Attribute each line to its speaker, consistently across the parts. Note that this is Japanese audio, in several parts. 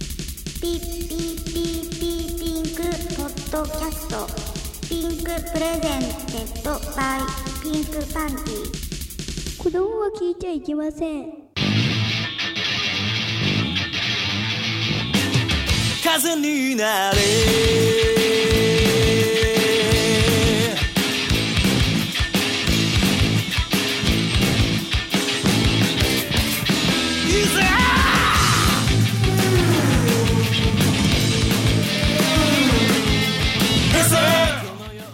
Speaker 1: ピッピッピッピッピンクポッドキャストピンクプレゼンテッドバイピンクパンティ子供は聞いちゃいけま せん
Speaker 2: 風になれいざ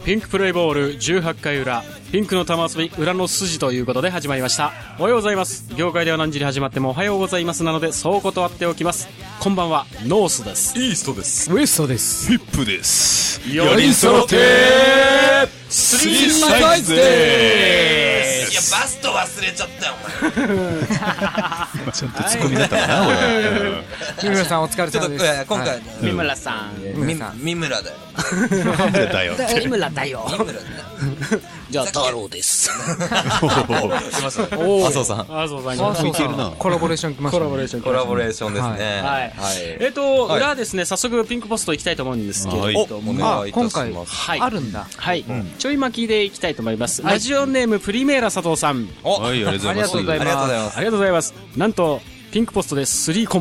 Speaker 3: ピンクプレイボール18回裏ピンクの玉遊び裏の筋ということで始まりましたおはようございます業界では何時に始まってもおはようございますなのでそう断っておきますこんばんはノースです
Speaker 4: イーストです。
Speaker 5: ウエストです。
Speaker 4: ヒップです。
Speaker 3: よ
Speaker 4: 四人揃って、スリーサイズで
Speaker 6: いやバスト忘れちゃったよお前
Speaker 4: ーす。ちゃんとツッコミだったかな、 俺。
Speaker 5: 三村さんお疲れ
Speaker 6: ちょっと
Speaker 5: 様で
Speaker 6: い
Speaker 5: す。
Speaker 6: や今回
Speaker 5: は
Speaker 3: 三村さん
Speaker 5: い、三村さん。
Speaker 6: 三村だよ
Speaker 4: なんでだよって。
Speaker 3: 三村だよ
Speaker 6: 三村だね
Speaker 3: じゃあ太郎 です
Speaker 4: おー
Speaker 6: すいません
Speaker 3: 麻
Speaker 6: 生さん
Speaker 3: 麻生さん
Speaker 5: あ
Speaker 3: が
Speaker 5: そう
Speaker 4: いけるな
Speaker 5: コラボレーション来ましたね。コラボレーション。
Speaker 6: コラボレーションですね
Speaker 3: はい、えっ、と、裏はですね早速ピンクポスト行きたいと思うんですけれ
Speaker 4: はい
Speaker 3: ども
Speaker 6: お
Speaker 5: あ、今
Speaker 6: 願いい
Speaker 5: 回
Speaker 6: たします
Speaker 3: はい
Speaker 5: あるんだ。
Speaker 3: はい、ちょい巻きで行きたいと思います、ラジオネームプリメーラ佐藤さん
Speaker 6: お
Speaker 4: はい、ありがとうございます。
Speaker 5: ありが
Speaker 6: あ
Speaker 5: とうござ
Speaker 6: りがとうございま
Speaker 3: あ
Speaker 6: す
Speaker 3: りがとうございますなんとピンクポストで3コ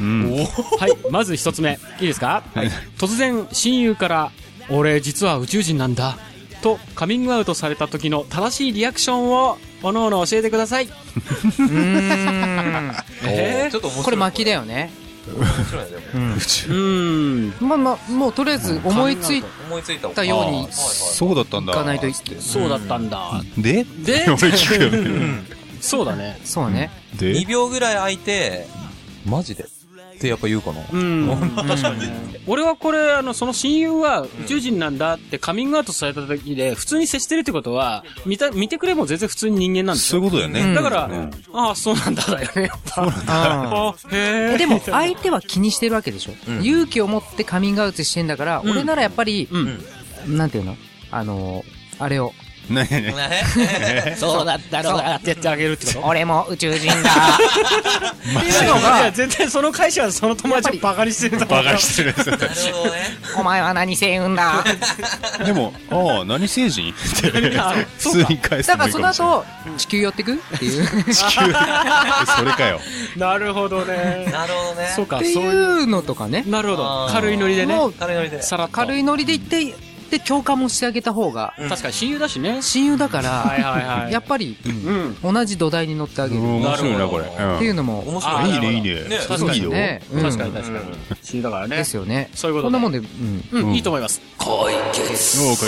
Speaker 3: ンボはい、まず一つ目。いいですか、突然、親友から、俺、実は宇宙人なんだ。と、カミングアウトされた時の正しいリアクションを、おのおの教えてください。
Speaker 5: うーん。
Speaker 3: え
Speaker 6: ちょっと面白い
Speaker 5: これ巻きだよね。
Speaker 6: 面白いねでも
Speaker 3: うーん。
Speaker 5: まあまあ、もうとりあえず思いつい
Speaker 6: 思いついたもん
Speaker 5: たように
Speaker 4: あーそうだったんだ。
Speaker 5: かないとい
Speaker 3: そうだったんだ。
Speaker 4: で
Speaker 3: で
Speaker 4: 俺聞くよね。
Speaker 3: そうだね。
Speaker 5: そうね。
Speaker 4: で
Speaker 6: 2秒ぐらい空いてマジでってやっぱ言うかな
Speaker 3: うん。
Speaker 5: 確かに。
Speaker 3: 俺はこれ、あの、その親友は宇宙人なんだってカミングアウトされた時で、普通に接してるってことは、見た、見てくれも全然普通に人間なんです
Speaker 4: そ
Speaker 3: よ。
Speaker 4: ういうことだよね。
Speaker 3: だから、
Speaker 4: うん
Speaker 3: ああ、そうなんだだよね、やっぱ。
Speaker 5: あ
Speaker 3: あ、へ
Speaker 5: ー
Speaker 3: え。
Speaker 5: でも、相手は気にしてるわけでしょ。
Speaker 6: うん
Speaker 5: 勇気を持ってカミングアウトしてんだから、
Speaker 3: うん
Speaker 5: 俺ならやっぱり、
Speaker 3: うん。
Speaker 5: なんていうのあのー、あれを。
Speaker 4: ねえね
Speaker 6: ね
Speaker 3: そうだったろうなってやってあげるってこと
Speaker 5: 俺も宇宙人だ。っていうの
Speaker 3: いや
Speaker 5: が、
Speaker 3: 絶対その会社はその友達をバカにしてると
Speaker 4: え。バカに
Speaker 3: し
Speaker 4: してる
Speaker 6: なるほどね
Speaker 5: お前は何星雲だ。
Speaker 4: でも、ああ、何星人って、
Speaker 3: そう
Speaker 4: 普
Speaker 3: か
Speaker 4: 通に返す
Speaker 5: だ
Speaker 4: も
Speaker 5: か
Speaker 4: いい
Speaker 5: ら
Speaker 4: かもし
Speaker 5: その
Speaker 4: れない。
Speaker 5: 後、地球寄ってくっていう。
Speaker 4: 地球 それかよ。
Speaker 3: てなるほどね
Speaker 6: なるほどね
Speaker 3: そうか
Speaker 5: っ
Speaker 3: そう
Speaker 5: て
Speaker 3: いう
Speaker 5: いうのとかね。
Speaker 3: なるほど
Speaker 6: あー
Speaker 3: 軽いノリでね
Speaker 5: もう
Speaker 6: 軽いノリで
Speaker 3: さらっと
Speaker 5: 軽いノリで行って、で、共感もしてあげた方が、
Speaker 6: うん
Speaker 3: 確かに親友だしね
Speaker 5: 親友だか
Speaker 3: はい
Speaker 5: ら、
Speaker 3: はいはい
Speaker 5: やっぱり、
Speaker 3: うん
Speaker 5: 同じ土台に乗ってあげる。っ
Speaker 4: 面白いな、これ。
Speaker 6: なるほど
Speaker 5: ていう
Speaker 4: う
Speaker 5: のも、
Speaker 6: 面
Speaker 3: あ
Speaker 6: 白
Speaker 4: ん
Speaker 6: い
Speaker 4: いいね、いい
Speaker 6: ね
Speaker 4: ね。
Speaker 6: 確
Speaker 3: かに
Speaker 4: いいよ。
Speaker 5: ね。うん
Speaker 3: 確かに確かに親友だからね
Speaker 5: ですよね。
Speaker 3: そういうことね
Speaker 5: こんなもんで、うん。
Speaker 3: うんいいと思います
Speaker 4: おう解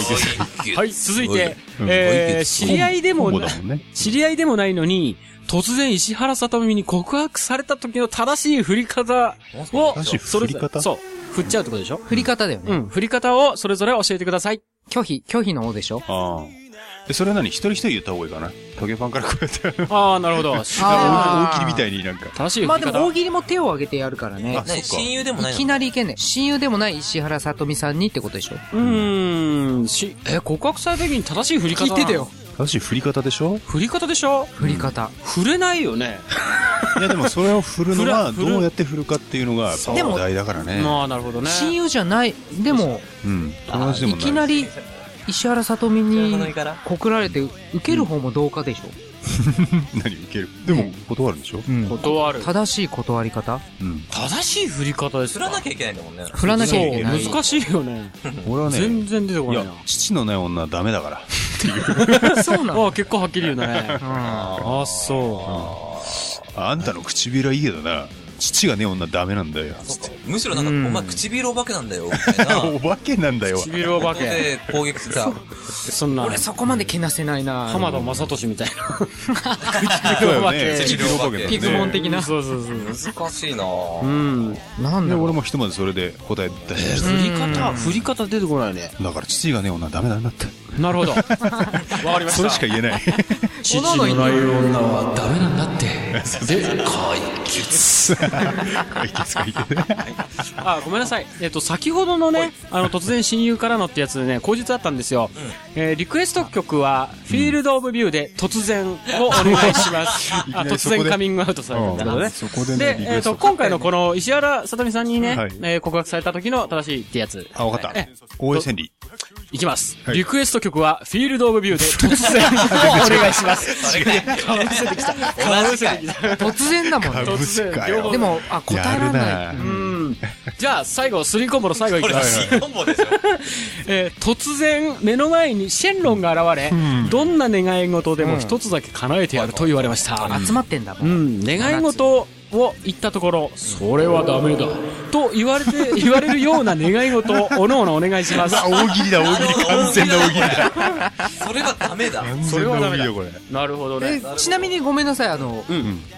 Speaker 4: 決
Speaker 3: はい続いて
Speaker 4: うん
Speaker 3: えー知り合いでも
Speaker 4: コンボ
Speaker 3: な
Speaker 4: だもんね。
Speaker 3: 知り合いでもないのに突然石原さとみに告白された時の正しい振り方を
Speaker 4: 正しい
Speaker 3: それ
Speaker 4: 振り方
Speaker 3: そう振っちゃうってことでしょ
Speaker 5: 振り方だよ
Speaker 3: う
Speaker 5: ね。
Speaker 3: ん振り方をそれぞれ教えてください
Speaker 5: 拒否、拒否の方でしょ
Speaker 4: ああ。で、それは何一人一人言った方がいいかな。竹パンからこうやって、
Speaker 3: ああなるほど
Speaker 5: あー
Speaker 4: 大喜利みたいになんか。
Speaker 3: 正しい振
Speaker 5: まあ
Speaker 3: り方
Speaker 5: でも大喜利も手を挙げてやるからね
Speaker 4: あ。
Speaker 6: ね親友でもない
Speaker 5: い
Speaker 6: の
Speaker 5: きなりいけんね。親友でもない石原さとみさんにってことでしょ
Speaker 3: うーん、し、え、告白された時に正しい振り方
Speaker 5: 聞いてたよ。。
Speaker 4: 正しい振り方でしょ
Speaker 3: 振り方でしょ
Speaker 5: 振り方。
Speaker 3: 振れないよね。
Speaker 4: いやでもそれを振るの
Speaker 3: 振ら
Speaker 4: は
Speaker 3: 振る
Speaker 4: どうやって振るかっていうのが
Speaker 5: う
Speaker 4: やっぱ話題だからね。
Speaker 3: まあ、なるほどね。
Speaker 5: 親友じゃない。でも、
Speaker 4: うん。友達で
Speaker 5: い
Speaker 4: もない。
Speaker 5: きなり、石原さとみ
Speaker 6: そうい
Speaker 5: に
Speaker 6: うことから
Speaker 5: 告られて、受ける方も同化でしょ、
Speaker 4: 何受けるでも断るんでしょ
Speaker 5: うん、
Speaker 3: 断る。
Speaker 5: 正しい断り方
Speaker 4: うん。
Speaker 3: 正しい振り方です
Speaker 6: 振
Speaker 3: から
Speaker 6: なきゃいけないんだもんね
Speaker 5: 振らなきゃいけない。
Speaker 3: 難しいよね。
Speaker 4: 俺はね
Speaker 3: 全、然出てこ
Speaker 4: い
Speaker 3: ない
Speaker 4: や
Speaker 3: な。、
Speaker 4: 父のない女はダメだから。
Speaker 5: そうな
Speaker 3: あ
Speaker 5: の。。
Speaker 3: あ、結構はっきり言うね
Speaker 5: うん
Speaker 3: ああ、そ
Speaker 4: あんたの唇はいいけどな。父がねえ女はダメなんだよ。
Speaker 6: そうかむしろなんか、
Speaker 5: うん
Speaker 6: お前唇お化けなんだよ、みたいな。
Speaker 4: お化けなんだ
Speaker 3: う。
Speaker 4: よ。
Speaker 3: 唇お化け。
Speaker 6: で、攻撃してさ、
Speaker 3: そんな、
Speaker 5: 俺そこまでけなせないな。
Speaker 3: 浜田雅俊みたいな。
Speaker 4: そうだよね。
Speaker 6: 唇
Speaker 4: 唇
Speaker 6: お
Speaker 4: お
Speaker 6: 化
Speaker 4: 化
Speaker 6: け
Speaker 4: けだね
Speaker 5: ピグモン的な。
Speaker 3: そうそうそう。
Speaker 6: 難しい
Speaker 3: う
Speaker 6: なぁ。
Speaker 3: ん。
Speaker 5: なん
Speaker 4: で
Speaker 5: だろ
Speaker 4: 俺
Speaker 5: う。
Speaker 4: もひとまずそれで答え出しまし
Speaker 3: 振り方、振り方出てこないね。
Speaker 4: た。だから父がねえ女はダメだなって。
Speaker 3: なるほど。
Speaker 7: わかりま
Speaker 4: それしか言えない。
Speaker 3: 父のない女はダメなんだ って。で、
Speaker 4: 解決解決。
Speaker 3: あ、ごめんなさい。えっ、と、先ほどのね、あの、突然親友からのってやつでね、口述あったんですよ。えーリクエスト曲は、フィールドオブビューで、突然をお願いします。
Speaker 4: いき
Speaker 3: あ
Speaker 4: なり
Speaker 3: 突
Speaker 4: そこ
Speaker 3: 然
Speaker 4: で
Speaker 3: カミングアウトされたんだけど
Speaker 4: う
Speaker 3: ね
Speaker 4: ん。そこでね
Speaker 3: で、
Speaker 4: リク
Speaker 3: えっ、
Speaker 4: エスト
Speaker 3: と、今回のこの、石原さとみさんにね、
Speaker 4: はい
Speaker 3: えー告白された時の正しいってやつ。
Speaker 4: あ、わかっ
Speaker 3: え
Speaker 4: た。大江千里。
Speaker 3: いきます、
Speaker 4: はい
Speaker 3: リクエスト曲は、フィールドオブビューで、突 然をお願いします。
Speaker 6: それね。同じかい。
Speaker 5: 突然だも んね。
Speaker 4: 株式か
Speaker 3: 両方
Speaker 4: よ。
Speaker 5: でも、あ、答えられない。
Speaker 4: やる
Speaker 3: うん。 じゃあ、最後、スリーコンボの最後い
Speaker 6: こ
Speaker 3: き
Speaker 6: れ
Speaker 3: ます。
Speaker 6: 新コンボですよ。
Speaker 3: えー突然目の前にシェンロンが現れ、どんな願い事でも一つだけ叶えてやると言われました、うん
Speaker 5: 集まってんだもん。
Speaker 3: 願い事を言ったところそれはダメだと言われ て言われるような願い事をおのおのお願いします
Speaker 4: あ、大喜利だ、大喜利。完全な大喜利だ。
Speaker 6: それはダメだ。
Speaker 4: 完全な大喜利よ、これ。
Speaker 3: なるほど
Speaker 5: え
Speaker 3: ね
Speaker 5: ちなみにごめんなさい、あの、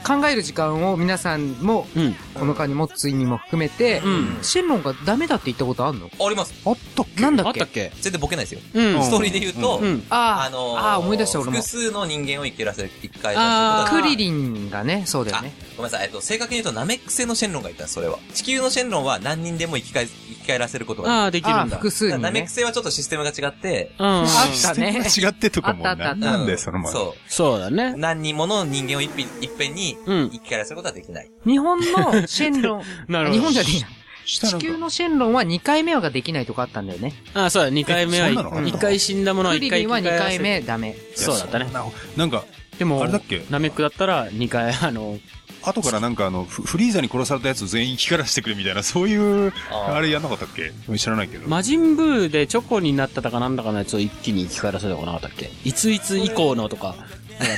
Speaker 5: 考える時間を皆さんも、
Speaker 3: うん
Speaker 5: この間に持つ意味も含めて、
Speaker 3: う
Speaker 5: シェンロンがダメだって言ったことあんの
Speaker 6: あります。
Speaker 5: あったっけなんだ
Speaker 3: あ
Speaker 5: っ
Speaker 3: っ
Speaker 5: け
Speaker 3: たっけ
Speaker 6: 全然ボケないですよ。
Speaker 3: うん
Speaker 6: ストーリーで言うと、
Speaker 3: うん
Speaker 5: あ
Speaker 6: あの
Speaker 5: あー、思い出した俺も
Speaker 6: 複。数の人間を生きらせる、一回
Speaker 3: あー
Speaker 5: クリリンがね、そうだよ
Speaker 6: あ
Speaker 5: ね。、
Speaker 6: ごめんなさい。えっと、正確に言うと、ナメック星のシェンロンがいたんです、それは。地球のシェンロンは何人でも生き返、生き返らせることができる
Speaker 3: ああできるん
Speaker 5: あ
Speaker 3: だ
Speaker 5: 複数
Speaker 6: ただ
Speaker 5: に
Speaker 6: ナメック
Speaker 5: ね。
Speaker 6: 星はちょっとシステムが違って、
Speaker 3: うん
Speaker 5: あったね
Speaker 4: システムが違ってとかもな
Speaker 5: あったあったあった
Speaker 4: んなんだよ、その前。
Speaker 6: そ
Speaker 3: そうだ
Speaker 6: う。
Speaker 3: ね
Speaker 6: 何人もの人間をいっぺんいっぺんに
Speaker 3: うん
Speaker 6: 生き返らせることはできない。
Speaker 5: 日本のシェンロン、
Speaker 3: なるほど
Speaker 5: 日本じゃねえや。
Speaker 4: した
Speaker 5: 地
Speaker 4: ら
Speaker 5: 球のシェンロンは2回目はができないとかあったんだよね。
Speaker 3: あそうだ2回目は
Speaker 4: えそんなのあるの
Speaker 3: 1回死んだものは
Speaker 5: ク
Speaker 3: 1
Speaker 5: リ
Speaker 3: 回
Speaker 5: リンは
Speaker 3: 生き返
Speaker 5: 2
Speaker 3: らせ
Speaker 5: 回目ダメ。
Speaker 3: そうだったね
Speaker 4: ななんか、
Speaker 3: でも
Speaker 4: あれだっけ
Speaker 3: ナメックだったら2回あの
Speaker 4: 後からなんかあの、フフリーザに殺されたやつを全員光らせてくれみたいな、そういう、
Speaker 6: あー
Speaker 4: あれやんなかったっけ知らないけど。
Speaker 3: 魔人ブーでチョコになっただかなんだかのやつを一気に生き返らせたとかなかったっけいついつ以降のとか、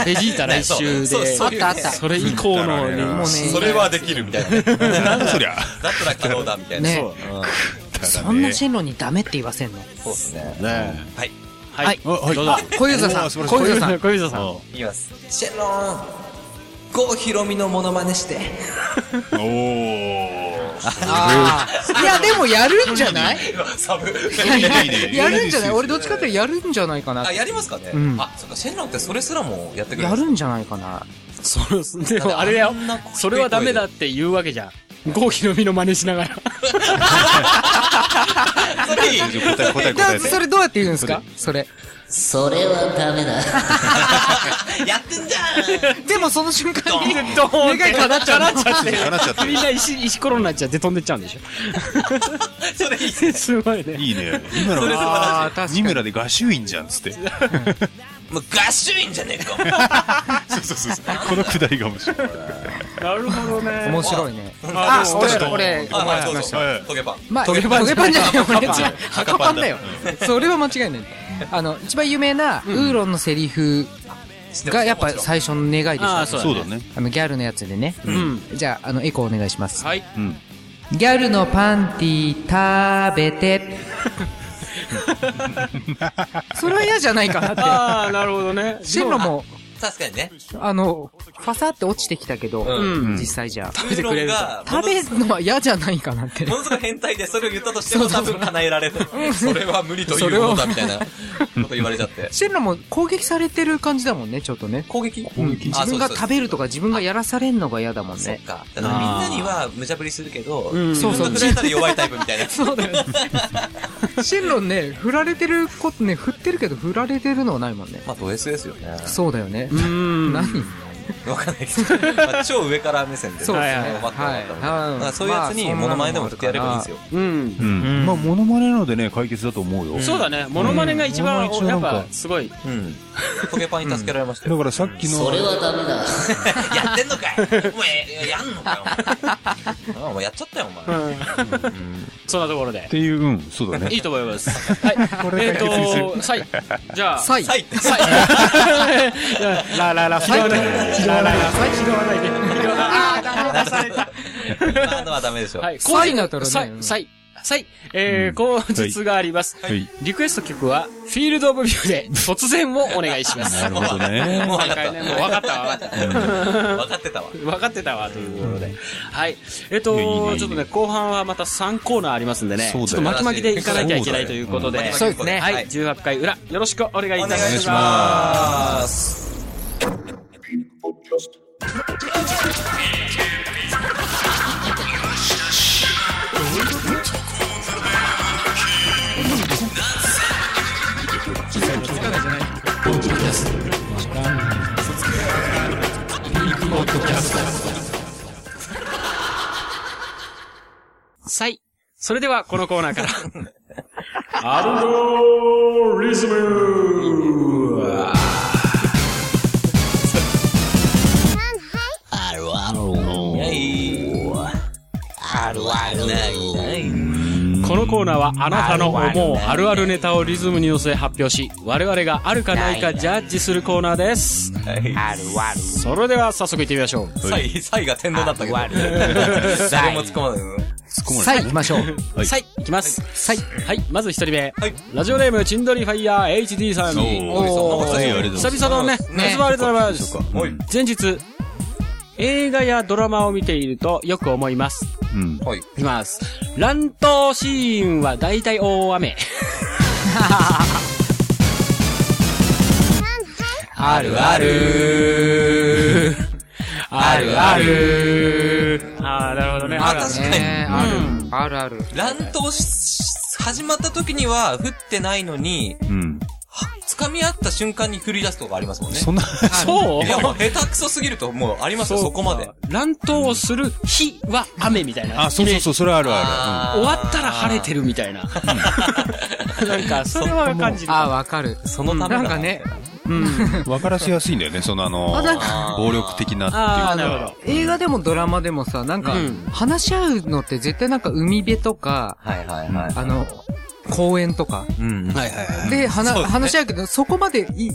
Speaker 3: ベジータ来週 で、
Speaker 6: そうそうそう
Speaker 5: あったあった。
Speaker 3: それ以降の
Speaker 4: うんだから
Speaker 5: もうね
Speaker 3: ね、
Speaker 6: それはできるみたいな。だっ
Speaker 4: なんだそりゃ。
Speaker 6: たら可能だ、みたいな。
Speaker 5: ね
Speaker 6: そう。うん
Speaker 5: そんなシェンロンにダメって言わせんの
Speaker 6: そうですね。
Speaker 4: ね
Speaker 6: はい。
Speaker 3: は
Speaker 5: はいい、
Speaker 4: え。はい。
Speaker 3: どうぞ。
Speaker 5: 小遊三さ
Speaker 4: おー
Speaker 5: ん、
Speaker 4: 素晴らしい
Speaker 5: 小遊三さん。
Speaker 3: 小遊三さん。
Speaker 6: いきます。シェンロン、郷ひろみのモノマネして。
Speaker 4: おー。
Speaker 5: ああ。いや、でもやるんじゃない
Speaker 6: サブ。
Speaker 4: いいね
Speaker 5: やるんじゃな
Speaker 4: いいです
Speaker 5: い
Speaker 4: よ
Speaker 5: 俺どっちかっていうとやるんじゃないかな
Speaker 6: あ、。やりますかね
Speaker 5: うん
Speaker 6: あ、そっか、シェンロンってそれすらもやってくれ
Speaker 5: やるんじゃないかな。
Speaker 3: そう、でもあれだよ
Speaker 6: あんな低い声。で
Speaker 3: それはダメだって言うわけじゃん。郷ひろみの真似しながら。
Speaker 6: それいい
Speaker 4: じゃあ答え、答え、答
Speaker 5: だ
Speaker 4: え。
Speaker 5: それどうやって言うんですかそれ。
Speaker 6: やってんじゃん
Speaker 5: でもその瞬間に、
Speaker 3: ドーン
Speaker 5: 願い叶っちゃうの。
Speaker 4: 叶っちゃって
Speaker 3: みんな石、石ころになっちゃって飛んでっちゃうんでし
Speaker 6: それいいっす
Speaker 3: ょ。 すごいね。
Speaker 4: いいね。今の
Speaker 6: それ素晴らしい
Speaker 5: ああ、確か
Speaker 4: 二
Speaker 5: に。
Speaker 4: 村で合衆院じゃんっつって。そう
Speaker 6: もう合衆院じゃねえか
Speaker 4: そうそうそう。このくだりが面白い。
Speaker 3: なるほどね。
Speaker 5: 面白いね。
Speaker 3: あ
Speaker 5: あ、
Speaker 3: でも
Speaker 5: 俺、俺、
Speaker 6: あ、はい、ど
Speaker 5: 思
Speaker 6: うぞ
Speaker 5: いました。
Speaker 4: はい
Speaker 6: トゲパン。
Speaker 5: まあ、トゲパンじゃない。俺 赤パンだよ。それは間違いない。あの、一番有名な、ウーロンのセリフがやっぱ最初の願いでし
Speaker 3: あ
Speaker 5: ょ
Speaker 3: あ、。そう
Speaker 4: そう
Speaker 3: だ
Speaker 4: だ
Speaker 3: ね。
Speaker 4: ね。
Speaker 5: あの、ギャルのやつでね。
Speaker 3: うん。
Speaker 5: じゃあ、あの、エコーお願いします。
Speaker 3: はい。
Speaker 4: うん。
Speaker 5: ギャルのパンティー食べて。それは嫌じゃないかなっ
Speaker 3: ああ、なるほどね。
Speaker 5: て。シェンロも、
Speaker 6: 確かにね。
Speaker 5: あの、ファサって落ちてきたけど、
Speaker 3: うん
Speaker 5: 実際じゃあ。
Speaker 6: 食べてくれるが、
Speaker 5: 食べるのは嫌じゃないかなって
Speaker 6: も。のすごい変態でそれを言ったとしても多分叶えられる。それは無理と
Speaker 5: そ
Speaker 6: い
Speaker 5: れ
Speaker 6: う
Speaker 5: は
Speaker 6: ことだみたいなこと言われちゃって。
Speaker 5: シェンロも攻撃されてる感じだもんね、ちょっとね。
Speaker 6: 攻撃
Speaker 5: うん自分が食べると
Speaker 6: か。
Speaker 5: か自分がやらされんのが嫌だもん
Speaker 6: そっ
Speaker 5: ね。
Speaker 6: か。だからみんなには無茶ぶりするけど、
Speaker 3: ん
Speaker 6: 自分が振られたら弱いタイプみたいな。
Speaker 5: そうだよね。シェンロンね、振られてることね、振ってるけど振られてるのはないもんね。
Speaker 6: まあ、ド S ですよね。
Speaker 5: そうだよね。
Speaker 3: うん。
Speaker 5: 何
Speaker 6: わかんないけど、まあ超上から目線で。
Speaker 5: そうですね
Speaker 6: はいはいバック
Speaker 5: はい
Speaker 6: だったのでだからそういうやつに
Speaker 5: まあ
Speaker 6: モノマネでも振ってやればいいんですよ。
Speaker 3: うん。
Speaker 4: うん。まあ、モノマネなのでね、解決だと思うよ。
Speaker 3: そうだね、モノマネが一番、
Speaker 4: うん
Speaker 3: やっ
Speaker 4: モノマネ一番な
Speaker 3: ぱ
Speaker 4: ん、か
Speaker 3: すごい。
Speaker 6: うん。トゲパンに助けられましたよ
Speaker 4: だ。からさっきの、
Speaker 6: やってんのかいお前、やんのかよ。お前あもうやっちゃったよ、お前。
Speaker 3: そんなところで
Speaker 4: っ。ていう、うん、そうだね。
Speaker 3: いいと思います。はい。え
Speaker 4: れ
Speaker 3: っ
Speaker 4: 解決する
Speaker 3: と、サイ。じゃあ、
Speaker 5: サイ。
Speaker 6: サ
Speaker 5: サ
Speaker 6: イ
Speaker 5: イ。
Speaker 6: って。 サイ。
Speaker 3: ラララ、サイ。ラララ、サイ。ラララ、サイ。拾わないで。ああ、だめだ、サイ。
Speaker 6: あのはダメでしょ。
Speaker 3: はい。
Speaker 5: サイになったらね
Speaker 3: サイ。サイ。さい。えー、口述があります。
Speaker 4: はい。
Speaker 3: リクエスト曲は、フィールドオブビューで、突然をお願いします。
Speaker 4: なるほどね。
Speaker 6: もう分かった。
Speaker 3: もう分かったわ分か
Speaker 6: った。 分かってたわ。
Speaker 3: 分かってたわ、というところで。はい。えっと
Speaker 4: いやいいねいいね
Speaker 3: ちょっとね、後半はまた3コーナーありますんでね、ち
Speaker 4: そうだ
Speaker 3: ょっ
Speaker 4: よ
Speaker 3: と巻き巻きでいかなきゃいけないということで、
Speaker 6: そうだよ
Speaker 5: そうですね。
Speaker 3: は
Speaker 6: はい
Speaker 3: い、18回裏、よろしくお願いい
Speaker 6: お
Speaker 3: た
Speaker 6: 願
Speaker 3: し
Speaker 6: い
Speaker 3: ま
Speaker 6: し
Speaker 3: す。
Speaker 6: ます。
Speaker 3: はい。それでは、このコーナーから。このコーナーはあなたの思うあるあるネタをリズムに乗せ発表し、我々があるかないかジャッジするコーナーです。それでは早速行ってみましょう。
Speaker 6: サイ、サイが天皇だったけど。 誰も突っ込まないの。
Speaker 5: さあ行きましょう。
Speaker 4: はい
Speaker 3: さい、行きます。
Speaker 5: はい。
Speaker 3: はい、まず一人目。
Speaker 6: はい
Speaker 3: ラジオネーム、チンドリファイヤー HD さん。
Speaker 4: お
Speaker 3: 久
Speaker 4: お
Speaker 6: おー
Speaker 4: はいありがとうございます。
Speaker 3: 々のね、
Speaker 5: ね
Speaker 3: 夏場ありがとうございます。
Speaker 6: おい。
Speaker 3: 前日、映画やドラマを見ているとよく思います。
Speaker 4: うん。
Speaker 6: はい。
Speaker 3: いきます。乱闘シーンは大体大 雨。
Speaker 5: ある
Speaker 6: ある
Speaker 3: あ
Speaker 6: るあ
Speaker 3: る。ああ、なるほどね。
Speaker 6: あ
Speaker 3: あるある
Speaker 6: 確かに。
Speaker 5: ねある。あるある。
Speaker 6: 乱闘し、始まった時には降ってないのに、
Speaker 4: うん。
Speaker 6: は掴み合った瞬間に振り出すとかありますもんね。
Speaker 4: そんな、
Speaker 3: そう
Speaker 6: いや、もう下手くそすぎると、もうありますよ、そこまで。
Speaker 3: 乱闘をする日は雨みたいな。
Speaker 4: あ、そうそうそう、それあるあ
Speaker 6: あ
Speaker 3: 終わったら晴れてるみたいな。なんか、それは感じる。
Speaker 5: あ、わかる。
Speaker 6: そのためだ
Speaker 5: なんかね、
Speaker 4: る。わからしやすいんだよね、そのあの
Speaker 5: あなんか、
Speaker 4: 暴力的なって
Speaker 3: ああ、
Speaker 4: いう
Speaker 3: なる
Speaker 4: か。
Speaker 3: ほ
Speaker 5: 映画でもドラマでもさ、なんか
Speaker 3: うん、
Speaker 5: 話し合うのって絶対なんか海辺とか、
Speaker 6: はいはいはい。
Speaker 5: あの、公園とか。
Speaker 6: うん。
Speaker 3: ど。はいはいはい。
Speaker 5: で、話、話し合うけど、そこまでい、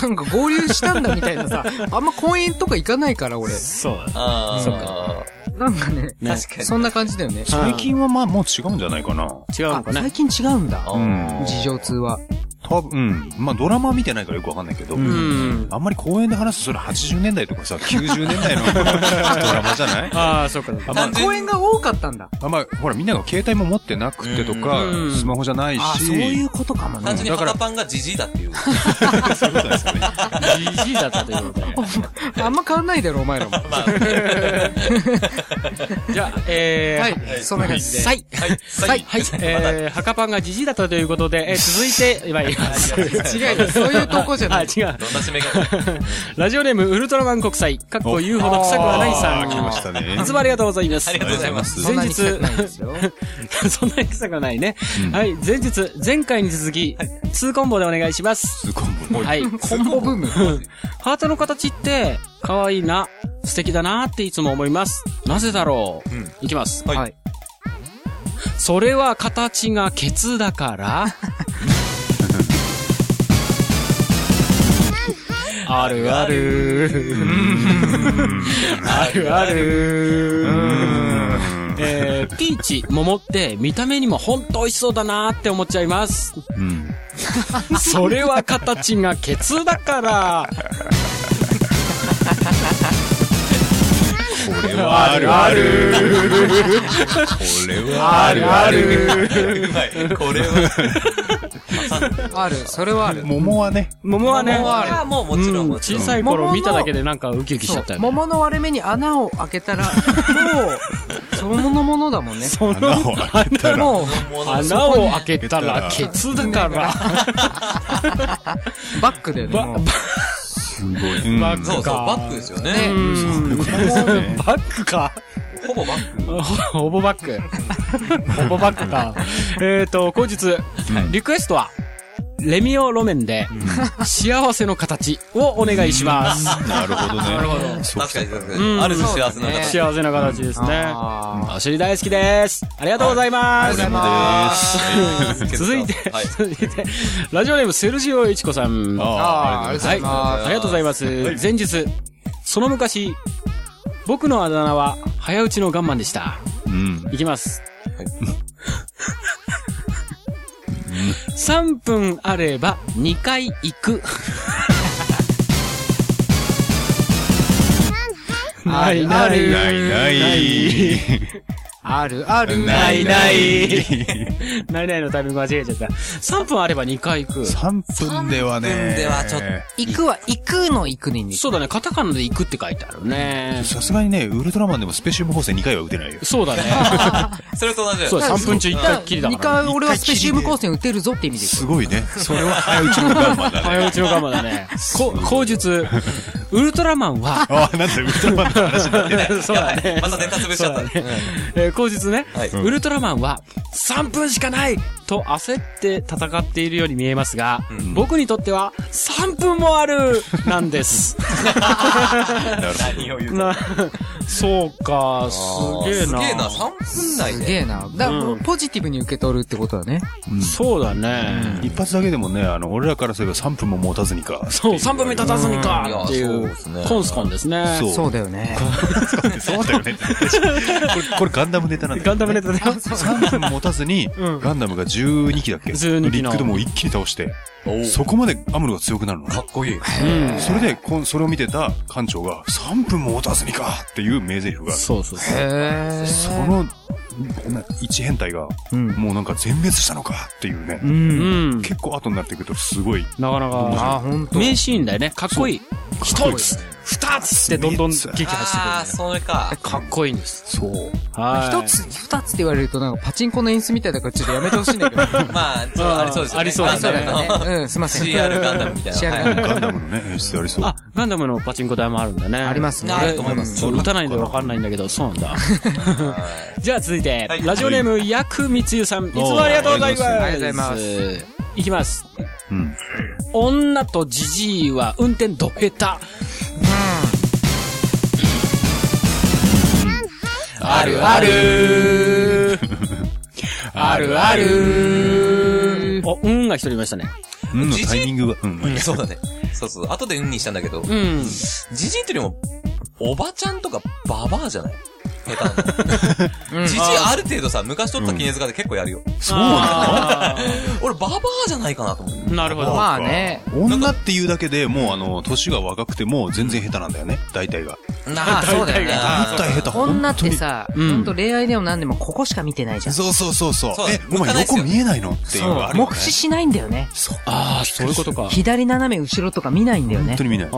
Speaker 5: なんか合流したんだみたいなさ、あんま公園とか行かないから俺。
Speaker 3: そうだね。
Speaker 6: ああ、
Speaker 5: そっ
Speaker 6: か。
Speaker 5: なんかね、
Speaker 3: ね
Speaker 6: 確かに。
Speaker 5: そんな感じだよね。
Speaker 4: 最近はまあもう違うんじゃないかな。
Speaker 3: 違う
Speaker 5: あ
Speaker 3: のかね。
Speaker 5: 最近違うんだ。
Speaker 4: うん
Speaker 5: 事情通は。
Speaker 4: 多分、うん。まあドラマ見てないからよくわかんないけど、
Speaker 3: うん。
Speaker 4: あんまり公園で話すとそれ80年代とかさ、90年代の ドラマじゃない
Speaker 3: ああ、そうか。
Speaker 4: あんま
Speaker 6: 単純に
Speaker 5: 公園が多かったんだ。
Speaker 4: あんまほらみんなが携帯も持ってなくてとか、
Speaker 3: うん
Speaker 4: スマホじゃないし。
Speaker 5: あ、そういうことかもね
Speaker 6: 単。純に肌パンがジジイだっていう。
Speaker 4: そういうことなんです よね。
Speaker 3: じじいだったということ で。
Speaker 5: あんま変わんないだろ、お前らも。
Speaker 6: まあ、ね、
Speaker 3: じゃあ、 えー、
Speaker 5: はい、そんな感じで。
Speaker 3: はい。
Speaker 6: はい。
Speaker 3: は、
Speaker 6: はい
Speaker 3: はい、えー、墓パンがじじいだったということで、えー、続いて、今言います。
Speaker 5: 違うよ、そういう投稿 じゃ
Speaker 3: あ、
Speaker 5: ない。
Speaker 3: 違う。
Speaker 6: どんな締め方
Speaker 3: ラジオネーム、ウルトラマン国際、かっこ言うほど臭くはないさ
Speaker 4: あー来ました
Speaker 3: ん。
Speaker 4: ね
Speaker 3: い。つもありがとうございます。
Speaker 6: ありがとうございます。
Speaker 5: そんなに臭くないですよ。
Speaker 3: そんなに臭くはないね。はい、前日、前回に続き、2コンボでお願いします。
Speaker 4: コンボ
Speaker 3: はい。
Speaker 5: コンボブーム。
Speaker 3: ハートの形って、可愛いな、素敵だなっていつも思います。なぜだろう、いきます。
Speaker 6: はい
Speaker 5: はい。
Speaker 3: それは形がケツだから。あるある。あるある。えー、ピーチ、桃って見た目にもほんと美味しそうだなーって思っちゃいます。
Speaker 4: うん。
Speaker 3: それは形がケツだから。
Speaker 4: これはあるある。これは あるある。
Speaker 6: うまい。これは。
Speaker 5: ある、それは ある。
Speaker 4: 桃はね、
Speaker 3: 桃はね、
Speaker 6: これはもうもちろん、
Speaker 3: うん
Speaker 6: もち
Speaker 3: 小
Speaker 6: ろん。
Speaker 3: さい頃見ただけでなんかウキウキしちゃったよね。
Speaker 5: 桃の割れ目に穴を開けたら、もう、そのものだもんね。
Speaker 3: そ
Speaker 4: 穴を開けたら。
Speaker 5: もう、
Speaker 3: 穴を開けたらケツだから。
Speaker 5: バックだよね。
Speaker 3: ば
Speaker 5: もう
Speaker 4: すごい。
Speaker 3: バック
Speaker 6: そうそう、バックですよね。
Speaker 3: うんバッ クか。
Speaker 6: ほぼバック。
Speaker 3: ほほぼバック。ほぼバックか。えっと、後日、リクエストは、レミオ路面で、幸せの形をお願いします。
Speaker 4: なるほどね。なるほど。そう
Speaker 6: 確かに、確か
Speaker 3: うん
Speaker 6: に。ある種幸せな
Speaker 5: そうだね
Speaker 6: 形。
Speaker 3: 幸せの形ですね。
Speaker 5: あ
Speaker 3: お尻大好きです。ありがとうございます。
Speaker 4: でます。
Speaker 3: 続いて、
Speaker 6: はい。
Speaker 3: 続いて、ラジオネームセルジオイチコさん。
Speaker 4: ああ、ありがとうございます。
Speaker 3: はい、ありがとうございます。前日、その昔、僕のあだ名は、早打ちのガンマンでした。
Speaker 4: うん。
Speaker 3: いきます。
Speaker 2: 3分あれば2回行く。ないな
Speaker 5: ある
Speaker 2: い。
Speaker 4: ないない。
Speaker 5: あるある。
Speaker 4: ない ない。
Speaker 2: ないないのタイミング間違えちゃった。3分あれば2回行く。
Speaker 4: 3分ではね。
Speaker 6: 3分ではちょっ
Speaker 5: 行くは行くの行くにね。
Speaker 2: そうだね、カタカナで行くって書いてあるね。
Speaker 4: さすがにね、ウルトラマンでもスペシウム補正2回は打てないよ。
Speaker 2: そうだね。
Speaker 6: それと同じだよ
Speaker 2: そうだ、3分中1回っきりだ
Speaker 5: 2
Speaker 2: から。
Speaker 5: 回俺はスペシウム光線打てるぞって意味です
Speaker 4: す
Speaker 5: よ。
Speaker 4: ごいね。それは早打ちのガンマンだね。
Speaker 2: 早打ちの我慢だね。こ、口述。ウルトラマンは、
Speaker 4: ああ、なんだ、ウルトラマンの話になってない。
Speaker 2: そうだ
Speaker 6: やば
Speaker 2: ね
Speaker 6: い。またネタ潰しち
Speaker 2: そ
Speaker 6: ゃ
Speaker 2: う
Speaker 6: っ
Speaker 2: だ
Speaker 6: た
Speaker 2: ね。えー、後日ね、
Speaker 6: はい
Speaker 2: ウルトラマンは3分しかないと焦って戦っているように見えますが、僕にとっては3分もあるなんです。
Speaker 6: 何を言う
Speaker 2: な、 そうか、すげえ
Speaker 6: す
Speaker 2: な。
Speaker 6: げえな、3分台
Speaker 5: す
Speaker 6: で。
Speaker 5: げえな。だからポジティブに受け取るってことだね。
Speaker 2: そうだね。
Speaker 4: 一発だけでもね、あの、俺らからすれば3分も持たずにか。
Speaker 2: そう、3分目立たずにかってい
Speaker 6: うんい
Speaker 2: う
Speaker 6: やそうですね、
Speaker 2: コンスコンですね。
Speaker 4: そう
Speaker 5: そうだよね。
Speaker 4: そうだよね。これ、これガンダムネタなんだ
Speaker 2: ガンダムネ
Speaker 4: タ。
Speaker 2: タだよ。
Speaker 4: 3分持たずに、
Speaker 2: うん
Speaker 4: ガンダムが12機だっけ
Speaker 2: 12機
Speaker 4: リ
Speaker 2: の
Speaker 4: ックでもう一気に倒して、そこまでアムロが強くなるのね
Speaker 6: かっこいい。
Speaker 2: うん。
Speaker 4: それで、こんそれを見てた艦長が、3分も持たずにかっていう名台詞がある。
Speaker 2: そうそうそう。
Speaker 5: へ
Speaker 4: その、な一変態が、
Speaker 5: うん
Speaker 4: もうなんか全滅したのかっていうね。
Speaker 5: うん。
Speaker 2: うん。
Speaker 4: 結構後になってくると、すごい、
Speaker 2: なかな
Speaker 5: あ、
Speaker 2: か、
Speaker 5: ほんと。
Speaker 2: 名シーンだよね。かっこいい。一つ、二つってどんどん撃破してくる
Speaker 6: ああ、
Speaker 2: ね。
Speaker 6: それか。
Speaker 2: かっこいいんです。
Speaker 4: そう。
Speaker 2: はい。
Speaker 5: 一つ、二つって言われるとなんかパチンコの演出みたいだからちょっとやめてほしいんだ けど。
Speaker 6: まあ、ちょっとありそうですよね。
Speaker 2: ありそう
Speaker 5: あ
Speaker 2: だ
Speaker 5: りそうだ
Speaker 6: ガ ンダムの
Speaker 5: よね。うん、すいません。
Speaker 6: CR ガンダムみたいな
Speaker 5: CR ガンダム。
Speaker 4: ガンダムの ね、演出ありそう。
Speaker 2: あ、ガンダムのパチンコ台もあるんだね。
Speaker 5: ありますね。
Speaker 6: あると思います
Speaker 2: ちょっと打たないんでわかんないんだけど、そうなんだ。じゃあ続いて、
Speaker 6: はい
Speaker 2: ラジオネーム、ヤクミツユさん。いつもありがとうございます。
Speaker 5: ありがとうございますありがとうござい
Speaker 2: ます。いきます。
Speaker 4: うん。
Speaker 2: 女とジジイは運転ど下手。
Speaker 6: あるあ
Speaker 2: るあるあるお、うんが一人いましたね。
Speaker 4: うんのタイミングが、うん。
Speaker 6: る。そうだね。そうそう。後でうんにしたんだけど、
Speaker 2: うん。
Speaker 6: じじいっていうよりも、おばちゃんとかババアじゃない下手な。じじいある程度さ、昔取った記念塚で結構やるよ。
Speaker 4: そうな
Speaker 6: 俺ババアじゃないかなと思って。
Speaker 2: のなるほど。
Speaker 5: まあね。
Speaker 4: の女っていうだけでもう、あの、年が若くても全然下手なんだよね。大体が。
Speaker 5: まあそうだよね。
Speaker 4: 大体下手。
Speaker 5: 女っ
Speaker 4: 本当
Speaker 5: て
Speaker 4: に。
Speaker 5: さ、
Speaker 2: うん
Speaker 5: ほんと恋愛でも何でもここしか見てないじゃん。
Speaker 4: そうそうそうそう
Speaker 6: そう。
Speaker 4: え、お
Speaker 6: 向か
Speaker 4: 前
Speaker 6: ないっすよ
Speaker 4: 横見えないのっていうのがあるよね
Speaker 5: 目視しないんだよね。
Speaker 2: ああ、そういうことか。
Speaker 5: 左斜め後ろとか見ないんだよね
Speaker 4: 本当。に見ない。
Speaker 2: あ
Speaker 6: そ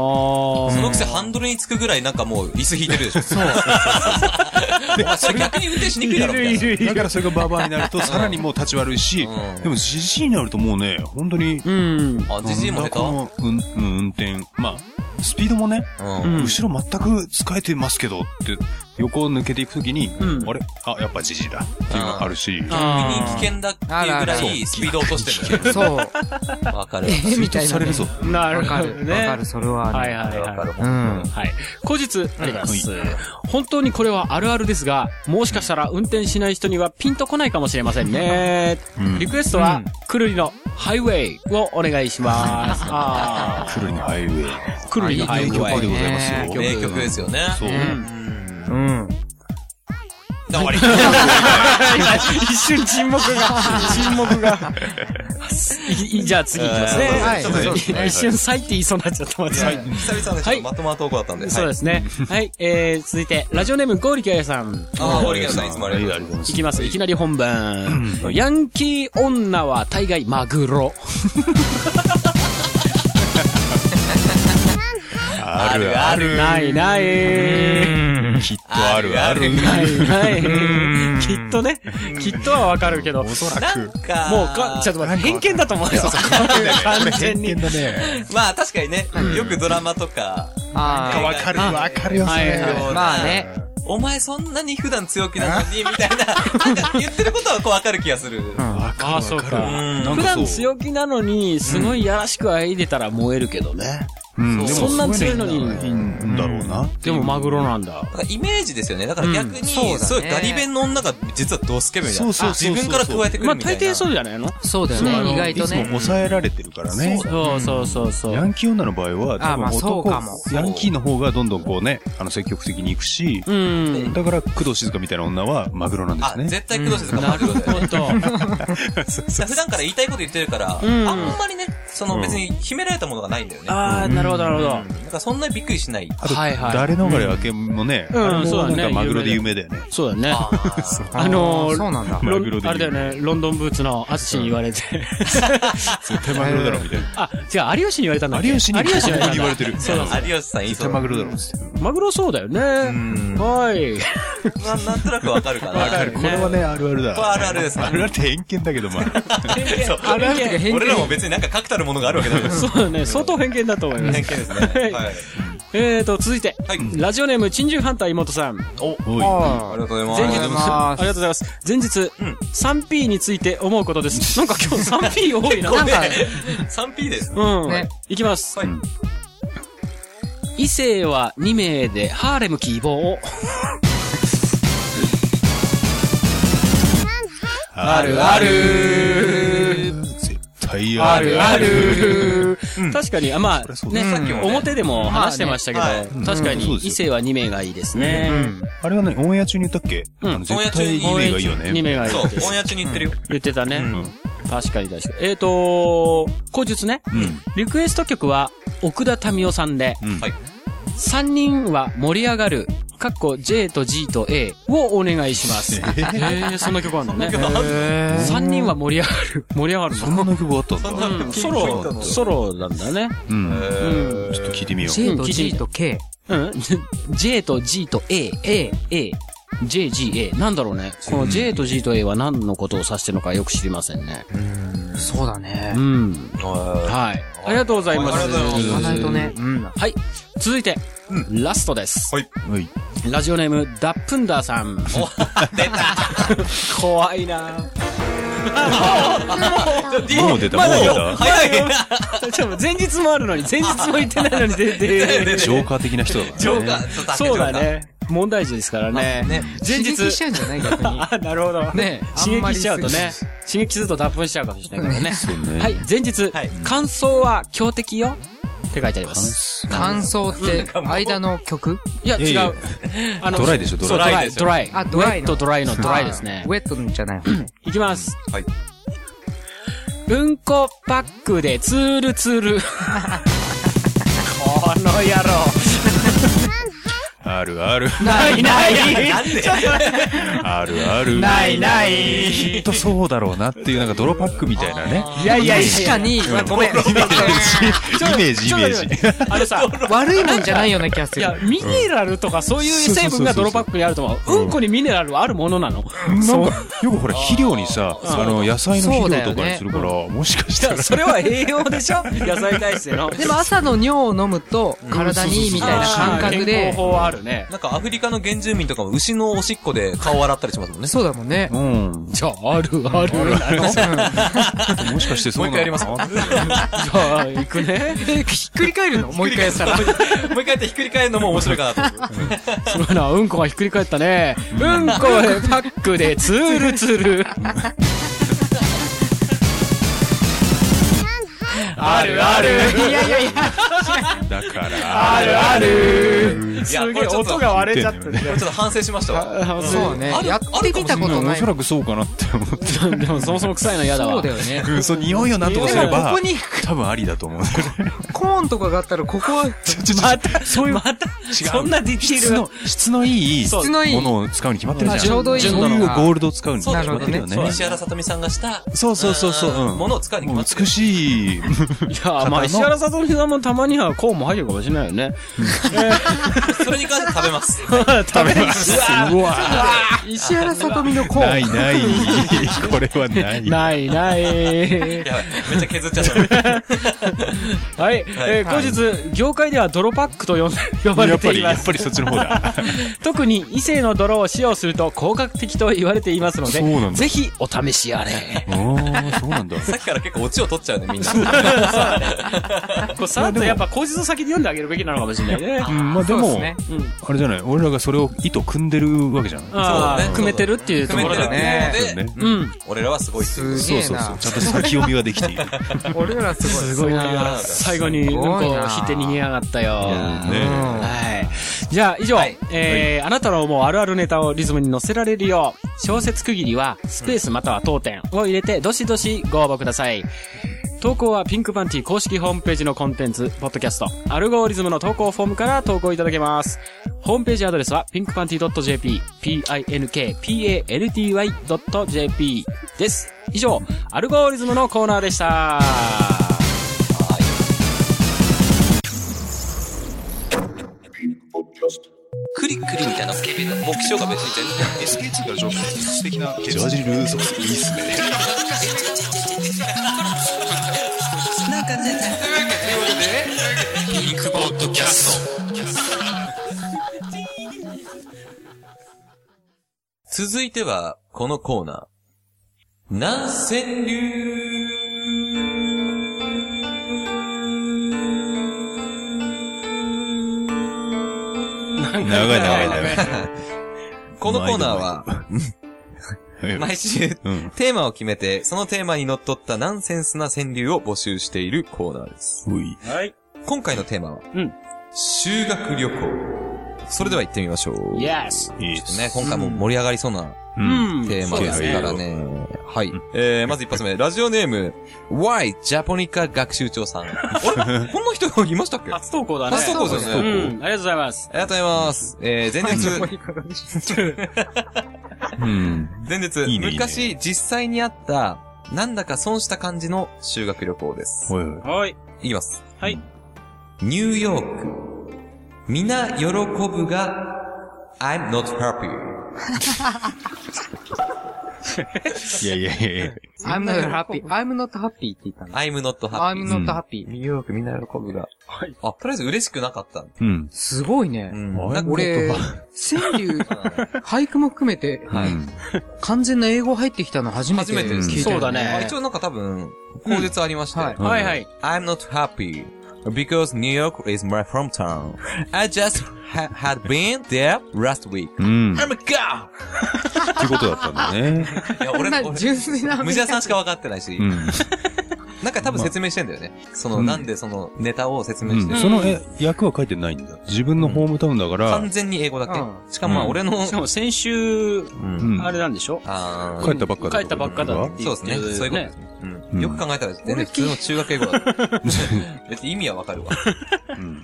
Speaker 6: のくせハンドルにつくぐらいなんかもう椅子引いてるでしょ。そう。 それ逆に運転しにくいだろ、みたいな。
Speaker 2: る
Speaker 4: だからそれがババアになると、さらにもう立ち悪いし
Speaker 6: うん、
Speaker 4: でもじじいになるともうね、本当に、
Speaker 2: うん。
Speaker 6: あ、じじいも下手
Speaker 4: なんだかのうん、うん運転。まあ、スピードもね、
Speaker 6: うん。
Speaker 4: 後ろ全く使えてますけどって、横を抜けていくときに、
Speaker 2: うん
Speaker 4: あれあ、やっぱじじいだっていうのがあるし、
Speaker 6: 逆に危険だっていうぐらいスピード落としてるんだ
Speaker 5: そう。
Speaker 6: よ。わかる。
Speaker 5: え、みたい
Speaker 4: さ
Speaker 5: な
Speaker 4: れ
Speaker 5: ね。
Speaker 4: るぞ。
Speaker 2: な
Speaker 5: わ
Speaker 2: る
Speaker 5: か
Speaker 2: ほど
Speaker 5: る。
Speaker 2: ね。
Speaker 5: わかる、それはね。
Speaker 2: はいはい
Speaker 6: わか
Speaker 2: は
Speaker 6: る。
Speaker 2: い。
Speaker 5: うん。
Speaker 2: はい。後日、ありがとうございます。本当にこれはあるあるですが、もしかしたら運転しない人にはピンとこないかもしれませんね。リクエストは、くるりのハイウェイをお願いします。あ
Speaker 4: くるりのハイウェイ。
Speaker 2: ーくるりのハイウ
Speaker 4: 名曲
Speaker 2: ェ
Speaker 4: で
Speaker 2: イ。
Speaker 4: ございますよ。
Speaker 6: 名曲ですよね。
Speaker 4: そう。
Speaker 5: うん。
Speaker 6: だ終わり。
Speaker 2: 一瞬沈黙が、沈黙が。いいじゃあ次いきますね。
Speaker 5: はい
Speaker 6: ちょっとね
Speaker 5: そうです ね
Speaker 2: 一瞬サイって言いそうになっちゃった。待って
Speaker 6: 久々のちょっとまともな投稿だったんで。。
Speaker 2: そうですすね。はい。えー、続いて、ラジオネーム、ゴーリキャヤさん。
Speaker 6: ああ、オリガンさんいつもありがとうござ
Speaker 4: うござ
Speaker 6: います。
Speaker 4: いま
Speaker 2: いきます。いきなり本番。ヤンキー女は大概マグロ。
Speaker 4: あるある。
Speaker 2: ないない。
Speaker 4: きっとあるある。
Speaker 2: ないない。きっとね。きっとはわかるけど。もう
Speaker 6: なんか、
Speaker 2: か、ちょっと待って、偏見だと思うよ。完全に。
Speaker 4: だね。
Speaker 6: まあ確かにね、よくドラマとか、
Speaker 5: あ
Speaker 4: わかるわかるよ、そ
Speaker 2: はい
Speaker 4: れ。
Speaker 5: あ。まあね。
Speaker 6: お前そんなに普段強気なのに、みたいな、なんか言ってることはこうわかる気がする。
Speaker 4: わかる
Speaker 2: あ
Speaker 4: わ
Speaker 2: ーそう
Speaker 4: か
Speaker 2: か
Speaker 4: る。なん
Speaker 2: 普
Speaker 4: かそう
Speaker 2: 段強気なのに、すごいやらしくあいでたら燃えるけどね。
Speaker 4: うん、
Speaker 6: そ
Speaker 4: でも
Speaker 6: う
Speaker 3: そんな強いのに
Speaker 4: そうういいんだろうな。
Speaker 3: でもマグロなんだ。
Speaker 6: だからイメージですよね。だから逆に、
Speaker 5: そうだね
Speaker 6: すごいガリ弁の女が実はドスケベみたいな。
Speaker 4: そうそうそうそう
Speaker 6: あ自分から加えてくる
Speaker 3: ま
Speaker 6: みた
Speaker 3: あ
Speaker 6: いな。
Speaker 3: 大抵そうじゃないの
Speaker 5: そうだよ
Speaker 3: そうあの
Speaker 5: ね、意外と
Speaker 4: いつも
Speaker 5: ね。
Speaker 4: 抑えられてるからね。
Speaker 3: そうそうそうそ
Speaker 4: ヤ
Speaker 3: う。
Speaker 4: ンキー女の場合は、多
Speaker 5: あ
Speaker 4: 分
Speaker 5: まあそう
Speaker 4: 男、
Speaker 5: かも
Speaker 4: ヤンキーの方がどんどんこうね、あの積極的に行くし、
Speaker 3: うん。
Speaker 4: だから工藤静香みたいな女はマグロなんで
Speaker 6: あ
Speaker 4: す、ね。
Speaker 6: 絶対工藤静香
Speaker 3: な
Speaker 6: マ
Speaker 3: る
Speaker 6: グロだよね。
Speaker 3: ほど。
Speaker 6: だから普段から言いたいこと言ってるから、
Speaker 3: ん
Speaker 6: あんまりね、その別に秘められたものがないんだよね。
Speaker 3: ああ、なるほど、なるほど。
Speaker 6: なんかそんなにびっくりしない。
Speaker 4: あと、
Speaker 3: はいはい
Speaker 4: 誰のがれ明けもね、
Speaker 3: うん
Speaker 4: あれ
Speaker 3: うん
Speaker 4: も
Speaker 3: そうだ
Speaker 4: なん
Speaker 3: ね
Speaker 4: かマグロで有名だよね。
Speaker 3: そうだね。
Speaker 6: あ
Speaker 3: あのー
Speaker 5: そうなんだ。
Speaker 4: マ
Speaker 3: ロ
Speaker 4: グロ
Speaker 3: ン
Speaker 4: で
Speaker 3: あれだよね、ロンドンブーツの淳に言われて。
Speaker 4: 絶対マグロだろみたいな。
Speaker 3: あ、違う、有吉に言われたんだっけ
Speaker 4: 有吉に
Speaker 3: 有吉に
Speaker 4: 言われてる。
Speaker 6: そうだ、有吉さん言い
Speaker 4: 絶対
Speaker 6: そう。
Speaker 4: マ
Speaker 6: な
Speaker 4: グロだろっつって。
Speaker 3: マグロそうだよね。はい。
Speaker 6: なんとなくわかるかな。わ
Speaker 3: かる
Speaker 4: これはね、あるあるだ。
Speaker 6: あるあるですね
Speaker 4: あるあるって偏見だけど、まあ。
Speaker 6: そう
Speaker 3: あるあるっていうか偏見
Speaker 6: 俺らも別になんか確たるものがあるわけだから。
Speaker 3: そうだね、相当偏見だと思いま
Speaker 6: 偏
Speaker 3: す
Speaker 6: 見。ですね。はい。
Speaker 3: えーと、続いて
Speaker 6: はい。
Speaker 3: ラジオネーム、珍獣ハンター妹さん。
Speaker 4: おい
Speaker 6: あ
Speaker 5: あ
Speaker 6: りがとうござ
Speaker 3: 前
Speaker 6: い
Speaker 3: 日、
Speaker 6: ま
Speaker 5: がとうござい
Speaker 3: ありが
Speaker 5: ます
Speaker 3: とうございます。前日、3P について思うことです。なんか今日 3P 多 いな。
Speaker 5: なんか、
Speaker 6: す。3P です。
Speaker 3: うん。
Speaker 5: ね
Speaker 3: いきます。
Speaker 6: はい
Speaker 3: 異性は2名でハーレム希望。
Speaker 4: ある
Speaker 5: ある
Speaker 4: 絶対ある。
Speaker 5: ある
Speaker 3: 確かに、あま
Speaker 4: そ
Speaker 3: あ、
Speaker 4: り
Speaker 3: ね、
Speaker 4: ゃそう
Speaker 6: だ
Speaker 3: さっきも表でも
Speaker 5: まあね
Speaker 3: 話してましたけど、
Speaker 6: はい
Speaker 3: 確かに
Speaker 4: うんそうですよ
Speaker 3: 異性は2名がいいですね。
Speaker 4: あれはね、オンエア中に言ったっけ
Speaker 3: うん
Speaker 4: あの絶対2名がいいよね。
Speaker 3: 2名がいい
Speaker 6: そう
Speaker 3: っ、て
Speaker 6: オンエア中に言ってるよ。
Speaker 3: 言ってたね。
Speaker 4: ん
Speaker 3: 確かに確かに。えっ、ー、と、口述ね。リクエスト曲は、奥田民生さんで、
Speaker 4: うん
Speaker 6: はい。
Speaker 3: 3人は盛り上がる、かっこ J と G と A をお願いし ます。えー、そんな曲あんのね。3人は盛り上がる。盛り上がる
Speaker 4: そんな曲があったんだ。
Speaker 3: うん、ソロ、ソロなんだね。
Speaker 4: うん。
Speaker 3: うん。
Speaker 4: ちょっと聞いてみよう。
Speaker 5: J と G と K。
Speaker 3: うん。J と G と A、A、A、J、G、A。なんだろうね。この J と G と A は何のことを指してるのかよく知りませんね。
Speaker 5: そうだね
Speaker 3: う。ん。はい。ありがとうございます。
Speaker 6: ありがとうございます
Speaker 5: 言わないとね。うん。
Speaker 3: はい。続いて、ラストです。
Speaker 4: はい。
Speaker 3: ラジオネーム、ダップンダーさん。
Speaker 6: 出た
Speaker 3: 怖いな
Speaker 4: もう出た、もう出た。
Speaker 6: 早い
Speaker 3: ちょ、前日もあるのに、前日も言ってないのに出てる。
Speaker 4: ジョーカー的な人だからね。
Speaker 6: ジョーカー、ちょっとあ
Speaker 3: そうだ。ね。問題児ですからね。
Speaker 6: ね。
Speaker 3: 前
Speaker 5: 刺激し
Speaker 3: 日
Speaker 5: ち。ゃうんじゃない 逆に。
Speaker 3: あ、なるほど。
Speaker 5: ね
Speaker 3: 刺激しちゃうと
Speaker 5: あんま
Speaker 3: ね
Speaker 5: り。
Speaker 3: 刺激すると脱粉しちゃうかもしれないからね。
Speaker 4: ね
Speaker 3: はい、前日
Speaker 6: はい。
Speaker 3: 感想は強敵よ。って書いてあります。
Speaker 5: 感想って、間の曲
Speaker 3: いや、
Speaker 4: いや
Speaker 3: 違。
Speaker 4: いう
Speaker 3: あの
Speaker 4: ドライでしょ
Speaker 3: そう
Speaker 4: ド
Speaker 6: ライ
Speaker 3: ドライ。
Speaker 5: あ
Speaker 3: ド
Speaker 5: ド
Speaker 3: ラ
Speaker 5: ラ
Speaker 3: イ。ウ
Speaker 5: イ
Speaker 3: ェット
Speaker 5: の
Speaker 3: ドライのドライですね
Speaker 5: あーウ。ェットじゃない方ね。
Speaker 3: いきます。
Speaker 6: はい。
Speaker 3: うんこパックでツールツール。 この野郎。
Speaker 4: あるある。
Speaker 3: ないない
Speaker 6: なんで
Speaker 4: あるある。
Speaker 3: ないない
Speaker 4: きっとそうだろうなっていう、なんか泥パックみたいなね。
Speaker 3: いやいやいや。
Speaker 5: 確かに、ごめん。
Speaker 4: イメージ、イメージ。
Speaker 3: あの さ、
Speaker 5: 悪いもんじゃないような気がす
Speaker 3: い
Speaker 5: る
Speaker 3: や。、ミネラルとかそういう成分が泥パックにあると思う。うんこにミネラルはあるものなの。
Speaker 4: なんか、よくほら、肥料にさ、あの、野菜の
Speaker 5: そう
Speaker 4: 肥
Speaker 5: だ
Speaker 4: 料
Speaker 5: よね
Speaker 4: とかにするから、もしかし
Speaker 3: じゃ
Speaker 4: た
Speaker 3: あ
Speaker 4: ら。
Speaker 3: それは栄養でしょ野菜に対しての。
Speaker 5: でも朝の尿を飲むと、体にいいみたいな感覚
Speaker 3: 健
Speaker 5: で
Speaker 3: 康、法あるね。
Speaker 6: なんかアフリカの原住民とかも牛のおしっこで顔洗ったりしますもん ね。
Speaker 5: そうだもんね。
Speaker 4: うん。
Speaker 3: じゃあ、あるある。
Speaker 4: もしかしてそうなのかなって
Speaker 3: じゃあ、行くね。
Speaker 5: え、ひっくり返るのもう一回やったら。
Speaker 6: もう一回やってひっくり返るのも面白いかなと思う。
Speaker 3: すごいな、うんこがひっくり返ったね。うんこでパックでツールツル。あるある。
Speaker 5: いやいやいや、
Speaker 4: だから、
Speaker 3: あるある。
Speaker 6: い
Speaker 3: す
Speaker 6: や
Speaker 3: げえ音が割れちゃってる。
Speaker 6: これちょっと反省しましたわ。
Speaker 5: そうね
Speaker 6: あ。る
Speaker 5: やってみたこと
Speaker 4: うんお
Speaker 5: ない
Speaker 4: そ。らくそうかなって思って。
Speaker 3: でもそもそも臭いの嫌だわ。
Speaker 5: そうだよね。
Speaker 4: うん、 そう、匂いをなんとかすれ
Speaker 5: でも
Speaker 4: ば、
Speaker 5: ここに
Speaker 4: 多分ありだと思う。
Speaker 5: コーンとかがあったら、ここは、
Speaker 3: また、そういう、また、そんなディティ
Speaker 4: 質
Speaker 3: ール
Speaker 4: の、質のいい、
Speaker 5: 質のいい
Speaker 4: ものを使うに決まってるじゃん。
Speaker 5: ちょうどいい
Speaker 4: そう
Speaker 5: も
Speaker 4: いう
Speaker 5: の
Speaker 4: ゴ
Speaker 5: が
Speaker 4: ールドを使うに決
Speaker 6: そう
Speaker 4: まっ
Speaker 6: だ
Speaker 4: てる
Speaker 6: よ
Speaker 4: よ
Speaker 6: ね。
Speaker 4: ね。
Speaker 6: 西原さとみさんがした、
Speaker 4: そうそうそうそう。うん
Speaker 6: ものを使うに決まって
Speaker 4: もう美
Speaker 6: る。
Speaker 4: し
Speaker 3: い
Speaker 4: い。
Speaker 3: や、まあ、石原さとみさんもたまにはこうも入るかもしれないよね。
Speaker 6: それに関して食べます。
Speaker 3: 食べます。うわ
Speaker 5: 石原さとみのコ
Speaker 4: な
Speaker 5: ー
Speaker 4: い
Speaker 5: ン。
Speaker 4: ない。 これはない。
Speaker 3: ないない。
Speaker 6: やばい。めっちゃ削っちゃった。
Speaker 3: はい。えー後日、業界では泥パックと呼ん呼ば
Speaker 4: や
Speaker 3: れ
Speaker 4: っぱ
Speaker 3: てい
Speaker 4: り、
Speaker 3: ま
Speaker 4: や
Speaker 3: す
Speaker 4: っ。ぱりそっちの方だ。
Speaker 3: 特に異性の泥を使用すると効果的と言われていますの
Speaker 4: そうな
Speaker 3: で、
Speaker 4: んだ
Speaker 3: ぜひお試しあれ。
Speaker 4: おー、そうなんだ。
Speaker 6: さっきから結構オチを取っちゃうね、みんな。
Speaker 3: これさっとやっぱ口実の先に読んであげるべきなのかもしれないね
Speaker 4: う。ん、まあで
Speaker 5: そうです
Speaker 4: も、
Speaker 5: ね
Speaker 4: あれじゃない、俺らがそれを糸組んでるわけじゃん。
Speaker 3: あ
Speaker 6: そう
Speaker 3: あ、
Speaker 6: ね
Speaker 3: 組めてるっていうところだ
Speaker 6: 組
Speaker 3: ね。
Speaker 4: そうだ
Speaker 6: めてるっていうの
Speaker 4: ね
Speaker 6: で、
Speaker 3: うん。
Speaker 6: 俺らはすごいっていう。
Speaker 5: す
Speaker 4: そ
Speaker 5: げ
Speaker 4: う
Speaker 5: え
Speaker 4: そうそう。
Speaker 5: な。
Speaker 4: ちゃんと先読みはできている。
Speaker 5: 俺らすごい。
Speaker 3: すごいな
Speaker 6: な
Speaker 3: 最後に、うん
Speaker 5: すごい
Speaker 3: こ
Speaker 5: な
Speaker 3: 引いて逃げやがったよ。は
Speaker 4: ね
Speaker 3: い。じゃあ、以上、
Speaker 6: はい
Speaker 3: えー、あなたの思うあるあるネタをリズムに乗せられるよう、小説区切りは、スペースまたは当店を入れて、どしどしご応募ください。投稿はピンクパンティ公式ホームページのコンテンツ、ポッドキャスト、アルゴリズムの投稿フォームから投稿いただけます。ホームページアドレスは pinkpanty.jp、p-i-n-k-p-a-l-t-y.jp です。以上、アルゴリズムのコーナーでした。
Speaker 6: クリクリみたいな目標が別に
Speaker 4: SK2
Speaker 6: 全然。
Speaker 4: から上手素敵なジョージ・ルーソーいいっすね。
Speaker 6: 続いては、このコーナー。南千流
Speaker 4: 長い長い長い。
Speaker 6: このコーナーは、
Speaker 4: うん
Speaker 6: 毎週、
Speaker 4: うん。
Speaker 6: テーマを決めて、そのテーマにのっとったナンセンスな川柳を募集しているコーナーです。
Speaker 4: うい。
Speaker 3: はい。
Speaker 6: 今回のテーマは、
Speaker 3: うん
Speaker 6: 修学旅行。それでは行ってみましょう。
Speaker 3: イエス。
Speaker 4: いいっ
Speaker 6: ちょっと
Speaker 4: す
Speaker 6: ね、今回も盛り上がりそうな
Speaker 4: うん。
Speaker 6: テーマですからね。はい。えー、まず一発目。ラジオネーム、Y ジャポニカ学習長さん。あれ こんな人いましたっけあ
Speaker 3: 初投稿だね。
Speaker 6: 初投稿ですね
Speaker 3: うん、ありがとうございます。
Speaker 6: りがとうございます。えー、前日、
Speaker 4: うん。
Speaker 6: 前日、
Speaker 4: いいねいいね
Speaker 6: 昔実際にあった、なんだか損した感じの修学旅行です。
Speaker 4: おいおい。
Speaker 3: はい。
Speaker 6: いきます。
Speaker 3: はい。
Speaker 6: ニューヨーク。みな喜ぶが、I'm not happy.
Speaker 4: いやいやいやいや。
Speaker 5: I'm not happy. I'm not happy って言ったの。
Speaker 6: I'm not
Speaker 5: I'm
Speaker 6: happy.
Speaker 5: not happy.
Speaker 6: ニューヨークみんな喜ぶが。あ、とりあえず嬉しくなかった。
Speaker 4: うん。
Speaker 5: すごいね
Speaker 6: う。ん。なんか
Speaker 5: 俺、川柳、俳句も含めて、
Speaker 6: はい
Speaker 4: うん
Speaker 5: 完全な英語入ってきたの初め
Speaker 6: 初
Speaker 5: て
Speaker 6: めてです
Speaker 5: 聞いたよね。
Speaker 3: そうだね
Speaker 6: まあ一応なんか多分、口述ありまして。
Speaker 5: うんはい
Speaker 3: はいはい。
Speaker 6: I'm not happy because New York is my hometown. I just ha had been there last week.
Speaker 4: うん。っ
Speaker 6: I'm a god!
Speaker 4: てことだったんだね。
Speaker 6: いや、
Speaker 5: こん
Speaker 6: 俺、
Speaker 5: な
Speaker 6: 俺
Speaker 5: 純粋な。
Speaker 6: 無事さんしか分かってないし
Speaker 4: う、ん。
Speaker 6: なんか多分説明してんだよね。その、なんでそのネタを説明
Speaker 4: う
Speaker 6: して
Speaker 4: ん。
Speaker 6: る。
Speaker 4: その、え、役は書いてないんだ。自分のホームタウンだから
Speaker 6: 完、全に英語だ
Speaker 5: う
Speaker 6: け。しかもまあ
Speaker 4: うん
Speaker 6: 俺の
Speaker 3: し、かも先週、
Speaker 4: うん。
Speaker 3: あれなんでしょ
Speaker 6: あ
Speaker 4: 帰ったばっかだ
Speaker 3: 帰ったばっかだって
Speaker 6: ー
Speaker 3: 言
Speaker 6: そう
Speaker 3: っ
Speaker 6: で
Speaker 3: て
Speaker 6: すね。そういうことですね。う
Speaker 4: うんん
Speaker 6: よく考えたら全然普通の中学英語だった。別に意味はわかるわ。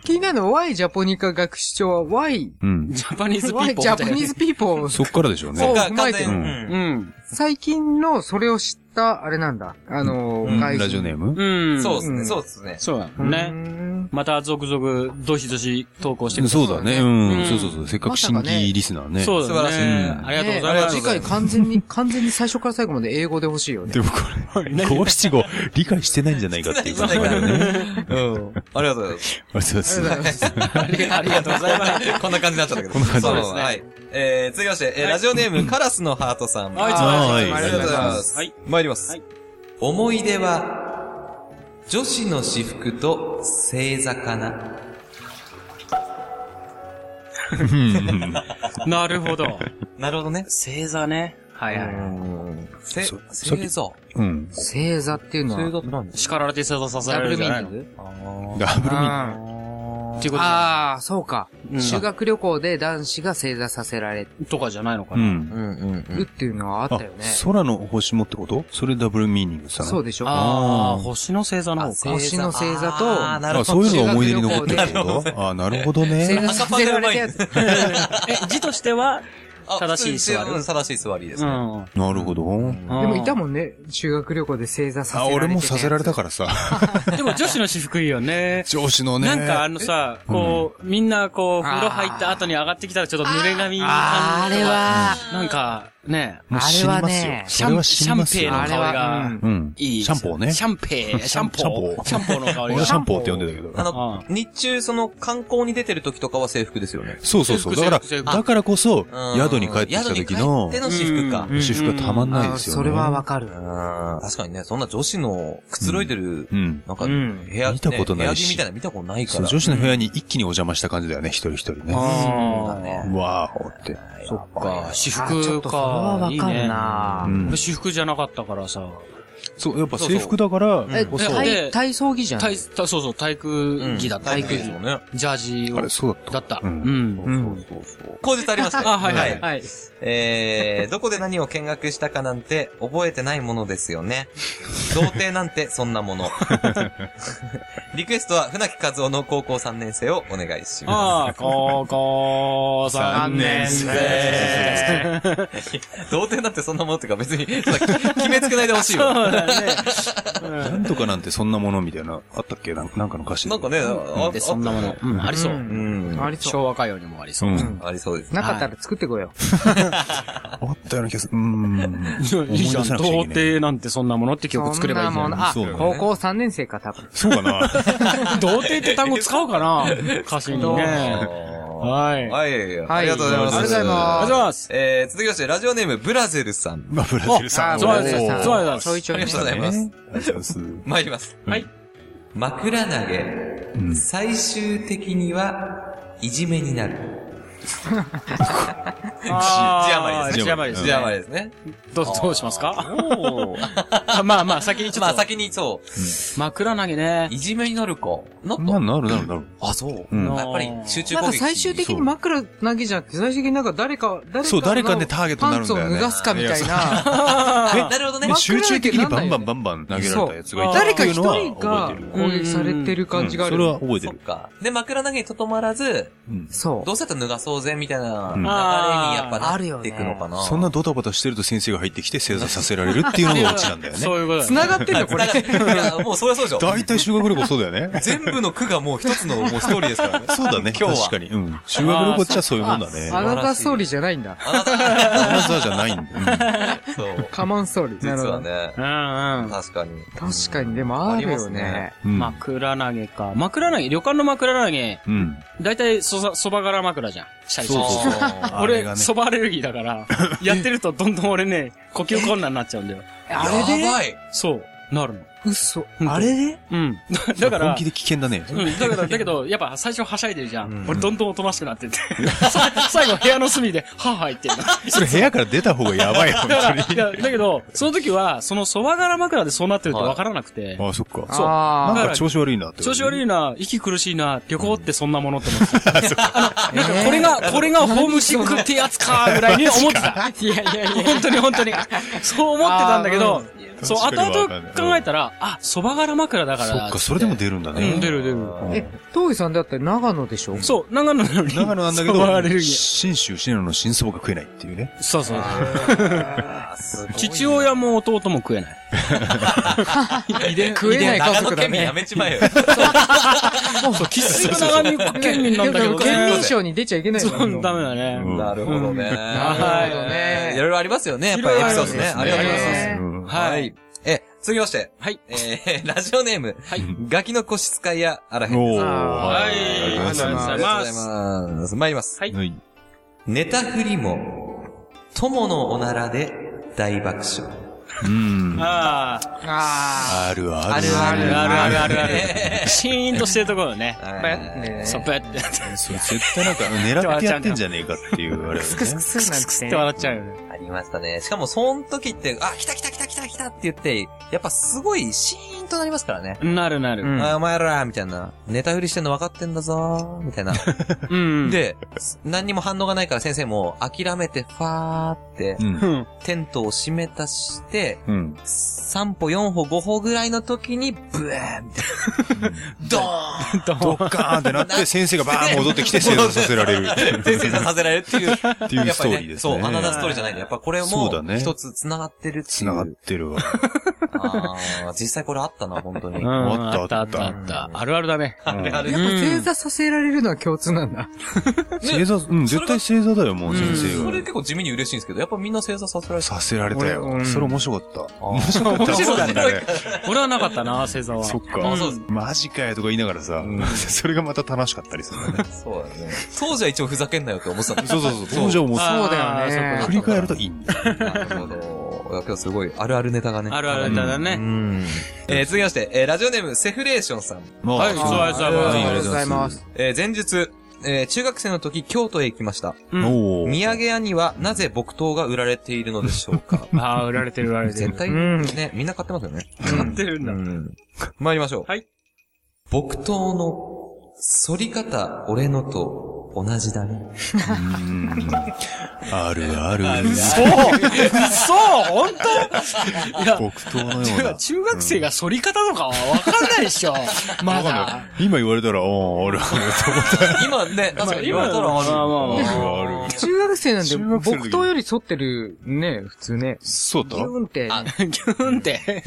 Speaker 5: 気になるのは Y ジャポニカ学士長は Y、
Speaker 4: うん。
Speaker 3: ジャパニーズピー
Speaker 5: Y
Speaker 3: ポ
Speaker 5: ジ
Speaker 3: ーみ
Speaker 5: ャ
Speaker 3: た
Speaker 5: ポ
Speaker 3: いな
Speaker 5: ニーズピーポー。
Speaker 4: そっからでしょう
Speaker 5: そ
Speaker 4: ね
Speaker 5: う。
Speaker 6: が完
Speaker 5: 踏まえて
Speaker 4: う
Speaker 6: 全に
Speaker 5: る
Speaker 4: ん
Speaker 6: うん
Speaker 3: うん。
Speaker 5: 最近のそれを知った、あれなんだ。あの
Speaker 6: うん
Speaker 5: ー、外人
Speaker 4: ラジオネーム
Speaker 3: うん。
Speaker 6: そうです
Speaker 5: う
Speaker 6: ね。
Speaker 5: ん
Speaker 6: そうですね。
Speaker 3: そうだ
Speaker 5: う
Speaker 3: ね。
Speaker 5: ん
Speaker 3: また続々、どしどし投稿してくださ
Speaker 4: そうだね。う
Speaker 3: うん
Speaker 4: ん。そうそうそう。せっかく新
Speaker 5: まさかね
Speaker 4: 規リスナーね。
Speaker 3: い。そうだね。
Speaker 6: 素晴らしい
Speaker 3: うんありがとうござい
Speaker 5: ね
Speaker 3: ます。
Speaker 5: 次回完全に、完全に最初から最後まで英語で欲しいよね。
Speaker 4: でもこれ、五七五理解してないんじゃないかっていう感 じだよね。
Speaker 6: うん。ありがとうございます。
Speaker 4: ありがとうございます。
Speaker 3: ありがとうございます。
Speaker 6: こんな感じになっちゃったけど。
Speaker 4: こんな感じ
Speaker 6: そう
Speaker 4: で
Speaker 6: ですすね。はい。えー、続きまして、えーラジオネーム、カラスのハートさん。
Speaker 3: はい、
Speaker 4: あー
Speaker 3: あ
Speaker 4: はい
Speaker 3: りがとうございます。
Speaker 6: あ
Speaker 3: は
Speaker 6: り
Speaker 3: い
Speaker 6: が。参ります
Speaker 3: はい。
Speaker 6: 思い出は、女子の私服と正座かな。
Speaker 3: なるほど。
Speaker 6: なるほどね。
Speaker 3: 星座ね。はいはい。
Speaker 6: せ、
Speaker 4: そ
Speaker 6: 正座。
Speaker 4: うん。
Speaker 5: 星座っていうの
Speaker 6: 正座
Speaker 5: は、
Speaker 6: って何
Speaker 3: 叱られて星座させ
Speaker 5: ダ
Speaker 3: られ
Speaker 5: ブル
Speaker 3: るじ
Speaker 5: ミ
Speaker 3: ゃな
Speaker 5: ー
Speaker 3: い
Speaker 5: ニ
Speaker 3: の
Speaker 5: ン
Speaker 3: っ
Speaker 5: グ
Speaker 4: ダブルミ
Speaker 5: あー
Speaker 3: ていうことじゃ
Speaker 5: あー、そうか。
Speaker 3: うん
Speaker 5: 修学旅行で男子が正座させられ
Speaker 3: とかじゃないのか
Speaker 4: う
Speaker 3: な。
Speaker 4: ん。
Speaker 6: うんうんうん。
Speaker 5: るっていうのはあった
Speaker 4: あ
Speaker 5: よね。、
Speaker 4: 空の星もってことそれダブルミーニングさ。
Speaker 5: そうでしょ
Speaker 3: ああ、星の星座の方か。
Speaker 5: 星の星座
Speaker 6: あー
Speaker 5: と、
Speaker 6: なる
Speaker 4: あ、
Speaker 6: ほど。
Speaker 4: そういうのが思い出に残ってるって
Speaker 5: なる
Speaker 4: こ とあ、なるほど
Speaker 5: 星
Speaker 4: ね。
Speaker 5: 座させられたやつ。
Speaker 3: え、字としては、
Speaker 6: あ
Speaker 3: 正しい座る
Speaker 6: 普通にうん正しい座りです
Speaker 3: う
Speaker 6: ね。
Speaker 3: ん。
Speaker 4: なるほど。
Speaker 5: でもいたもんね、修学旅行で正座させら
Speaker 4: あ、
Speaker 5: れて、ね。
Speaker 4: 俺もさせられたから さ。
Speaker 3: ん。でも女子の私服いいよね。
Speaker 4: 上司のね。
Speaker 3: なんかあのさ、こう、みんなこう、風呂入った後に上がってきたらちょっと濡れ髪に
Speaker 5: あーあれは、
Speaker 3: なんか、ね、
Speaker 4: もう死にますよ
Speaker 5: あれはね
Speaker 3: シ
Speaker 4: それ
Speaker 3: ャン
Speaker 4: は死
Speaker 3: シ
Speaker 4: に
Speaker 3: ャン
Speaker 4: ます
Speaker 3: ペー
Speaker 4: よ。
Speaker 3: の香り
Speaker 5: あれはう
Speaker 3: が
Speaker 5: ん、
Speaker 4: うん。
Speaker 3: いい。
Speaker 4: シャンポーね
Speaker 3: シャンペー、シャンポー。
Speaker 4: シャンポー
Speaker 3: シャンポーの 香り
Speaker 4: 俺
Speaker 3: が
Speaker 4: はシ。ャンポーって呼んでたけど。
Speaker 6: あの、日中、その、観光に出てる時とかは制服ですよね。
Speaker 4: そうそうそう。
Speaker 3: 制服
Speaker 4: だから
Speaker 3: 制服、
Speaker 4: だからこそ、
Speaker 6: うん
Speaker 4: 宿に帰ってきた時の
Speaker 6: 宿に帰って、の私服か
Speaker 3: う。ん
Speaker 4: 私服がたまんない
Speaker 5: あ
Speaker 4: ですよね。
Speaker 5: それはわかる。
Speaker 6: うん確かにね、そんな女子のくつろいでる、
Speaker 4: うん。
Speaker 6: なんか、部
Speaker 5: ん
Speaker 6: 屋、
Speaker 4: 見たことないし
Speaker 6: ね部屋着みたいなの見たことないか
Speaker 4: そう、
Speaker 6: ら。
Speaker 4: 女子の部屋に一気にお邪魔した感じだよね、一人一人ね。
Speaker 3: あ
Speaker 6: だね。
Speaker 4: わーおって。
Speaker 6: そっ
Speaker 3: あ。
Speaker 6: か。
Speaker 3: 私
Speaker 5: あちょっ
Speaker 3: 服
Speaker 5: と
Speaker 3: か。
Speaker 5: それはわか
Speaker 3: い
Speaker 5: る
Speaker 3: いね。
Speaker 5: な、
Speaker 4: うん
Speaker 3: 俺私服じゃなかったからさ。
Speaker 4: そう、やっぱ制服だから、
Speaker 5: え、
Speaker 3: そう
Speaker 5: 体、体操着じゃん。
Speaker 3: 体、たそうそう、体育着だった。
Speaker 6: 体育ですもんね。
Speaker 3: ジャージ
Speaker 4: あれ、
Speaker 3: を、
Speaker 4: そうだった。
Speaker 3: だった。
Speaker 4: う
Speaker 3: うんん。
Speaker 5: うん。
Speaker 6: 口実ありますね。
Speaker 3: あ、はいはい。
Speaker 5: はい。
Speaker 6: えー、どこで何を見学したかなんて覚えてないものですよね。童貞なんてそんなもの。リクエストは船木和夫の高校3年生をお願いしま
Speaker 3: ああ、高校3年生。
Speaker 6: す。童貞なんてそんなものってか別に、そんな決めつけないでほしい よ。
Speaker 4: なんとかなんてそんなものみたいな、あったっけなんかなんかの歌詞で
Speaker 6: なんかね、あ
Speaker 3: で、そんなもの。うん、ありそうう。
Speaker 6: うんん。
Speaker 5: ありそう。
Speaker 3: 昭和歌謡にもありそうう。
Speaker 4: ん。
Speaker 6: ありそうですね。
Speaker 5: なかったら作ってこいよ。
Speaker 4: あったような気がする。うーん。
Speaker 3: いいじゃん、
Speaker 4: 思出さなくち
Speaker 3: 童
Speaker 4: ゃいけない
Speaker 3: 貞なんてそんなものって曲作ればいいじゃ
Speaker 5: そ
Speaker 3: ん
Speaker 5: な。ものあ、
Speaker 4: そうだね
Speaker 5: 高校3年生か、多分。
Speaker 4: そうかな。
Speaker 3: 童貞って単語使うかな歌詞にね。
Speaker 6: は
Speaker 3: はい。
Speaker 6: い。
Speaker 3: あり
Speaker 6: はい。ありがとうございます。
Speaker 3: がと
Speaker 5: ありがとうございます
Speaker 3: うございます。
Speaker 6: えー、続きまして、ラジオネーム、ブラゼルさん。
Speaker 4: まあ、ブラジルさん。
Speaker 5: あ
Speaker 3: そうなんです
Speaker 4: お
Speaker 3: よ
Speaker 4: ー
Speaker 3: そうなんです
Speaker 5: ちょいちょ
Speaker 6: あ
Speaker 5: い
Speaker 6: り
Speaker 5: ね
Speaker 6: が。とうございます。
Speaker 4: ありがとうございます。
Speaker 6: 参ります。
Speaker 3: はい。
Speaker 6: 枕投げ、最終的には、いじめになる。字余りですね
Speaker 3: 字余りです
Speaker 6: じ
Speaker 3: ね。
Speaker 6: ゃあまあですね。
Speaker 3: どう、どうしますかあまあまあ、先にちょ
Speaker 6: ま
Speaker 3: っ
Speaker 6: あ
Speaker 3: と、
Speaker 6: 先にそう、
Speaker 3: 枕投げね。
Speaker 6: いじめになるか。なった、
Speaker 4: まあ、なるなるなる。
Speaker 6: あ、そう。
Speaker 4: うん
Speaker 6: やっぱり集中
Speaker 5: な
Speaker 6: 攻
Speaker 5: ん
Speaker 6: 撃。
Speaker 5: か最終的に枕投げじゃなくて、最終的になんか誰か、誰かの
Speaker 4: そう誰かねターゲットになるんだよね
Speaker 5: パンツを脱がすかみたいな。
Speaker 6: あなるほどね。
Speaker 4: ね
Speaker 5: ま
Speaker 4: 集中的にバンバン
Speaker 5: 枕
Speaker 4: バンバン投げられたやつがいた
Speaker 5: 誰
Speaker 4: って
Speaker 5: か
Speaker 4: い
Speaker 5: 一
Speaker 4: うのは
Speaker 5: 人
Speaker 4: 覚
Speaker 5: が
Speaker 4: えてる。
Speaker 5: 攻撃されてる感じがある。
Speaker 4: それは覚えて
Speaker 6: そっ
Speaker 4: る。
Speaker 6: か。で、枕投げにとどまらず、
Speaker 4: うん
Speaker 5: そう
Speaker 6: どうせだったら脱がそうぜ、みたいな
Speaker 4: う
Speaker 6: 流
Speaker 4: ん
Speaker 6: れにやっぱ
Speaker 5: あー
Speaker 6: な
Speaker 5: あるよ
Speaker 6: って
Speaker 5: ね
Speaker 6: いくのかな。
Speaker 4: そんな、ドタバタしてると先生が入ってきて正座させられるっていうのがオチなんだよね。
Speaker 3: そういうことだね
Speaker 5: 繋がってんのこ
Speaker 6: だ
Speaker 5: れ。
Speaker 6: から、いや、もうそりゃそうでしょ。。
Speaker 4: 大体修学旅行そうだよね
Speaker 6: 全部の区がもう一つのもうストーリーですからね。
Speaker 4: そうだね。
Speaker 6: 今日は
Speaker 4: 確かに。うん。修学旅行っちゃそういうもんだね。
Speaker 5: あなたストーリーじゃないんだ。
Speaker 4: アナザーじゃないんだ。うん
Speaker 6: そう。
Speaker 5: カマンストーリー。
Speaker 6: 実
Speaker 5: なるほ
Speaker 6: は
Speaker 5: ど。
Speaker 6: ね。
Speaker 3: うんうん。
Speaker 6: 確かに。
Speaker 5: 確かに、でもある
Speaker 6: ありま
Speaker 5: よ
Speaker 6: すね
Speaker 5: ね。
Speaker 4: うん
Speaker 3: 枕投げか。枕投げ、旅館の枕投げ、
Speaker 4: うん。
Speaker 3: だいたいそば、そば柄枕じゃん。シャリシャリして
Speaker 6: そうそうそう
Speaker 4: あれが
Speaker 3: 俺、
Speaker 4: ね
Speaker 3: そばアレルギーだから、やってるとどんどん俺ね、呼吸困難になっちゃうんだよ。
Speaker 5: あれで
Speaker 6: やばい。
Speaker 3: そう、なるの。
Speaker 5: 嘘。
Speaker 3: 当
Speaker 5: あれで
Speaker 3: うん。だか
Speaker 4: 本
Speaker 3: ら
Speaker 4: 気、で危険だね。
Speaker 3: うん、だけど、だけど、やっぱ最初はしゃいでるじゃん。俺どんどんおとなしくなってって。さ最後部屋の隅で、はぁはぁ言ってんの。
Speaker 4: それ部屋から出た方がやばい、本
Speaker 3: だ から、
Speaker 4: 当
Speaker 3: いやだけど、その時は、そのそば柄枕でそうなってるってわからなくて、
Speaker 4: に。あ、そっか。
Speaker 3: そう
Speaker 5: あ
Speaker 4: な
Speaker 5: あ
Speaker 4: んか調子悪いなって。
Speaker 3: 調子悪
Speaker 4: い。
Speaker 3: いな、息苦しいな、旅行ってそんなものって思ってた。あの、なんかこれが、これがホームシックってやつか、ぐらいに思って た。いやいやいや。本当に本当に。そう思ってたんだけど、そう、
Speaker 4: 確かに
Speaker 3: 後
Speaker 4: わかんな
Speaker 3: 々
Speaker 4: い
Speaker 3: 考えたら、あ、そば柄枕だから。
Speaker 4: そっか、それでも出るんだ
Speaker 3: うん、
Speaker 4: ね。
Speaker 3: 出る出る。
Speaker 5: え、東井さんだって長野でしょ
Speaker 3: そう、長野なのに。
Speaker 4: 長野なんだけ
Speaker 3: そばアレルギ
Speaker 4: ど、
Speaker 3: ー。
Speaker 4: 新州、信濃の新そばが食えないっていうね。
Speaker 3: そうそう。
Speaker 6: あすごい
Speaker 3: 父親も弟も食えない。
Speaker 5: 食えない家
Speaker 6: 長野
Speaker 5: 族だ
Speaker 6: 県民や
Speaker 5: ね。
Speaker 6: めちまえよ。
Speaker 3: そう、生粋の長野県民なんだけど、
Speaker 5: 県民
Speaker 3: ね。
Speaker 5: 賞に出ちゃいけない
Speaker 3: そう、
Speaker 5: も
Speaker 3: ダ
Speaker 5: ん
Speaker 3: メだね。
Speaker 4: うん
Speaker 6: なるほどね。
Speaker 5: なるほどね
Speaker 6: いろいろありますよね。やっぱりエピソードね。ありがとうございます。
Speaker 5: ね
Speaker 4: うん
Speaker 3: は
Speaker 6: はいい。。え、続きまして。
Speaker 3: はい。
Speaker 6: えー、 ラジオネーム。
Speaker 3: はい。
Speaker 6: ガキの腰使いやあらへん。
Speaker 4: おー。
Speaker 3: はい。
Speaker 4: ありがとうございま
Speaker 3: あ
Speaker 4: す
Speaker 6: あ
Speaker 3: り
Speaker 6: り
Speaker 3: がとう
Speaker 6: が
Speaker 3: ご
Speaker 6: と
Speaker 3: ざい
Speaker 6: うご
Speaker 3: ます。
Speaker 6: ざいます。参ります。
Speaker 3: はい
Speaker 4: はい。
Speaker 6: ネタ振りも、友のおならで大爆笑。
Speaker 4: うん。
Speaker 3: ああ、
Speaker 5: あ
Speaker 4: あるある。
Speaker 5: あるある
Speaker 3: あるあるあるある。シーンとしてるところ ね。
Speaker 5: あ。やっぱね。
Speaker 3: そう、ブってやって、
Speaker 4: それ絶対なんか狙ってやってんじゃねえかっていう、あれだよね。
Speaker 5: クスクスなん
Speaker 3: くす
Speaker 5: て
Speaker 3: って笑っちゃうよね。
Speaker 6: ありましたね。しかも、その時って、あ、来た来た来た来た来たって言って、やっぱすごいシーントになりますからね。
Speaker 3: なるなる。
Speaker 5: ん
Speaker 6: あお前らみたいな。ネタ振りしてんの分かってんだぞーみた いな。
Speaker 3: うん。、
Speaker 6: で、何にも反応がないから先生も諦めて、ファーって、
Speaker 4: うん。
Speaker 3: うん。
Speaker 6: テントを閉めたして、
Speaker 4: うん。
Speaker 6: 3歩、4歩、5歩ぐらいの時に、ブエーンみたいな。ドーン
Speaker 4: ドッカーンってなって、先生がバーン戻ってきて正座させられる。
Speaker 6: 先生さんさせられるっていう。
Speaker 4: って いうストーリーですね。
Speaker 6: やっぱそう、アナザーストーリーじゃないんだ。やっぱこれ
Speaker 4: そうだ
Speaker 6: も、
Speaker 4: ね
Speaker 6: 一つ繋がってるってい
Speaker 4: 繋がっ
Speaker 6: う。
Speaker 4: てるわ。
Speaker 6: ああ、実際これあったな、本当に。
Speaker 4: あ
Speaker 3: あ
Speaker 4: っ
Speaker 3: ったた
Speaker 4: あ
Speaker 3: あ
Speaker 4: っ
Speaker 3: ったたあった。あるあるだね。
Speaker 6: あれあれ
Speaker 5: やっぱ正座させられるのは共通なんだ。
Speaker 4: 正座、うん、絶対正座だよ、もう先生
Speaker 6: そ
Speaker 4: が。
Speaker 6: れ結構地味に嬉しいんですけど、やっぱみんな正座させられた。
Speaker 4: させられた
Speaker 5: 俺う
Speaker 4: よ。
Speaker 5: ん
Speaker 4: それ面白かった。
Speaker 6: 面
Speaker 4: 白かった。
Speaker 6: 白かった
Speaker 4: ね。
Speaker 3: 俺はなかったな、星座は。
Speaker 4: そっか
Speaker 6: あそうです。
Speaker 4: マジかよとか言いながらさ、 それがまた楽しかったりするんだね。
Speaker 6: そうだね。当時は一応ふざけんなよって思ってたんだけど
Speaker 4: そうそうそう。当場も
Speaker 3: あー
Speaker 5: そうだよね
Speaker 3: そっ
Speaker 4: 振
Speaker 3: か
Speaker 4: り返るといいんだよ。
Speaker 6: なるほど。いや今日すごい、あるあるネタがね。
Speaker 3: あるあるだだ
Speaker 6: う
Speaker 3: ね。
Speaker 6: ん。えー、続きまして、えー、ラジオネーム、セフレーションさん。
Speaker 4: も
Speaker 3: はいそう
Speaker 4: う、
Speaker 3: ありがとうござい
Speaker 5: ありが
Speaker 3: ま
Speaker 5: とう
Speaker 3: す
Speaker 5: ございます。
Speaker 6: えー、前日、えー、中学生の時、京都へ行きました。
Speaker 3: うん
Speaker 4: おー
Speaker 6: 土産屋には、なぜ木刀が売られているのでしょう か
Speaker 3: ああ、売られてる売られて
Speaker 6: 絶
Speaker 3: る。
Speaker 6: 対、
Speaker 5: うん
Speaker 6: ね、みんな買ってますよね。
Speaker 3: 買ってるんだ。
Speaker 6: ん。参りましょう。
Speaker 3: はい。
Speaker 6: 木刀の、反り方、俺のと、同じだ ね。
Speaker 4: あるある。
Speaker 3: そうそう本当いや、
Speaker 4: 木刀のような。
Speaker 3: 中学生が反り方とかはわかんないでしょ。まだ。
Speaker 4: 今言われたら、おー、ある
Speaker 6: 今ね、確かに言われたら、
Speaker 3: まあまあまあ
Speaker 4: ある。ある。
Speaker 5: 中学生なんで、
Speaker 4: 中学生の時
Speaker 5: 木刀より反ってるね、普通ね。
Speaker 4: そうだ
Speaker 5: ギュンって。
Speaker 3: ギューンって。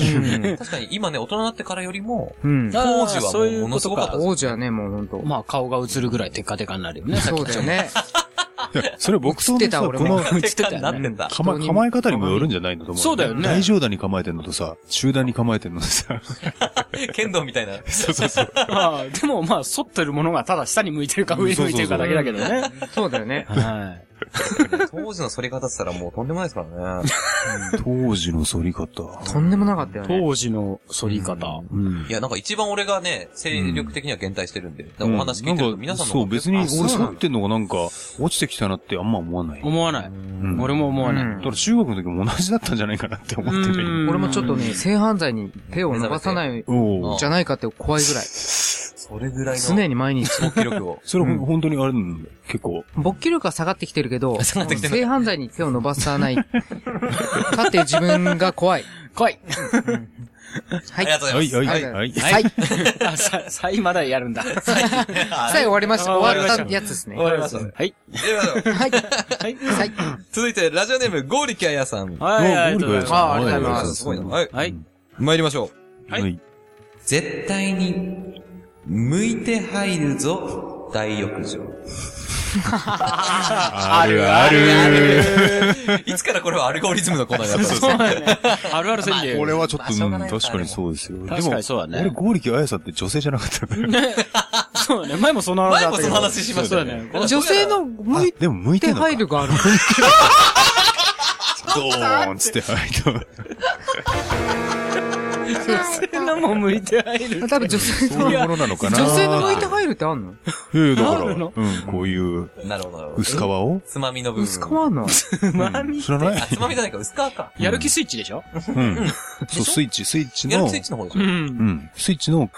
Speaker 6: うん確かに今ね、大人になってからよりも、
Speaker 5: うん。
Speaker 6: 当時はも
Speaker 3: あ
Speaker 6: う
Speaker 3: ーそういうことか
Speaker 6: ものすごかったです
Speaker 5: 王子はね、もうほんと。
Speaker 3: まあ、顔が映るぐらいテカテカになるよね、さっ
Speaker 5: そ
Speaker 3: き
Speaker 5: うだよね。
Speaker 4: それ僕と
Speaker 5: 映ってた俺
Speaker 4: こ
Speaker 5: も
Speaker 4: の
Speaker 6: 手下になってんだ。
Speaker 4: 構え、構え方にもよるんじゃないのと思う。
Speaker 3: そうだよね
Speaker 4: 大上段に構えてんのとさ、中段に構えてんのとさ。
Speaker 6: 剣道みたいな。
Speaker 4: そうそうそう。
Speaker 3: まあ、でもまあ、反ってるものがただ下に向いてるか上に向いてるかだけだけどね。
Speaker 5: そうだよね。
Speaker 3: はい。
Speaker 6: 当時の反り方って言ったらもうとんでもないですからね。
Speaker 4: 当時の反り方。
Speaker 5: とんでもなかったよね。
Speaker 3: 当時の反り方。うん
Speaker 6: いや、なんか一番俺がね、精力的には減退してるんで、なんかお話聞いてると皆さんの
Speaker 4: そ
Speaker 6: 方
Speaker 4: う、
Speaker 6: が
Speaker 4: 別に
Speaker 6: あ
Speaker 4: 俺反ってんのがなんか、落ちてきたなってあんま思わない。
Speaker 3: 思わない。
Speaker 4: ん
Speaker 3: 俺も思わない。
Speaker 5: う
Speaker 4: だ
Speaker 5: ん
Speaker 4: から中学の時も同じだったんじゃないかなって思って
Speaker 3: う
Speaker 4: る。
Speaker 3: ん
Speaker 5: 俺もちょっとね、性犯罪に手を伸ばさない
Speaker 4: おお。
Speaker 5: じゃないかって怖いぐらい。
Speaker 6: それぐらいの
Speaker 5: 常に毎日。
Speaker 6: 記録を。
Speaker 4: それほん本当にあれなんだよ結構。
Speaker 5: 勃起力は下がってきてるけど、
Speaker 6: 下がってきてない
Speaker 5: 性犯罪に手を伸ばさない。 かっていう自分が怖い。
Speaker 3: 来い
Speaker 5: は
Speaker 6: ありがとう
Speaker 4: は
Speaker 6: ございま
Speaker 4: い、
Speaker 6: す。
Speaker 4: はい、は、
Speaker 5: はいい
Speaker 4: はい。
Speaker 5: はい。さ
Speaker 3: あ、さ、さ、今だやるんだ。
Speaker 5: あ終わりました。
Speaker 3: あ
Speaker 5: 終わっ
Speaker 3: 終わりまし
Speaker 5: た
Speaker 3: た
Speaker 5: やつですね。
Speaker 3: わ
Speaker 5: は。
Speaker 3: かりました。はい。
Speaker 6: ではではい
Speaker 3: はい。
Speaker 5: はい。
Speaker 6: 続いて、ラジオネーム、ゴーリキャヤさん。
Speaker 3: はい。ありがとうございます。
Speaker 5: あありがとうございます
Speaker 6: ごいな。はい。
Speaker 3: はい。
Speaker 6: 参りましょう。
Speaker 3: はい
Speaker 4: はい。
Speaker 6: 絶対に、向いて入るぞ、大浴場。
Speaker 4: あるある。
Speaker 6: いつからこれはアルゴリズムのコーナーに なったんですか
Speaker 3: あるある宣言。
Speaker 4: これはちょっ
Speaker 6: まあ
Speaker 4: と、
Speaker 6: しょうが
Speaker 4: うん
Speaker 6: ないか
Speaker 4: 確かにそうですよ。でも
Speaker 3: 確かにそうだね
Speaker 4: 俺、剛力彩さんって女性じゃなかったから。
Speaker 3: そうだね。前もその話だったけど
Speaker 6: 前もその話しましたよ
Speaker 3: そうだね。
Speaker 5: 女性の向い
Speaker 4: でも向いて
Speaker 5: て
Speaker 4: んのか
Speaker 5: 入るがある。
Speaker 4: ドーンつって入った。
Speaker 3: 女性のも向いて入る。
Speaker 5: 多分女 性
Speaker 4: そういうも
Speaker 5: の、
Speaker 4: のなのかな
Speaker 5: 女性の向いて入るってあんの
Speaker 4: いやいや、だから、
Speaker 3: あ
Speaker 4: う
Speaker 3: るの
Speaker 4: ん、こういう、
Speaker 6: なるほど、なるほど。
Speaker 4: 薄皮を
Speaker 6: つまみの部分。
Speaker 5: 薄皮あんの
Speaker 4: 知らない
Speaker 6: あ、つまみじゃないか、薄皮か。
Speaker 3: やる気スイッチでしょ
Speaker 4: うん。そう、スイッチ、スイッチ
Speaker 6: やる
Speaker 4: の
Speaker 6: 気スイ、ッチの方でしょ
Speaker 3: ん。
Speaker 4: うん。スイッチの、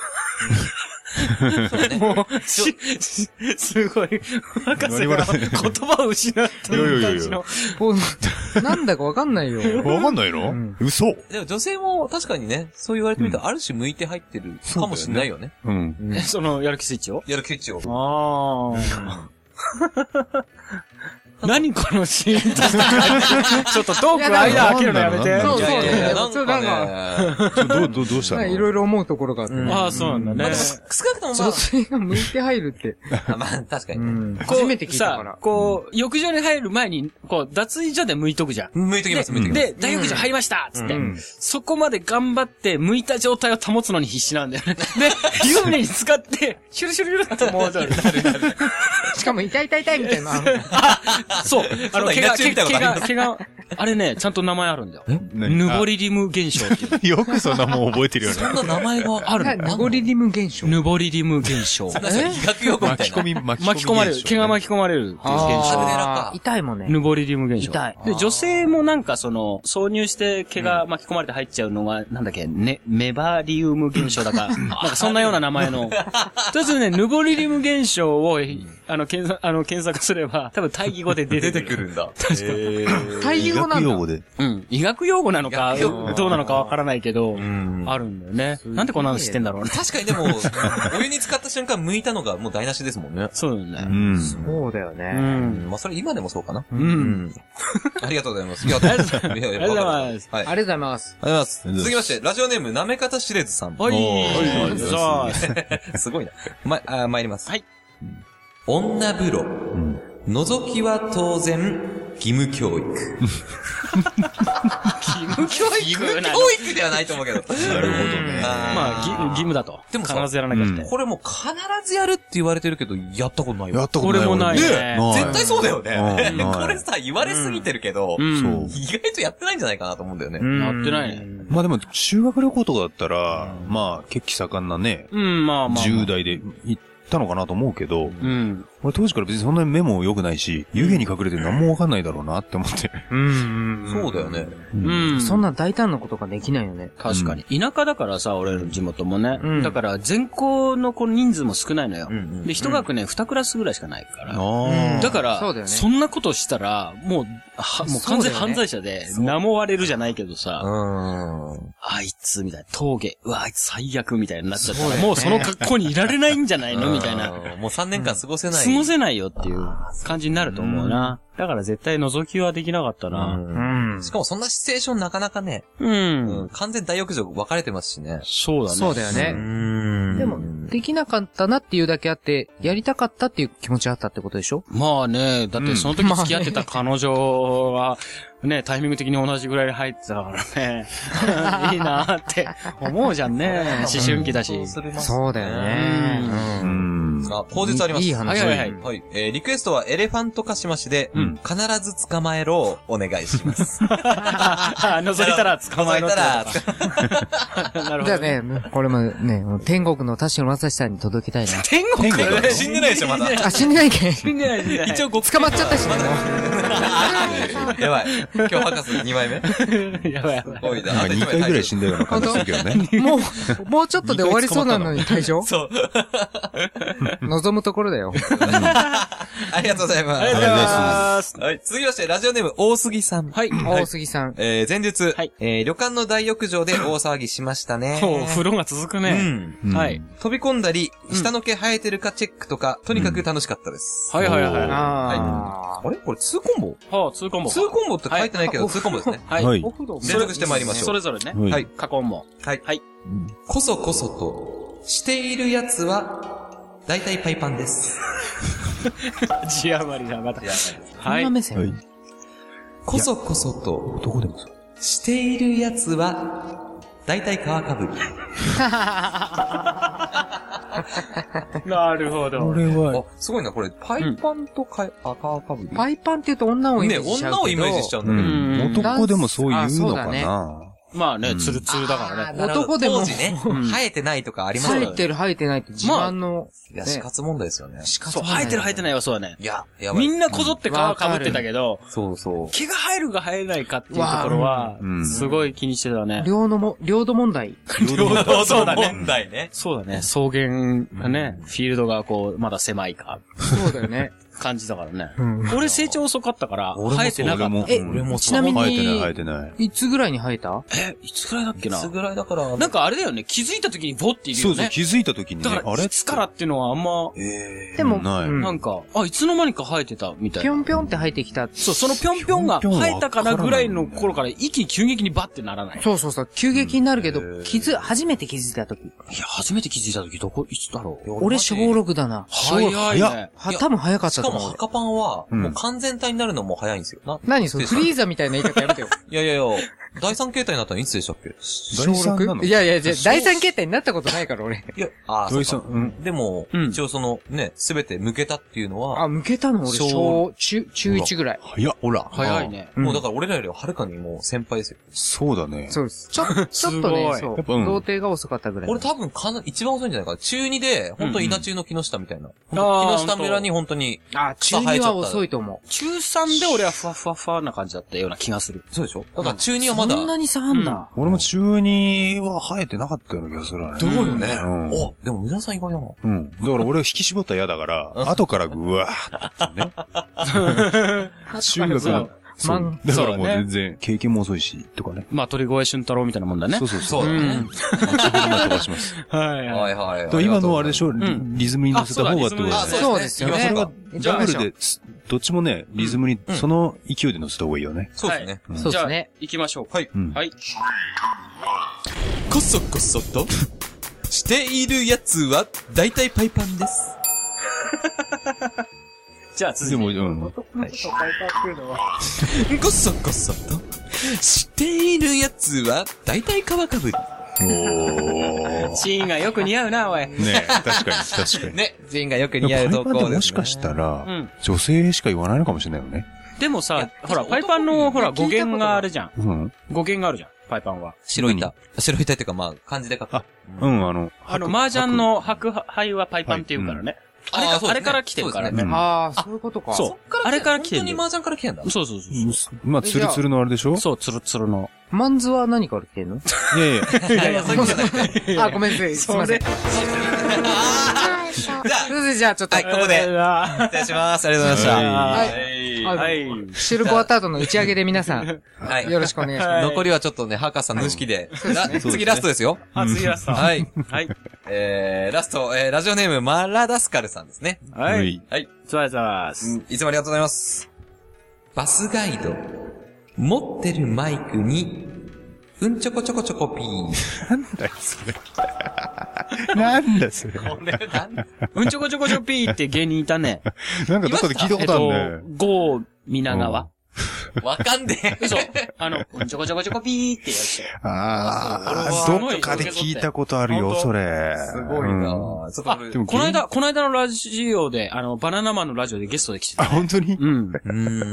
Speaker 3: もう、し、しすごい、博士が言葉を失ってる感じの。
Speaker 5: こうなんだかわかんないよ。
Speaker 4: わかんないの、
Speaker 5: ん
Speaker 4: 嘘
Speaker 6: でも女性も確かにね、そう言われてみたら、ある種向いて入ってるかもしれないよね。
Speaker 4: うん。
Speaker 3: えその、やる気スイッチを
Speaker 6: やる気スイッチを。
Speaker 3: ああ。何このシーンとした感じちょっとトーク間開けるのやめて。
Speaker 5: そう
Speaker 6: い
Speaker 5: そう
Speaker 6: やいやいや、
Speaker 5: ね
Speaker 6: な
Speaker 5: そ
Speaker 6: ん
Speaker 5: うなん
Speaker 6: かね、
Speaker 4: ちょどう、どう、どうしたの
Speaker 5: いろいろ思うところがあって。
Speaker 6: うん
Speaker 3: ああ、そうなんだね。
Speaker 6: 少なくともま
Speaker 5: 女性が向いて入るって。
Speaker 6: あ、まあ確か
Speaker 5: う
Speaker 6: にね。
Speaker 5: ん。
Speaker 3: こう
Speaker 5: 初めて聞いたか
Speaker 3: さ
Speaker 5: ら。
Speaker 3: こう、浴場に入る前に、こう、脱衣所で向いとくじゃん。
Speaker 6: 向いときます、向いときます。
Speaker 3: で、大浴場入りましたつって、
Speaker 5: うん
Speaker 3: そこまで頑張って、向いた状態を保つのに必死なんだよね。で、湯船に使って、シュルシュルシュルってもうちょ
Speaker 5: しかも、痛い痛い痛いみたいな。
Speaker 3: そう。あ
Speaker 6: そうだ
Speaker 3: 怪我、
Speaker 6: イラチュウみたいなことありま
Speaker 3: 怪我、怪我、
Speaker 2: あれね、ちゃんと名前あるんだよ。
Speaker 4: 何
Speaker 2: ヌボリリム現象っていう。
Speaker 4: よくそんなもん覚えてるよね。
Speaker 6: そんな名前がある
Speaker 5: な
Speaker 6: の
Speaker 5: ナゴリリム現象。
Speaker 2: ヌボリリム現象。
Speaker 6: なんか医学用語みた
Speaker 4: 巻
Speaker 6: い
Speaker 4: き込
Speaker 6: な。
Speaker 4: み、巻き込み現
Speaker 2: 巻き
Speaker 4: 象。
Speaker 2: 込まれる。毛が巻き込まれるっていう現象。
Speaker 5: あー痛いもんね。
Speaker 2: ヌボリリム現象。
Speaker 5: 痛い
Speaker 2: で、女性もなんかその、挿入して毛が巻き込まれて入っちゃうのが、なんだっけ、ね、メバリウム現象だか、なんかそんなような名前の。とりあえずね、ヌボリリム現象を、あの、検索、あの、検索すれば、多分対義語で出て
Speaker 6: 出
Speaker 2: く
Speaker 6: て
Speaker 2: る。
Speaker 6: くるんだ。
Speaker 5: 対応なんだ。
Speaker 4: で。
Speaker 2: うん。医学用語なのか
Speaker 6: 医学用語、
Speaker 2: どうなのかわからないけど、
Speaker 6: ん
Speaker 2: あるんだよね。なんでこんなの知ってんだろうね。
Speaker 6: 確かにでも、お湯に浸かった瞬間剥いたのがもう台無しですもんね。
Speaker 2: そうだよ
Speaker 4: う
Speaker 2: ね。
Speaker 4: ん。
Speaker 5: そうだよ
Speaker 2: う
Speaker 5: ね。
Speaker 2: ん。
Speaker 6: まあそれ今でもそうかな。
Speaker 2: う。。
Speaker 6: うんありがとうございます。いや、ありがとうございます。いやい
Speaker 2: あり
Speaker 6: や
Speaker 2: がとうございます
Speaker 6: わかるはい。
Speaker 5: ありがとうございます。
Speaker 6: ありがとうございます。続きまして、ラジオネーム、なめかたしれずさん。
Speaker 2: はい。
Speaker 4: はい
Speaker 2: はいさあ、
Speaker 6: すごいな。ま、あ、参ります。
Speaker 2: はい。
Speaker 6: 女風呂。覗きは当然、義務教育。義
Speaker 2: 義務教育なの
Speaker 6: 教育ではないと思うけど。
Speaker 4: なるほどね。
Speaker 2: まあ、義義務だと。
Speaker 6: でもさ
Speaker 2: 必ずやらなきゃいけない。
Speaker 6: これもう必ずやるって言われてるけど、やったことないわ。
Speaker 4: った
Speaker 2: 俺もないね
Speaker 6: 絶対そうだよね。
Speaker 4: うん
Speaker 6: これさ、言われすぎてるけど、
Speaker 2: ん
Speaker 4: そ
Speaker 2: うん
Speaker 4: う。
Speaker 6: 意外とやってないんじゃないかなと思うんだよね。
Speaker 2: やってないね。
Speaker 4: まあでも、修学旅行とかだったら、まあ、血気盛んなね、
Speaker 2: うん、まあまあ。
Speaker 4: 10代で行ったのかなと思うけど、
Speaker 2: うん。
Speaker 4: 俺当時から別にそんなに目も良くないし、湯気に隠れて何もわかんないだろうなって思って。
Speaker 5: うん
Speaker 6: そうだよね。
Speaker 2: うん。
Speaker 5: そんな大胆なことができないよね。
Speaker 2: 確かに。田舎だからさ、俺の地元もね。
Speaker 5: うん
Speaker 2: だから、全校のこの人数も少ないのよ
Speaker 6: んうん。
Speaker 2: で、一学年2クラスぐらいしかないから。
Speaker 4: あ
Speaker 2: だから、
Speaker 5: そ
Speaker 2: そう
Speaker 5: だよね
Speaker 2: んなことしたら、もう、は、もう完全に
Speaker 5: そうだよね
Speaker 2: 犯罪者で、名も割れるじゃないけどさ、
Speaker 6: うん。
Speaker 2: あいつ、みたいな、峠、うわ、あいつ最悪、みたいになっちゃった
Speaker 5: そうだ
Speaker 2: ら、
Speaker 5: よね
Speaker 2: もうその格好にいられないんじゃないのみたいな。
Speaker 6: うんもう3年間過ごせない。
Speaker 2: 過ごせないよっていう感じになると思うな。だから絶対覗きはできなかったな。
Speaker 6: う
Speaker 5: うん
Speaker 6: ん。しかもそんなシチュエーションなかなかね、
Speaker 2: うん。
Speaker 6: うん完全大浴場分かれてますしね。
Speaker 2: そうだね。
Speaker 5: そうだよね。
Speaker 6: ん
Speaker 5: でも、できなかったなっていうだけあって、やりたかったっていう気持ちあったってことでしょ
Speaker 2: まあね、だってその時付き合ってた彼女は、ね、タイミング的に同じぐらいで入ってた からね、いいなって思うじゃんね、思春期だし。
Speaker 5: そうだよね。
Speaker 4: あ。うん。
Speaker 6: あ、口述あります。
Speaker 5: いいいい話
Speaker 2: はいはいはい
Speaker 6: はい。えーリクエストはエレファントカシマシで、
Speaker 4: ん
Speaker 6: 必ず捕まえろをお願いし ます。
Speaker 2: あ覗いたら捕まえろってことか。なるほ
Speaker 5: だ
Speaker 2: ど。
Speaker 5: よね、これもね、もう天国の田代正史さんに届けたいな。
Speaker 2: 天国
Speaker 6: 死んでないでしょ、まだ。
Speaker 5: あ、死んでないけん。
Speaker 2: 死んでない で
Speaker 6: 一応ご
Speaker 5: 捕まっちゃったし、ね、
Speaker 6: やばい。今日博士2枚 目。
Speaker 2: やばいやばい。
Speaker 6: 多いな。
Speaker 4: なんか2回ぐらい死
Speaker 6: ん
Speaker 4: んだような感じするけどね。
Speaker 5: もう、もうちょっとで終わりそうなのに退場
Speaker 6: そう。
Speaker 5: 望むところだよ。
Speaker 6: ありがとうございます。
Speaker 2: ありがとうございます。
Speaker 6: はい。続きまして、ラジオネーム、大杉さん。
Speaker 2: はい。
Speaker 5: 大杉さん。
Speaker 6: えー、前日、
Speaker 2: はい
Speaker 6: えー、旅館の大浴場で大騒ぎしました ね。
Speaker 2: お風呂が続くね。
Speaker 6: うん
Speaker 2: はい。
Speaker 6: 飛び込んだり、下の毛生えてるかチェックとか、とにかく楽しかったです。
Speaker 2: はいはいはい。は
Speaker 5: あ
Speaker 6: あれこれ2コンボ
Speaker 2: あ、通コンボ。
Speaker 6: ?2 コンボって書いてないけど、2コンボですね。
Speaker 2: はい。
Speaker 4: はい
Speaker 6: 連続して参りましょう
Speaker 2: それぞれね。
Speaker 4: は。
Speaker 6: はいい。
Speaker 2: 過去も。
Speaker 6: はい。
Speaker 2: はい。
Speaker 6: こそこそと、しているやつは、大体パイパンです。
Speaker 2: 字余りだ、また。
Speaker 5: あ。こ
Speaker 2: は
Speaker 5: ん
Speaker 2: い
Speaker 5: な。目線。
Speaker 6: こそこそと、どこでもそう。しているやつは、大体皮かぶり。
Speaker 2: なるほど。
Speaker 4: れは、
Speaker 6: あ、すごいな、これ、パイパンとか、あ皮かぶり。
Speaker 5: パイパンって言うと女をイメ
Speaker 6: ね、
Speaker 5: ージしちゃうけど。
Speaker 6: 女をイメージしちゃうんだけど。
Speaker 4: うん
Speaker 2: うん
Speaker 4: 男でもそう言うの
Speaker 5: あ
Speaker 4: か
Speaker 5: そうだね
Speaker 4: な。
Speaker 2: まあね、ツルツルだからね。
Speaker 6: なるほど
Speaker 5: 男でも
Speaker 6: 当時ね、生えてないとかあります
Speaker 5: 生
Speaker 6: よ
Speaker 5: え
Speaker 6: ね。
Speaker 5: てる生えてないって自慢の。
Speaker 6: いや、死活問題ですよね。
Speaker 2: そう、生えてる生えてないはそうだね。
Speaker 6: いや、やばい。
Speaker 2: みんなこぞって皮かぶってたけど、
Speaker 6: そうそう。
Speaker 2: 毛が生えるか生えないかっていうところは
Speaker 4: う、ん
Speaker 2: すごい気にしてたね。
Speaker 5: 領土も、領土問題。
Speaker 6: そうだね。問題ね。
Speaker 2: そうだね。草原がね、フィールドがこう、まだ狭いか、
Speaker 5: そうだよね。
Speaker 2: 感じだからね。
Speaker 5: ん
Speaker 2: 俺成長遅かったから、生えてなか
Speaker 4: 俺
Speaker 2: った。
Speaker 4: も、
Speaker 5: え
Speaker 4: 俺も
Speaker 5: ちなみに
Speaker 4: 生えてない、生えてない。
Speaker 5: いつぐらいに生えた
Speaker 2: え、いつくらいだっけ
Speaker 6: い
Speaker 2: な
Speaker 6: つぐらいだから、
Speaker 2: なんかあれだよね、気づいた時にボっている
Speaker 4: そ
Speaker 2: よ
Speaker 4: うそう、
Speaker 2: ね。
Speaker 4: 気づいた時にね、
Speaker 2: だか
Speaker 4: あ
Speaker 2: ら、
Speaker 4: れ
Speaker 2: いつからっていうのはあんま、
Speaker 5: でも、
Speaker 4: ない
Speaker 5: うん
Speaker 2: なんか、あ、いつの間にか生えてたみたい
Speaker 5: ぴ
Speaker 2: な
Speaker 5: ょ。んぴょんって生えてきた。
Speaker 2: そう、そのぴょんぴょんが
Speaker 4: ぴょんぴょんは
Speaker 2: 生えたかなぐらいの頃から、息急激にバってならない。
Speaker 5: そうそうそう。急激になるけど、気づ、初めて気づいた時。
Speaker 2: いや、初めて気づいた時どこ、いつだろう。
Speaker 5: 俺小6だな。
Speaker 2: 早い
Speaker 4: い
Speaker 2: ね
Speaker 4: や。
Speaker 5: はい
Speaker 6: や
Speaker 5: 多分早かっ
Speaker 6: したか
Speaker 5: と
Speaker 6: も、
Speaker 5: 思う。
Speaker 6: 墓パンは、
Speaker 4: ん
Speaker 6: もう完全体になるのも早いんですよ。な、
Speaker 5: 何それ
Speaker 6: 失
Speaker 5: フ
Speaker 6: 礼
Speaker 5: リーザみたいな言い方やめてよ。
Speaker 6: いやいやいや、第三形態になったのいつでしたっけ
Speaker 4: 第3なの
Speaker 5: いやいや、じゃあ第三形態になったことないから俺。
Speaker 6: いや、ああ、
Speaker 4: 土井
Speaker 6: そ
Speaker 4: さ、
Speaker 6: うんか
Speaker 4: うん。
Speaker 6: でも、
Speaker 5: うん
Speaker 6: 一応その、ね、すべて抜けたっていうのは、
Speaker 5: あ、向けたの俺、
Speaker 6: 小
Speaker 5: 小、中、中1ぐらい。
Speaker 4: 早っ、ほら。
Speaker 3: 早いね。
Speaker 6: もうだから俺らよりははるかにもう先輩ですよ。
Speaker 4: そうだね。
Speaker 5: そうです。ちょ、 ちょっと
Speaker 3: す
Speaker 5: ね
Speaker 3: ごい、
Speaker 5: そう。
Speaker 4: やっぱうん
Speaker 5: 童貞が遅かったぐらい。
Speaker 6: 俺多分かな、一番遅いんじゃないかな。中2で、本当稲中の木下みたいな。
Speaker 3: ん
Speaker 6: ほん
Speaker 3: あー
Speaker 6: と木下村に本当に、
Speaker 5: あ、中2は遅いと思う。
Speaker 3: 中3で俺はふわふわふわな感じだったような気がする。
Speaker 6: そうでしょだから中2はまだ、
Speaker 5: そんなに差あんだ。
Speaker 4: 俺も中2は生えてなかったような気がするわね。
Speaker 6: どうよね。
Speaker 4: うん
Speaker 6: お、でも、宇田さん意外だな。
Speaker 4: うん。だから俺は引き絞ったら嫌だから、後からぐわーってね。中学の。 そ
Speaker 5: 漫
Speaker 4: う。だから
Speaker 3: そ
Speaker 4: も
Speaker 3: う
Speaker 4: う
Speaker 3: だね
Speaker 4: 全然、経験も遅いし、とかね。
Speaker 3: まあ、鳥越俊太郎みたいなもんだね
Speaker 4: そう。そうそう。
Speaker 6: そうだね。
Speaker 4: 飛ばします。
Speaker 3: はいはい。
Speaker 6: はいはいはい。
Speaker 4: だから今のはあれでし
Speaker 6: ょ
Speaker 4: ょ、リ
Speaker 3: ん
Speaker 4: リズムに乗せた方がってことだよね
Speaker 6: あ、
Speaker 4: そ
Speaker 6: そうですね。
Speaker 5: そうですよね
Speaker 6: 行きましょうか
Speaker 4: れがダブルで、すどっちもね、リズムに、その勢いで乗せた方がいいよね。
Speaker 6: そうですね。
Speaker 5: そうですね。
Speaker 3: 行きましょうか。
Speaker 6: はい
Speaker 4: うん
Speaker 3: はい。
Speaker 6: こそこそと、しているやつは、だいたいパイパンです。
Speaker 3: じゃあ続
Speaker 4: で
Speaker 3: いて。
Speaker 4: も、うん。
Speaker 6: こそこそと、しているやつは、だいたい皮かぶり。
Speaker 4: おー。
Speaker 3: シーンがよく似合うな、おい。
Speaker 4: ね確かに、確かに。
Speaker 6: ね、全員がよく
Speaker 4: でも
Speaker 6: 似合
Speaker 4: パ
Speaker 6: う投
Speaker 4: イパンって
Speaker 6: 稿です。
Speaker 4: もしかしたら
Speaker 3: うん、
Speaker 4: 女性しか言わないのかもしれないよね。
Speaker 3: でもさ、ほら、パイパンの、ほら、語源があるじゃん。
Speaker 4: うん。
Speaker 3: 語源があるじゃん、パイパンは。
Speaker 6: 白板。白板っていうか、まあ、漢字で書く。
Speaker 4: あうん、あの、
Speaker 3: あの、麻雀の白杯はパイパンって言うからね。あれ
Speaker 6: あーそ
Speaker 3: か、
Speaker 6: う
Speaker 3: あ
Speaker 6: ですね
Speaker 3: れから来てるから
Speaker 4: う
Speaker 3: ね。
Speaker 4: ん
Speaker 5: ああ、そういうことか。
Speaker 3: そう
Speaker 6: こ。
Speaker 3: あれから来てるんだよ
Speaker 6: 本当に麻雀から来てんだ。
Speaker 3: そうそうそうそう。
Speaker 4: まあ、ツルツルのあれでしょ
Speaker 3: そう、つるつるの。
Speaker 5: マンズは何から来てんの
Speaker 4: いやいや。
Speaker 6: いやいや、そういうことじゃなくて。
Speaker 5: あ、ごめんなさい。すいません。すい
Speaker 1: あーそう
Speaker 5: ません、じゃあちょっと。
Speaker 6: はい、ここで、
Speaker 3: は
Speaker 6: 失礼します。ありがとうございまし
Speaker 3: は
Speaker 5: はい。
Speaker 3: い。はい。
Speaker 5: 収録終わった後の打ち上げで皆さん、
Speaker 6: た。はい。
Speaker 5: よろしくお願いします。
Speaker 3: はい
Speaker 6: 残りはちょっとね、博士の無識で。な
Speaker 4: そうですね
Speaker 6: 次ラストですよ。
Speaker 3: あ、次ラスト。は
Speaker 6: はい。
Speaker 3: い。
Speaker 6: えー、ラスト、えー、ラジオネーム、マラダスカルさんですね。
Speaker 3: は。
Speaker 4: はいい
Speaker 6: はい。
Speaker 3: ツアーザース。
Speaker 6: いつもありがとうございます。バスガイド。持ってるマイクに、うんちょこちょこちょこピー。
Speaker 4: なんだそれ。
Speaker 6: これなん
Speaker 3: うんちょこちょこちょぴーって芸人いたね。
Speaker 4: なんかどっかで聞いたことあ
Speaker 3: え
Speaker 4: る
Speaker 3: っ
Speaker 4: ね。
Speaker 3: と、ゴー、皆川。
Speaker 6: わかんねえ。
Speaker 3: 嘘。あの、うんちょこちょこちょこぴーってやつ。
Speaker 4: あ
Speaker 3: あ
Speaker 4: あ、
Speaker 3: そう
Speaker 4: どっかで聞いたことある
Speaker 3: 本
Speaker 4: よ、
Speaker 3: 当
Speaker 4: それ。
Speaker 6: すごい
Speaker 4: う
Speaker 6: な
Speaker 4: ん
Speaker 6: ぁ。ちょっと俺
Speaker 4: でも、
Speaker 3: この間、この間のラジオで、あの、バナナマンのラジオでゲストで来て
Speaker 4: あ、
Speaker 3: た。
Speaker 4: 本当に
Speaker 3: うん。
Speaker 6: うー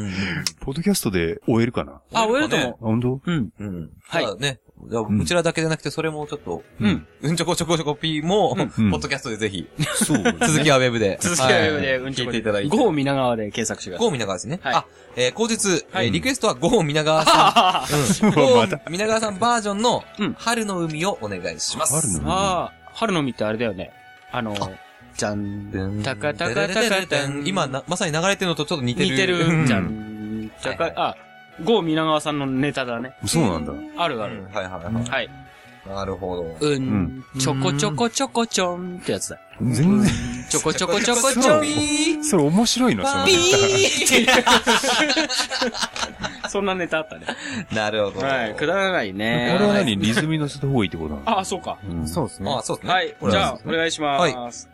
Speaker 6: ん。
Speaker 4: ポッドキャストで終えるかな
Speaker 3: あ、終えると思
Speaker 4: 本当
Speaker 3: う。うん。
Speaker 6: うん。うん
Speaker 3: はい
Speaker 6: ただね。じゃあ
Speaker 4: ん
Speaker 6: うちらだけじゃなくて、それもちょっと、
Speaker 3: うん。
Speaker 6: うんちょこちょこちょこピーも、ポ
Speaker 4: うん
Speaker 6: ッドキャストでぜひ、
Speaker 4: そう。
Speaker 6: 続きはウェブで。
Speaker 3: 続きはウェブで、
Speaker 6: は
Speaker 3: うんちょ
Speaker 6: 聞い
Speaker 3: こ
Speaker 6: ていただいて。
Speaker 3: ゴー皆川で検索してください。
Speaker 6: ゴー皆川ですね。
Speaker 3: はい
Speaker 6: あ、えー、後日、
Speaker 3: は
Speaker 6: え
Speaker 3: い
Speaker 6: ーリクエストはゴー皆川さ ん。うん。ゴ
Speaker 4: また
Speaker 6: ー皆川さんバージョンの
Speaker 3: うん、
Speaker 6: 春の海をお願いします。
Speaker 4: 春の
Speaker 3: ああ、春の海ってあれだよね。あの、じゃん、たかたかたかたん。
Speaker 6: 今な、まさに流れてるのとちょっと似てる。
Speaker 3: 似て
Speaker 6: うん
Speaker 3: る、じゃん、たか、あ、ゴー皆川さんのネタだね。
Speaker 4: そうなんだ。
Speaker 3: あるあ
Speaker 6: うん
Speaker 3: る。
Speaker 6: はいはいはい。
Speaker 3: はい。
Speaker 6: なるほど。
Speaker 3: うん、ちょこちょこちょこちょんってやつだ。
Speaker 4: 全然、
Speaker 3: ちょこちょこちょこち
Speaker 4: そ
Speaker 3: ょ。
Speaker 4: うんそれ面白いの、その。
Speaker 3: そんなネタあったね。
Speaker 6: なるほど。
Speaker 3: はい、くだらない
Speaker 4: こ
Speaker 3: ね。
Speaker 4: れは何リズムに乗せた方がいいってことなの
Speaker 3: あ、そうか。
Speaker 4: うん
Speaker 5: そうですね
Speaker 6: あ、。そうですね。
Speaker 3: はい、じゃあ、お願いします。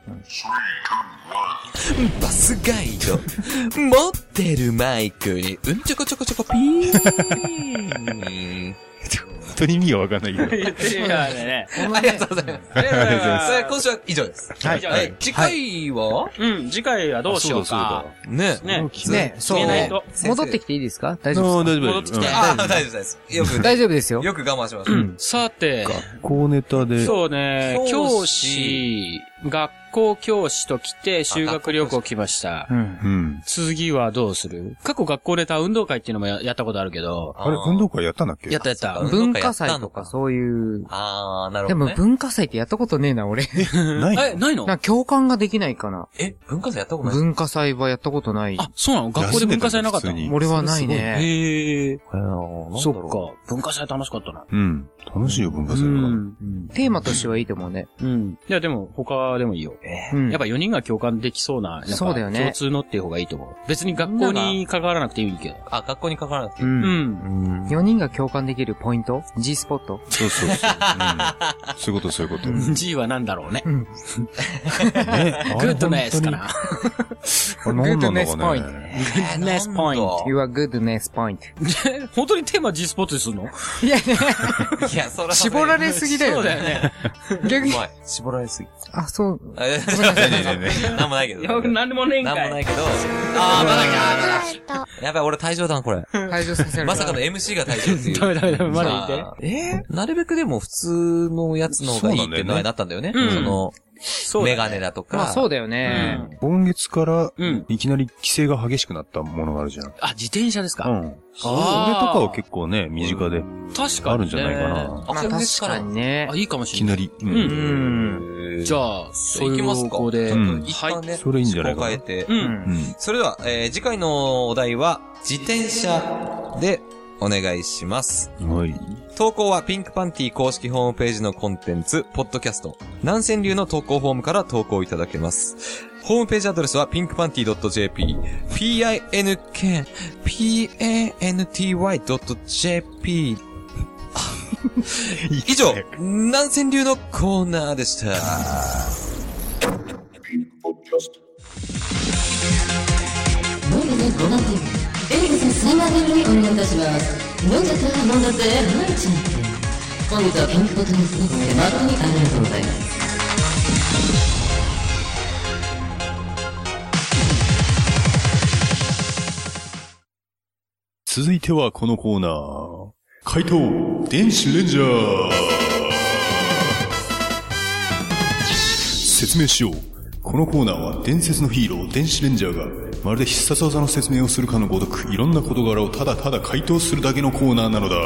Speaker 6: バスガイド。 持ってるマイクに、うんちょこちょこちょこピ ー。
Speaker 4: 本当に意味がわかんないけど。
Speaker 3: 言ってるからね。
Speaker 6: ありがとうござ
Speaker 3: ありがとうご
Speaker 6: います。
Speaker 3: ざいます
Speaker 6: えー今週は以上です。
Speaker 3: はい
Speaker 6: はい。次回は
Speaker 3: うん、次回はどうしようか。
Speaker 6: ね
Speaker 3: ね
Speaker 5: ね、そう
Speaker 3: 見えないと。
Speaker 5: 戻ってきていいですか大
Speaker 4: あ
Speaker 5: 丈夫
Speaker 4: あ、
Speaker 5: で
Speaker 4: 大丈夫。
Speaker 3: 戻ってきて
Speaker 4: うん
Speaker 6: ああ、大丈夫です。よく
Speaker 5: すか
Speaker 6: ね、
Speaker 5: 大丈夫ですよ。
Speaker 6: よく我慢しましょう。
Speaker 3: さて、
Speaker 4: 学校ネタで。
Speaker 3: そうね、教
Speaker 6: 教
Speaker 3: 師
Speaker 6: 師、
Speaker 3: 学校教師と来て修学旅行来ました
Speaker 5: う。ん。
Speaker 4: うん。
Speaker 3: 次はどうする過去学校ネタ運動会っていうのもややったことあるけど、
Speaker 4: あれ、運動会やったんだっけ
Speaker 3: やったやった。
Speaker 6: うん
Speaker 5: 文化祭とかそういう。
Speaker 6: ああ、なる
Speaker 5: で
Speaker 6: ほど
Speaker 5: も
Speaker 6: ね。
Speaker 5: 文化祭ってやったことねえな、俺。
Speaker 4: ないの
Speaker 3: え、ないの
Speaker 5: なんか共感ができないかな。
Speaker 6: え、文化祭やったことない
Speaker 5: 文化祭はやったことない。
Speaker 3: あ、そうなの学校で文化祭なかった
Speaker 4: 休んで
Speaker 3: の
Speaker 4: たの
Speaker 5: 俺はないね。
Speaker 3: へえ。そ
Speaker 6: そ
Speaker 3: っか。文化祭楽しかったな。
Speaker 4: うん。楽しいよ、文化祭
Speaker 3: う
Speaker 4: とか。
Speaker 3: ん。
Speaker 5: テーマとしてはいいと思うね。
Speaker 3: うん。いや、でも、他でもいいよ。
Speaker 6: ね。
Speaker 5: うん
Speaker 2: やっぱ4人が共感できそうな、なんか
Speaker 5: そうだよね
Speaker 2: 共通のっていう方がいいと思う。別に学校に関わらなくていいけど。
Speaker 6: あ、学校にかからなくて
Speaker 5: う
Speaker 6: いい。
Speaker 5: ん
Speaker 2: うん。
Speaker 6: うん。
Speaker 5: 4人が共感できるポイント ?G スポット
Speaker 4: そうそうそう。うんそういうこと、そういうこと。
Speaker 2: G は何だろうね。
Speaker 4: ね
Speaker 2: グッドネスかな。
Speaker 4: あれ何なんだか
Speaker 5: Goodness
Speaker 2: グ
Speaker 4: ね。
Speaker 2: ッドネスポイント。
Speaker 5: ?You are goodness point.
Speaker 2: 本当にテーマ G スポットにするの
Speaker 5: いやね、
Speaker 6: いや、そら。
Speaker 5: 絞られすぎだよね。
Speaker 2: ね。
Speaker 5: 逆
Speaker 6: う
Speaker 5: に。
Speaker 6: まい。絞られすぎ。
Speaker 5: あ、そう。
Speaker 6: あえごめんなさい
Speaker 4: ねえねえね
Speaker 6: なんもないけど。なんも
Speaker 2: でもねえ
Speaker 6: ないけど。あー、まだか。
Speaker 1: えっと、
Speaker 6: やばい、俺退場だ、これ。
Speaker 5: 退場させる。
Speaker 6: まさかの MC が退場っていう。
Speaker 3: ダメダメダメまだ言っ
Speaker 6: いて。えーなるべくでも普通のやつの方がいいっていうのがなったんだよね。
Speaker 2: そうなんだ
Speaker 6: そ
Speaker 2: よね
Speaker 6: の、
Speaker 2: そうだ
Speaker 6: メ
Speaker 2: ね
Speaker 6: ガネだとか。
Speaker 5: まあそうだよね。
Speaker 4: 今月から
Speaker 2: うん、
Speaker 4: いきなり規制が激しくなったものがあるじゃん。
Speaker 2: あ、自転車です
Speaker 4: う
Speaker 2: か。
Speaker 4: ん。それと
Speaker 2: あー
Speaker 4: かは結構ね、身近で
Speaker 2: 確かに。
Speaker 4: あるんじゃないか。な。
Speaker 6: あ、
Speaker 5: まあ
Speaker 6: 今
Speaker 5: 確
Speaker 6: 月から
Speaker 5: かにね
Speaker 2: あ、。いいかも
Speaker 4: い
Speaker 2: し
Speaker 4: き
Speaker 2: れな。
Speaker 4: ないり。う。
Speaker 5: うんん。
Speaker 2: じゃあ、そういう
Speaker 6: 行きます
Speaker 2: 方
Speaker 6: か
Speaker 2: 向で。
Speaker 4: うん
Speaker 6: 一旦ね、
Speaker 4: それいいんじゃない
Speaker 6: 思
Speaker 4: かな
Speaker 6: 考変えて。
Speaker 2: うん。
Speaker 4: うん
Speaker 6: それでは、えー次回のお題は、自転車でお願いします。
Speaker 4: はい。
Speaker 6: 投稿はピンクパンティ公式ホームページのコンテンツ、ポッドキャスト、南川流の投稿フォームから投稿いただけます。ホームページアドレスは pinkpanty.jp、p-i-n-k, p-a-n-t-y.jp。以上、南川流のコーナーでした。
Speaker 8: 飲んでね、ごなんて。エリカさん、サイバーメールにお願いいたします。飲んじゃったら飲んだぜ、飲んちゃって。本日はピンクボトルスにて誠にありがとうございます。
Speaker 4: 続いてはこのコーナー。怪盗電子レンジャー説明しよう。このコーナーは伝説のヒーロー、電子レンジャーが、まるで必殺技の説明をするかのごとく、いろんな事柄をただただ回答するだけのコーナーなのだ。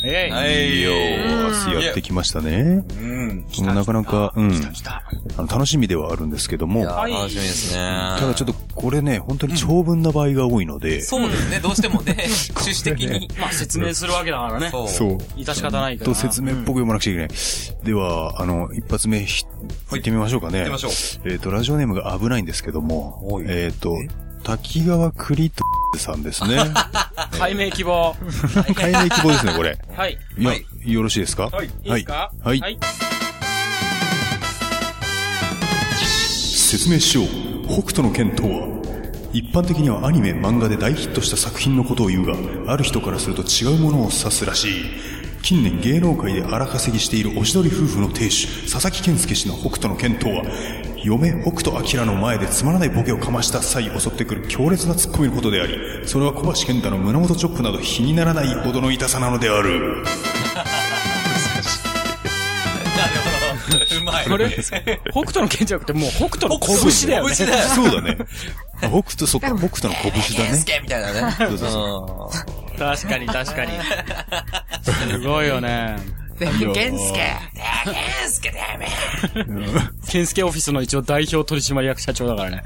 Speaker 4: はいよー、明日やってきましたね。うん。なかなか、うん。あの楽しみではあるんですけども。
Speaker 6: 楽しみですね。
Speaker 4: ただちょっとこれね、本当に長文な場合が多いので、
Speaker 6: そうですね、どうしてもね、趣旨的に。
Speaker 3: まあ説明するわけだからね。
Speaker 6: そう。
Speaker 4: そう。
Speaker 3: 致し方ないから
Speaker 4: と説明っぽく読まなくちゃいけない。では、あの、一発目ひ、行ってみましょうかね。
Speaker 6: 行ってみましょう
Speaker 4: えっ、と、ラジオネームが危ないんですけども、えっ、と、滝川栗とさんですね。
Speaker 3: 解明希望。
Speaker 4: 解明希望ですね、これ。
Speaker 3: はい。
Speaker 4: いや、
Speaker 6: はい
Speaker 4: よろしいですか
Speaker 3: はい。いいですか
Speaker 4: はい。はい説明しよう北斗の拳とは一般的にはアニメ漫画で大ヒットした作品のことを言うがある人からすると違うものを指すらしい近年芸能界で荒稼ぎしているおしどり夫婦の亭主佐々木健介氏の北斗の拳とは嫁北斗晶の前でつまらないボケをかました際襲ってくる強烈なツッコミのことでありそれは小橋健太の胸元チョップなど比にならないほどの痛さなのである
Speaker 6: うまい。
Speaker 3: これ、北斗の拳じゃなくてもう北斗の拳だよね。
Speaker 6: 拳だよ。
Speaker 4: そうだねあ北斗そっか北斗の拳だ
Speaker 6: ケン
Speaker 4: ね
Speaker 6: スケみたいなね。
Speaker 4: そうそうそう
Speaker 3: 確かに確かに。すごいよね。
Speaker 5: 元介
Speaker 3: 健介オフィスの一応代表取締役社長だからね。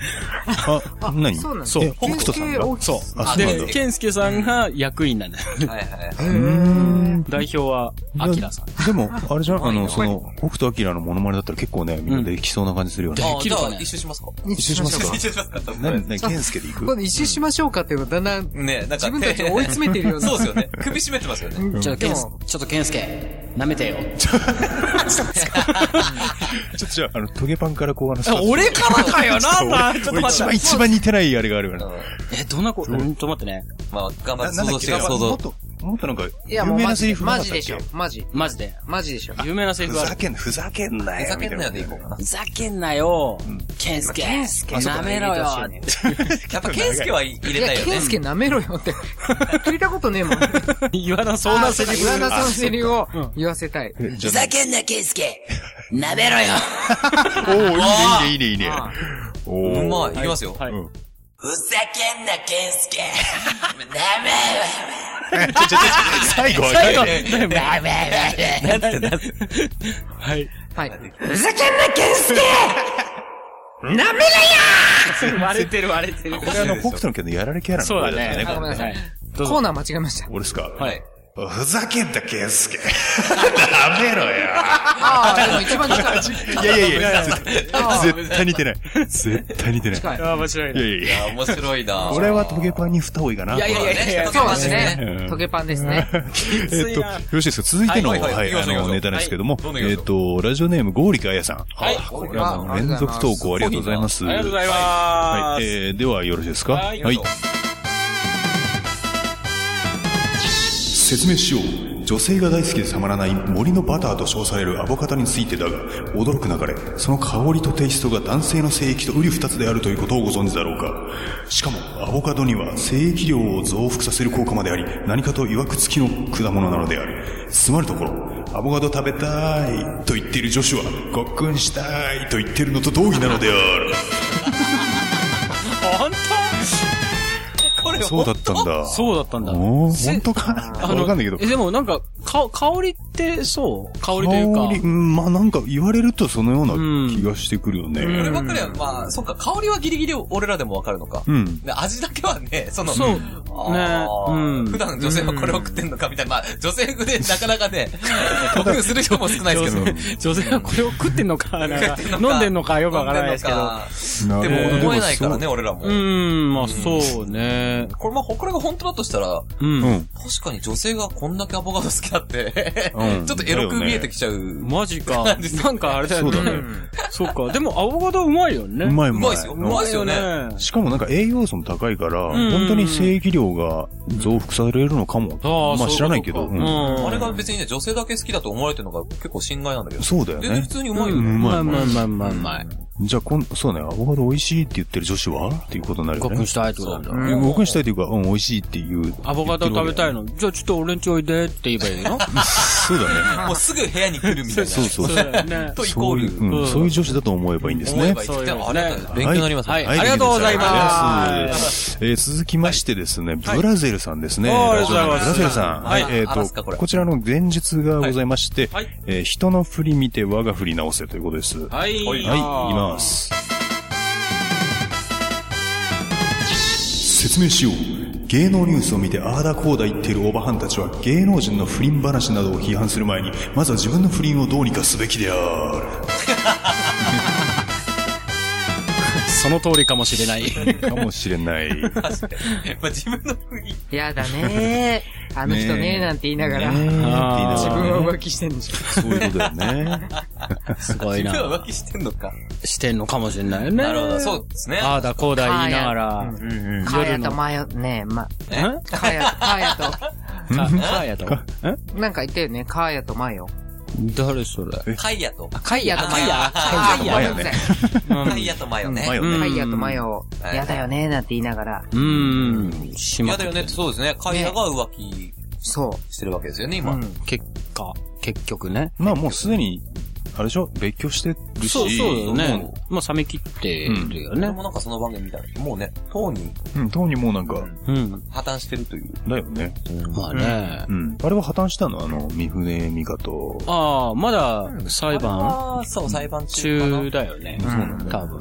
Speaker 4: あ、何
Speaker 5: そうなんだ
Speaker 4: そう。北
Speaker 5: 健
Speaker 4: 斗さん
Speaker 5: 介
Speaker 4: が
Speaker 5: オフィス
Speaker 4: そう。あ、そうなん
Speaker 3: で、。
Speaker 4: だ
Speaker 3: 健介さんが役員なんだよね。
Speaker 6: はいはい。
Speaker 3: 代表は、アキラさん。
Speaker 4: でも、あれじゃんあの、その、北斗晶のモノマネだったら結構ね、みんなできそうな感じするよね。
Speaker 3: できるかね
Speaker 6: あじゃあ一周しますか。
Speaker 5: 一緒しましょうか。
Speaker 6: 一周しますか。
Speaker 4: 何、何、健介で行
Speaker 5: 今
Speaker 4: く
Speaker 5: 度一周しましょうかっていうのだんだん
Speaker 6: ねなんか
Speaker 5: 自分たちを追い詰めてるような。
Speaker 6: そうですよね。首絞めてますよね。
Speaker 2: ちょっと、
Speaker 5: で
Speaker 2: ケン
Speaker 5: も
Speaker 2: ちょっと、ケンスケ、舐めてよ。
Speaker 4: ちょっとじゃあ、あの、トゲパンからこう、あの、さ
Speaker 3: 俺からかよ、なんだちょっと
Speaker 4: 俺一
Speaker 3: 待っ
Speaker 4: 番
Speaker 3: て。
Speaker 4: 一番似てないあれがあるよね。
Speaker 3: え、どんなこと、うんと待ってね。
Speaker 6: まあ、頑張
Speaker 4: な
Speaker 6: って
Speaker 4: なん
Speaker 6: 想
Speaker 4: だっ
Speaker 6: 像し
Speaker 4: け
Speaker 6: てください。想
Speaker 4: も
Speaker 6: 像
Speaker 4: っ。と、もっとなんか、
Speaker 5: いや、
Speaker 4: 有
Speaker 5: もう
Speaker 4: 名
Speaker 5: マ
Speaker 4: なセ
Speaker 5: ジ
Speaker 4: リ
Speaker 5: で、
Speaker 4: フ
Speaker 5: マ
Speaker 4: なかっ
Speaker 5: ジ
Speaker 4: たっ
Speaker 5: でし
Speaker 4: け
Speaker 5: ょ。マジ。
Speaker 2: マジで。
Speaker 5: マジでしょ。
Speaker 3: 有名なセリ
Speaker 4: ふ
Speaker 3: フあ
Speaker 4: ざ
Speaker 3: る。
Speaker 4: けんな、ふざけんな
Speaker 6: ふ
Speaker 4: よ。
Speaker 6: ざけんなよでい
Speaker 4: み
Speaker 6: こうかな
Speaker 3: ふ。ざけんなよ、ケンスケ。舐めろよ。
Speaker 6: やっぱ、ケンスケは入
Speaker 5: い
Speaker 6: れ
Speaker 5: や
Speaker 6: たい、よ
Speaker 5: ケ
Speaker 6: ね
Speaker 5: ン。スケ舐めろよって。 聞いたことねえもん。
Speaker 3: 言わなそうなセリフ。
Speaker 5: 岩田さんのセリフを言わせたい。
Speaker 4: たいなじゃ
Speaker 2: ざけんな、ケンスケ、舐めろよ。
Speaker 4: あ、おー、いいね、いいね、いいね。お
Speaker 6: う
Speaker 4: ー。
Speaker 6: まい。いきますよ。
Speaker 3: はい。
Speaker 2: ふざけんな、ケンスケ、舐め
Speaker 4: 最後はね、
Speaker 3: 最後、だよね
Speaker 2: ろよ。
Speaker 3: はい。
Speaker 5: はい。
Speaker 2: ふざけんな、ケンスケ、舐めろよ
Speaker 3: 割れてる割れてる。
Speaker 4: これあの、北斗の拳のやられキャラの
Speaker 3: そうだ
Speaker 4: 声だった
Speaker 3: ね
Speaker 4: ね、
Speaker 5: あご
Speaker 4: こ
Speaker 5: めん
Speaker 4: れ
Speaker 5: なさ
Speaker 4: ね。
Speaker 5: い。
Speaker 3: どうぞ
Speaker 5: コーナー間違えました。
Speaker 4: 俺っすか
Speaker 3: はい。
Speaker 4: ふざけんだ、ケンスケ。ダメろよ。
Speaker 5: ああ、でも一番近
Speaker 4: い
Speaker 5: い。
Speaker 4: やいやいや、絶対絶対似てない。絶対似てない。
Speaker 5: 近い。
Speaker 3: ああ、面白い
Speaker 4: い
Speaker 3: ね。
Speaker 4: やいやい
Speaker 6: い
Speaker 4: や。
Speaker 6: や、面白いな
Speaker 4: 俺はトゲパンに二多いかな。
Speaker 6: いやいやいやいや、
Speaker 5: そうです
Speaker 4: う
Speaker 5: ね
Speaker 4: ん。
Speaker 5: トゲパンですね。
Speaker 4: えっと、よろしいですか続いての、
Speaker 6: は
Speaker 4: はいい、
Speaker 6: はいはい行きま
Speaker 4: あ
Speaker 6: しょう行きましょ
Speaker 4: の、
Speaker 6: う
Speaker 4: ネタですけども
Speaker 6: はいどん、どん行
Speaker 4: え
Speaker 6: き
Speaker 4: っ
Speaker 6: ま
Speaker 4: と、ラジオネーム、ゴーリカヤさん。はいこれはもう連続投稿ありがとうございます。
Speaker 3: ありがとうござい
Speaker 4: は
Speaker 3: ま
Speaker 4: い、
Speaker 3: す。
Speaker 4: えー、ではよろしいですか
Speaker 3: はい行きましょ
Speaker 4: 説明しよう女性が大好きでたまらない森のバターと称されるアボカドについてだが驚くなかれその香りとテイストが男性の精液と瓜二つであるということをご存知だろうかしかもアボカドには精液量を増幅させる効果まであり何かと曰くつきの果物なのであるつまるところアボカド食べたいと言っている女子はごっくんしたいと言っているのと同義なのである
Speaker 3: 本
Speaker 6: これ
Speaker 4: そうだったんだ
Speaker 3: 当そうだったんだ。
Speaker 4: おー本当 かわかんないけど
Speaker 3: え、でもなんか、か、香りってそう香りというか
Speaker 4: 香り、。うん、まあなんか言われるとそのよう
Speaker 3: うん
Speaker 4: な気がしてくるよね。
Speaker 6: こればっかりは、まあ、そっか、香りはギリギリ俺らでもわかるのか。
Speaker 4: うん。
Speaker 6: で味だけはね、その、
Speaker 3: そう
Speaker 6: あ
Speaker 3: ね
Speaker 6: ー
Speaker 3: うん
Speaker 6: 普段女性はこれを食ってんのかみたいな、まあ、女性でなかなかね、特訓する人も少ないで
Speaker 3: 女
Speaker 6: すけど。
Speaker 3: 性女性はこれを 食ってんのか、なんか
Speaker 6: 食ってんのか
Speaker 3: 飲んでんのかよくわからないですけど。
Speaker 4: な
Speaker 6: で
Speaker 4: るほど
Speaker 6: も思えないから。
Speaker 4: で
Speaker 6: ね、俺らも。
Speaker 3: うーん、まあそうね。
Speaker 6: これまあ、これが本当だとしたら、
Speaker 3: う
Speaker 4: も
Speaker 3: ん。
Speaker 4: そ
Speaker 6: 確かに女性がこんだけアボカド好きだって、
Speaker 4: う。うん。
Speaker 6: ちょっとエロく見えて
Speaker 4: き
Speaker 6: きちゃう。
Speaker 3: マジか。なんかあれだよ
Speaker 4: そうだ
Speaker 3: ね
Speaker 4: ね。
Speaker 3: そうか。でも、アボカドうまいよね。
Speaker 4: うまいうう
Speaker 6: まい
Speaker 4: ま
Speaker 6: で
Speaker 4: い。
Speaker 6: すよ。う
Speaker 4: うん
Speaker 6: まいですよね。
Speaker 4: しかもなんか栄養素も高いから、
Speaker 3: ん
Speaker 4: 本当に精液量が増幅されるのかも。
Speaker 3: ああ、
Speaker 4: ま
Speaker 3: そう
Speaker 4: あ
Speaker 3: うこと
Speaker 4: 知らないけど。
Speaker 3: か
Speaker 4: う
Speaker 3: うんん。
Speaker 6: あれが別にね、女性だけ好きだと思われてるのが結構心外なんだけど。
Speaker 4: そうだよ
Speaker 6: 全然
Speaker 4: ね
Speaker 6: 普。通にう
Speaker 3: う
Speaker 6: まいよ
Speaker 3: ん
Speaker 6: ね。
Speaker 3: ま
Speaker 4: ま
Speaker 3: あ
Speaker 4: あ
Speaker 3: ま
Speaker 4: ま
Speaker 3: あ
Speaker 4: あ
Speaker 3: まあまあまあ。
Speaker 4: じゃあこん、そうだね、アボカド美味しいって言ってる女子はっていうことになるよ
Speaker 3: ごっくん
Speaker 4: ね
Speaker 3: し。たいってことなんだ。
Speaker 4: うんごっくんしたいというか、うん、美味しいっていう。
Speaker 3: アボカド食べたいの。じゃあちょっと俺んちおいでって言えばいいの
Speaker 4: そう だね。
Speaker 6: もうすぐ部屋に来るみたいな。
Speaker 4: そうそう。
Speaker 3: だよ ね
Speaker 6: とイコ
Speaker 4: そ
Speaker 6: ー
Speaker 4: うい
Speaker 6: ル。
Speaker 4: う、
Speaker 3: う
Speaker 4: うんん、そういう女子だと思えばいいんです
Speaker 6: 思え
Speaker 4: ね。
Speaker 6: ば。いい。
Speaker 3: そうよ
Speaker 6: でもあ
Speaker 3: ね
Speaker 6: れだね勉強になりますね。
Speaker 3: はいありがとうございます
Speaker 4: えー続きましてですね、ブラゼルさんですね。
Speaker 3: はいありがとうございます
Speaker 4: ブラゼルさん。
Speaker 6: は
Speaker 4: はいい、えっ、
Speaker 6: あらすかこれ
Speaker 4: と、こちらの前述がございまして、
Speaker 3: はいはい
Speaker 4: えー人の振り見て我が振り直せということです。はい、
Speaker 3: はい。
Speaker 4: い、きます。説明しよう。芸能ニュースを見てああだこうだ言っているおばはんたちは芸能人の不倫話などを批判する前にまずは自分の不倫をどうにかすべきである。
Speaker 3: その通りかもしれない。
Speaker 4: かもし れない。
Speaker 6: まあ自分の不倫。
Speaker 5: やだねー。あの人ねーなんて言いながら、
Speaker 4: ねえ
Speaker 5: 自
Speaker 3: あー
Speaker 5: 分は浮気してんでしょ。
Speaker 4: そういうことだよね。
Speaker 3: すごい
Speaker 6: 自分
Speaker 3: な。
Speaker 6: は浮気してんのか。
Speaker 3: してんのかもしれないよね。
Speaker 6: なるほど。そうですね。
Speaker 3: ああだこうだ言いながら。
Speaker 5: うんかやとまよ、ねえ、ま、
Speaker 3: え
Speaker 5: かや、かや
Speaker 3: かかやと。え
Speaker 5: と、なんか言ったよね、かやとまよ。
Speaker 3: 誰それ
Speaker 6: カイヤと。
Speaker 5: かやとまよ。
Speaker 6: カ
Speaker 4: イヤカイヤ
Speaker 5: ごめんなさい
Speaker 6: カイヤとマヨね。
Speaker 4: マヨ
Speaker 3: うん
Speaker 5: かいやとまよ
Speaker 6: う。ん
Speaker 5: やだよねーなんて言いながら、
Speaker 3: うん。しま
Speaker 6: 嫌
Speaker 3: く
Speaker 6: だ
Speaker 3: っ
Speaker 6: よねってそうですね。カイヤが浮気
Speaker 5: そ
Speaker 6: してるわけですよね、
Speaker 5: う。う
Speaker 6: 今。
Speaker 5: ん。
Speaker 3: 結果、結局ね。
Speaker 4: まあもうすでに、あれでしょ別居してるし。
Speaker 3: そう、そうだよ
Speaker 4: も
Speaker 3: ね。もう冷め切ってるよ
Speaker 6: 俺
Speaker 3: ね
Speaker 6: も。なんかその番組見たら、もうね、とうに
Speaker 4: う。うん、当にもうなんか、
Speaker 3: うん。
Speaker 6: 破綻してるという。
Speaker 4: だよね。
Speaker 3: まあね。
Speaker 4: うん。あれは破綻したのあの、三船美香と。
Speaker 3: ああ、まだ裁判
Speaker 6: ああ、そう、裁判中かな。
Speaker 3: 中だよね。
Speaker 4: ん
Speaker 3: 多分。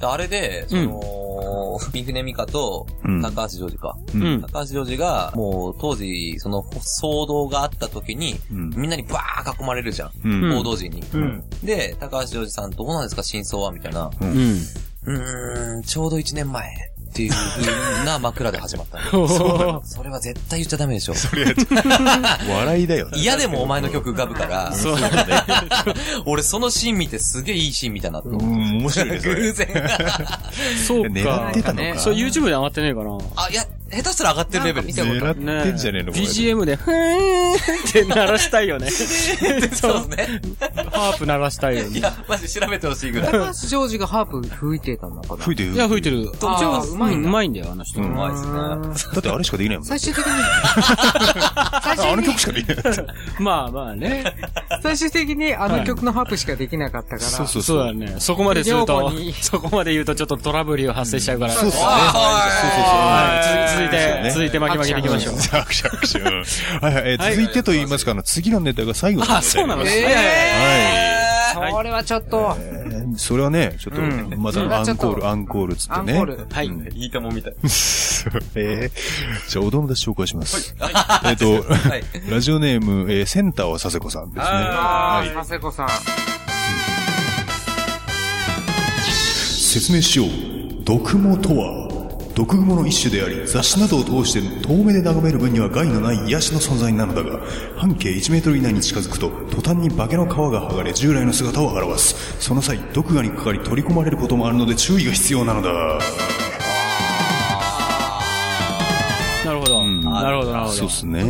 Speaker 6: であれで、その、三船美香と
Speaker 4: うん、
Speaker 6: 高橋ジョージか。
Speaker 4: うん
Speaker 3: うん。
Speaker 6: 高橋ジョージが、もう当時、その騒動があった時に、
Speaker 4: うん
Speaker 6: みんなにバー囲まれるじゃん。
Speaker 4: うん
Speaker 6: 報道陣に。で、高橋ジョージさんどうなんですか真相はみたいな。
Speaker 3: うん。
Speaker 6: うーん、ちょうど1年前。っていう風な枕で始まった の。
Speaker 3: そう
Speaker 6: それは絶対言っちゃダメでしょ。
Speaker 4: 笑いだよね。
Speaker 6: 嫌でもお前の曲浮か ぶから、
Speaker 3: そうだ
Speaker 6: 俺そのシーン見てすげえいいシーン見たなと
Speaker 4: う
Speaker 6: 思
Speaker 4: ん
Speaker 6: って。、
Speaker 4: 面白いですね。
Speaker 6: 偶然。
Speaker 3: そうか。
Speaker 4: 狙ってたの
Speaker 5: なんか
Speaker 4: か。
Speaker 3: そう、YouTube で上がってねえかな。
Speaker 6: あ、いや、下手したら上がってるレベル。
Speaker 4: 狙っ
Speaker 3: ね
Speaker 4: てんじゃねえのこれ
Speaker 3: BGM で、ふーんって鳴らしたいよね。
Speaker 6: そうですね。
Speaker 3: ハープ鳴らしたいよ
Speaker 6: い
Speaker 3: ね。
Speaker 6: や、マジ調べてほしいぐ らい。
Speaker 5: 高橋ジョージがハープ吹いてたのかな
Speaker 4: 吹いてる。
Speaker 3: いや、吹いてる。
Speaker 5: あーうまいんだ
Speaker 3: うまいんだよ、あの人。
Speaker 6: うまいですね。
Speaker 4: だってあれしかできないもん。
Speaker 5: 最終的に、最
Speaker 4: あ
Speaker 5: 終
Speaker 4: の
Speaker 5: 的
Speaker 4: 曲しかできない。
Speaker 3: まあまあね。
Speaker 5: に、最終的にあの曲のハープしかできなかったから、
Speaker 4: そうそう
Speaker 3: そう
Speaker 4: そう。
Speaker 3: だね。そこまですると
Speaker 5: 女房に、
Speaker 3: そこまで言うとちょっとトラブル発生しちゃうから。そう
Speaker 4: そう
Speaker 3: はい続いて、続いて巻き巻きでいきましょう。
Speaker 4: 拍手拍手。うん はいはいえー。続いてと言いますか、あの、次のネタが最後のネタ
Speaker 3: あ、そうなの
Speaker 4: は
Speaker 3: え
Speaker 4: い。
Speaker 5: これはちょっと、
Speaker 4: それはね、ちょっと、またアンコール、アンコールっつって
Speaker 5: アンコ
Speaker 4: ね。
Speaker 5: ール。
Speaker 3: はい。
Speaker 6: いいかもみたい。
Speaker 4: えー、じゃあ、お友達紹介します。
Speaker 6: は
Speaker 4: えっ、と、
Speaker 6: はい
Speaker 4: ラジオネーム、えーセンターは佐世子さんですね。
Speaker 5: あ
Speaker 4: はい
Speaker 5: ー、佐世子さん。
Speaker 4: 説明しよう毒蜘蛛とは毒蜘蛛の一種であり雑誌などを通して遠目で眺める分には害のない癒しの存在なのだが半径1メートル以内に近づくと途端に化けの皮が剥がれ従来の姿を現すその際毒牙にかかり取り込まれることもあるので注意が必要なのだ
Speaker 3: なるほど。なるほど、なるほ
Speaker 4: そう
Speaker 3: ど
Speaker 4: っ。すね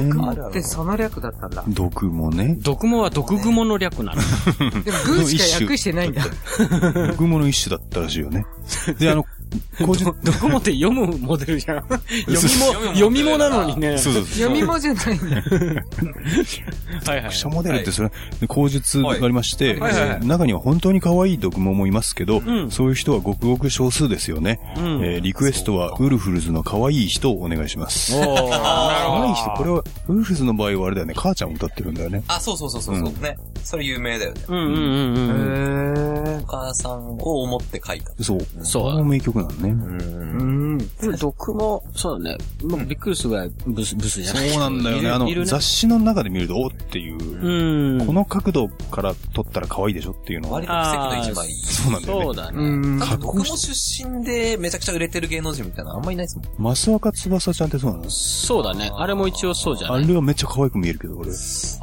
Speaker 5: で、その略だったんだ。
Speaker 4: 毒蜘蛛ね
Speaker 3: 毒蜘蛛は毒蜘蛛の略なの。
Speaker 5: でも、グーしか略してないんだ。
Speaker 4: 毒蜘蛛の一種だったらしいよねであのこうじ
Speaker 3: 毒蜘蛛って読むモデルじゃん。読みも、読みもなのにね。
Speaker 4: そうそうそう
Speaker 5: 読み物じゃないんだ。
Speaker 3: はいはい
Speaker 4: 読。者モデルってそれ、で口述がありまして、
Speaker 6: はいはいはい
Speaker 4: 中には本当に可愛い毒蜘蛛もいますけど、そういう人はごくごく少数ですよね、えーリクエストはウルフルズの可愛い人をお願いします。
Speaker 3: お ー
Speaker 4: 可愛い人、これは、ウルフルズの場合はあれだよね、母ちゃんを歌ってるんだよね。
Speaker 6: あ、そうそうそうそうそう、ね。それ有名だよね。
Speaker 3: うんうんうんうん。
Speaker 6: お母さんを思って書いた。
Speaker 4: そう。
Speaker 3: そう
Speaker 4: この名曲なのね。
Speaker 6: うん。
Speaker 3: 毒も、そうだね。もうびっくりするぐらいブス、ブスじゃない。
Speaker 4: そうなんだよね。あ
Speaker 3: いる
Speaker 4: の、
Speaker 3: ね
Speaker 4: 雑誌の中で見ると、おっていう、
Speaker 3: うん。
Speaker 4: この角度から撮ったら可愛いでしょっていうのは
Speaker 6: 割、と奇跡の一枚。
Speaker 4: そうなんだよね。
Speaker 3: そうだね。
Speaker 5: うん。
Speaker 6: なんか僕も出身でめちゃくちゃ売れてる芸能人みたいなのあんまいないですもん。
Speaker 4: 増岡翼ちゃんってそうなの
Speaker 3: そうだね。あれも一応そうじゃ
Speaker 4: あ
Speaker 3: ない。
Speaker 4: れはめっちゃ可愛く見えるけど、俺。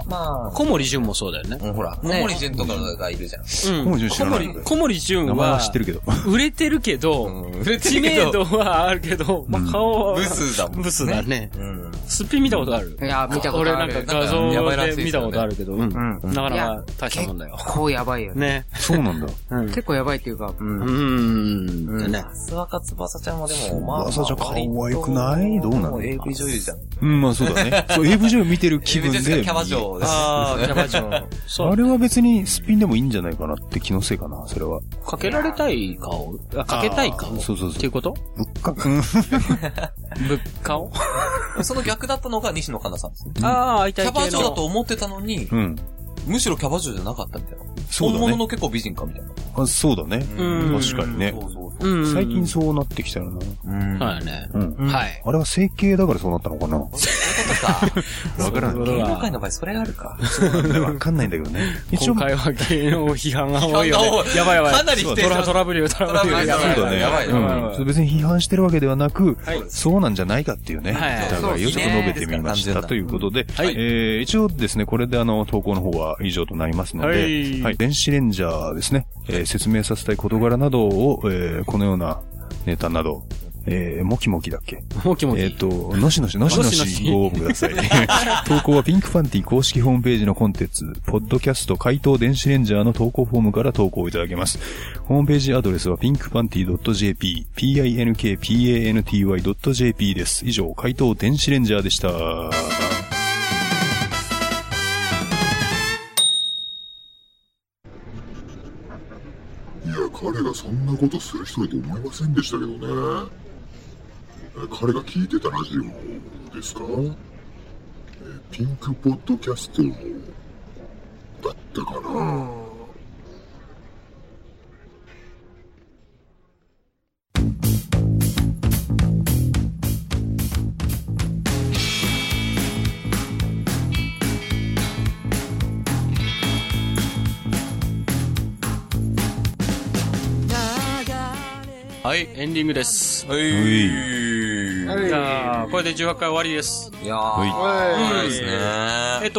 Speaker 6: ま
Speaker 3: 小森純もそうだよね。
Speaker 6: あ、うん、ほら、小
Speaker 3: ね
Speaker 6: 森純とかがいるじゃん。
Speaker 3: うん
Speaker 4: 小森純知らない
Speaker 3: 小森小森純
Speaker 4: 名前
Speaker 3: は
Speaker 4: は知ってるけど。
Speaker 3: 売れてるけど、
Speaker 6: うん、売れ
Speaker 3: 知 名度はあるけど、まあ顔は。
Speaker 6: ブスだもんね
Speaker 3: ブスだね。
Speaker 6: うん。
Speaker 3: すっぴん見たことある
Speaker 5: いや、見たこ
Speaker 3: 俺
Speaker 5: と
Speaker 3: な
Speaker 5: あ
Speaker 3: んか
Speaker 5: る。
Speaker 3: 画
Speaker 6: なんかやばいら
Speaker 3: 像で
Speaker 6: しいですよね
Speaker 3: 見たことあるけど、うん。なかなか大したもんだよ。
Speaker 5: こうやばいよね。
Speaker 3: ね。
Speaker 4: そうなんだ。
Speaker 5: 結構やばいっていうか、
Speaker 3: うーん。ね。
Speaker 6: 諏訪か翼ちゃんもでも、まあ、
Speaker 4: 翼ちゃん可愛くないどうなの
Speaker 6: も ?AV 女優じゃん。
Speaker 4: うん、まあそうだね。そう、AV 女優見てる気
Speaker 6: AV
Speaker 4: 分
Speaker 6: 女
Speaker 4: で。
Speaker 6: 優かキャバ嬢です。
Speaker 3: ああ、キャバ嬢。そう
Speaker 4: あれは別にすっぴんでもいいんじゃないかなって気のせいかな、それは。
Speaker 3: かけられたい顔あかけたい顔
Speaker 4: そうそうそう
Speaker 3: っていうこと
Speaker 4: ぶっか、うん。
Speaker 3: ぶっ顔
Speaker 6: その逆だったのが西野カナさんですね。
Speaker 3: ああ、会い
Speaker 6: キ
Speaker 3: たい
Speaker 6: ャ
Speaker 3: 系の
Speaker 6: バ嬢だと思ってたのに、
Speaker 4: うん。
Speaker 6: むしろキャバ嬢じゃなかったみたいな。
Speaker 4: そう
Speaker 6: 本
Speaker 4: だ
Speaker 6: 物
Speaker 4: ね。
Speaker 6: の結構美人かみたいな。
Speaker 4: あそうだね。
Speaker 3: うん
Speaker 4: 確かにね
Speaker 6: そ。うそうそう。
Speaker 3: うん。
Speaker 4: 最近そうなってきたよな。
Speaker 6: うん
Speaker 3: そうだね。
Speaker 4: うん。
Speaker 3: はい。
Speaker 4: あれは整形だからそうなったのかなわ
Speaker 6: そういうことか。
Speaker 4: から
Speaker 3: そ
Speaker 4: な
Speaker 3: ういう
Speaker 6: 芸
Speaker 3: こ
Speaker 6: 能界の場合それがあるか。
Speaker 4: い。わかんないんだけどね。一応
Speaker 3: 今、回は芸能批判が多いよね
Speaker 6: 批判が多。い
Speaker 3: やばいやばい。
Speaker 6: かなり否定
Speaker 3: ト
Speaker 6: し
Speaker 3: ラ
Speaker 6: ます
Speaker 3: トラブルよ、トラブルよ。
Speaker 6: トラ
Speaker 3: や
Speaker 6: ブ
Speaker 3: ば
Speaker 6: ル
Speaker 3: い
Speaker 6: よ
Speaker 4: そうだね。
Speaker 6: やばいやばいやばい
Speaker 4: うんそう別に批判してるわけではなく
Speaker 3: い、
Speaker 4: そうなんじゃないかっていうね、
Speaker 3: はい
Speaker 4: 疑いをちょっと述べてみまし
Speaker 6: そうです
Speaker 4: た
Speaker 6: ね
Speaker 4: ということで、
Speaker 3: い
Speaker 4: えー一応ですね、これであの、投稿の方は以上となりますので、
Speaker 3: はい
Speaker 4: はい電子レンジャーですね、えー説明させたい事柄などを、えーこのようなネタなど、えー、もきもきだっけ
Speaker 3: もう気持ちい
Speaker 4: え
Speaker 3: い
Speaker 4: っ、。と、のしのし、のしの
Speaker 3: のしの
Speaker 4: し
Speaker 3: し
Speaker 4: ご応募ください。投稿はピンクパンティ公式ホームページのコンテンツ、ポッドキャスト回答電子レンジャーの投稿フォームから投稿いただけます。ホームページアドレスは pinkpanty.jp、p-i-n-k-p-a-n-t-y.jp です。以上、回答電子レンジャーでした。
Speaker 9: いや、彼がそんなことする人だと思いませんでしたけどね。え彼が聞いてたラジオですかえピンクポッドキャストだったかな、
Speaker 3: はい、エンディングです。
Speaker 6: はいう
Speaker 3: じゃあ、これで18回終わりです。
Speaker 6: いやー、
Speaker 3: い
Speaker 6: そうですね。
Speaker 3: えっ
Speaker 4: やばいで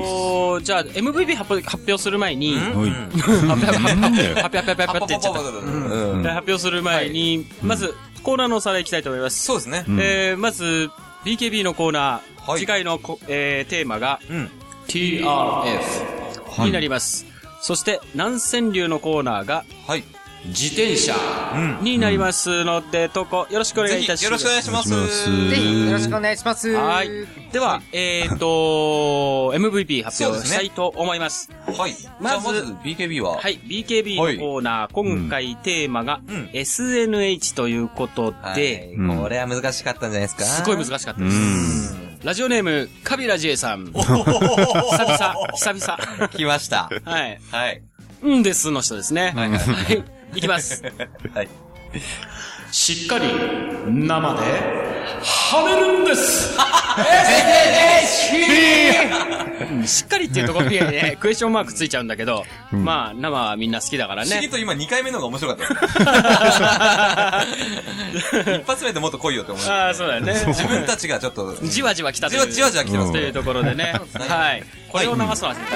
Speaker 3: と、じゃあ、MVP 発表発表する前に、
Speaker 4: はい。なんだよ。
Speaker 3: 発表、発表、発表って言っちゃった。
Speaker 6: うん
Speaker 3: で発表する前に、まず、コーナーのおさらいいきたいと思います。
Speaker 6: そうですね。
Speaker 3: えーまず、BKB のコーナー、
Speaker 6: はい
Speaker 3: 次回のこ、えーテーマが、
Speaker 6: うん。
Speaker 3: TRF になります。そして、南川流のコーナーが、
Speaker 6: はい。
Speaker 3: 自転車
Speaker 6: う
Speaker 3: になりますので、投稿よろしくお願
Speaker 6: ぜ
Speaker 3: いい
Speaker 6: ひ、
Speaker 3: たし
Speaker 6: よ
Speaker 3: ま
Speaker 6: ろし
Speaker 3: す。
Speaker 6: くお願いします。
Speaker 5: ぜひ、よろしくお願いします。
Speaker 3: はい。では、えっ、と、MVP 発表したいと思います。
Speaker 6: はい。じゃあ、まず BKB は、
Speaker 3: はい、BKB のコーナー、今回テーマが、
Speaker 6: うん
Speaker 3: SNH ということ
Speaker 6: はい
Speaker 3: で、
Speaker 4: うん
Speaker 6: これは難しかったんじゃないですか。
Speaker 3: すごい難し
Speaker 6: し
Speaker 3: かった
Speaker 4: う
Speaker 3: です。
Speaker 4: ん。
Speaker 3: ラジオネーム、カビラジエさん。久々、久 々。
Speaker 6: い。来ました。
Speaker 3: はい。
Speaker 6: はい。
Speaker 3: うんですの人ですね。はい。はい。いきます。
Speaker 6: はい。
Speaker 3: しっかり、生で、
Speaker 10: 晴れるんです
Speaker 3: SNHP しっかりっていうところにね、クエスチョンマークついちゃうんだけど、
Speaker 6: うん
Speaker 3: まあ、生はみんな好きだから
Speaker 6: 不思議
Speaker 3: ね。
Speaker 6: と今2回目の方が面白かった。 一発目でもっと来いよって思う。
Speaker 3: ああ、そうだよね。
Speaker 6: 自分たちがちょっと、
Speaker 3: じわじわ来たという。
Speaker 6: じわじわ来てます
Speaker 3: というところでね。はい。これを流すの忘れたね。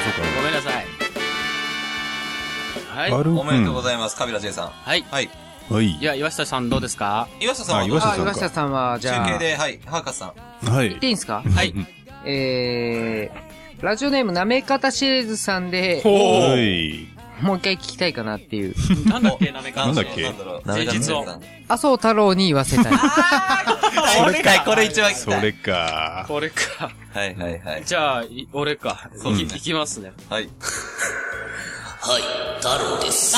Speaker 3: あ、そうか。ごめんなさい。はい。
Speaker 6: おめでとうございます、カビラ J さん。
Speaker 3: はい。
Speaker 6: はい。
Speaker 4: はい。
Speaker 3: いや、岩下さんどうですか
Speaker 6: 岩下さんは
Speaker 5: あ
Speaker 6: どうですか
Speaker 5: 岩下さんは、じゃあ。
Speaker 6: 中継で、はい、ハーカスさん。
Speaker 4: はい
Speaker 5: っていいんすか
Speaker 3: はい。
Speaker 5: えー、ラジオネームなめかたシリーズさんで、
Speaker 4: は
Speaker 5: も
Speaker 4: い。
Speaker 5: う一回聞きたいかなっていう。
Speaker 3: なんだっけ、なめか
Speaker 4: なんだっけ
Speaker 3: 前日を。
Speaker 5: 麻生太郎に言わせ たい。
Speaker 6: これかい、これ一番聞き
Speaker 4: そ
Speaker 6: たい。
Speaker 4: れか。
Speaker 3: これか。
Speaker 6: はいはいはい。
Speaker 3: じゃあ、い俺か。
Speaker 6: そうです
Speaker 3: い
Speaker 6: ね
Speaker 3: いきますね。
Speaker 6: はい。
Speaker 2: はい、太郎 です。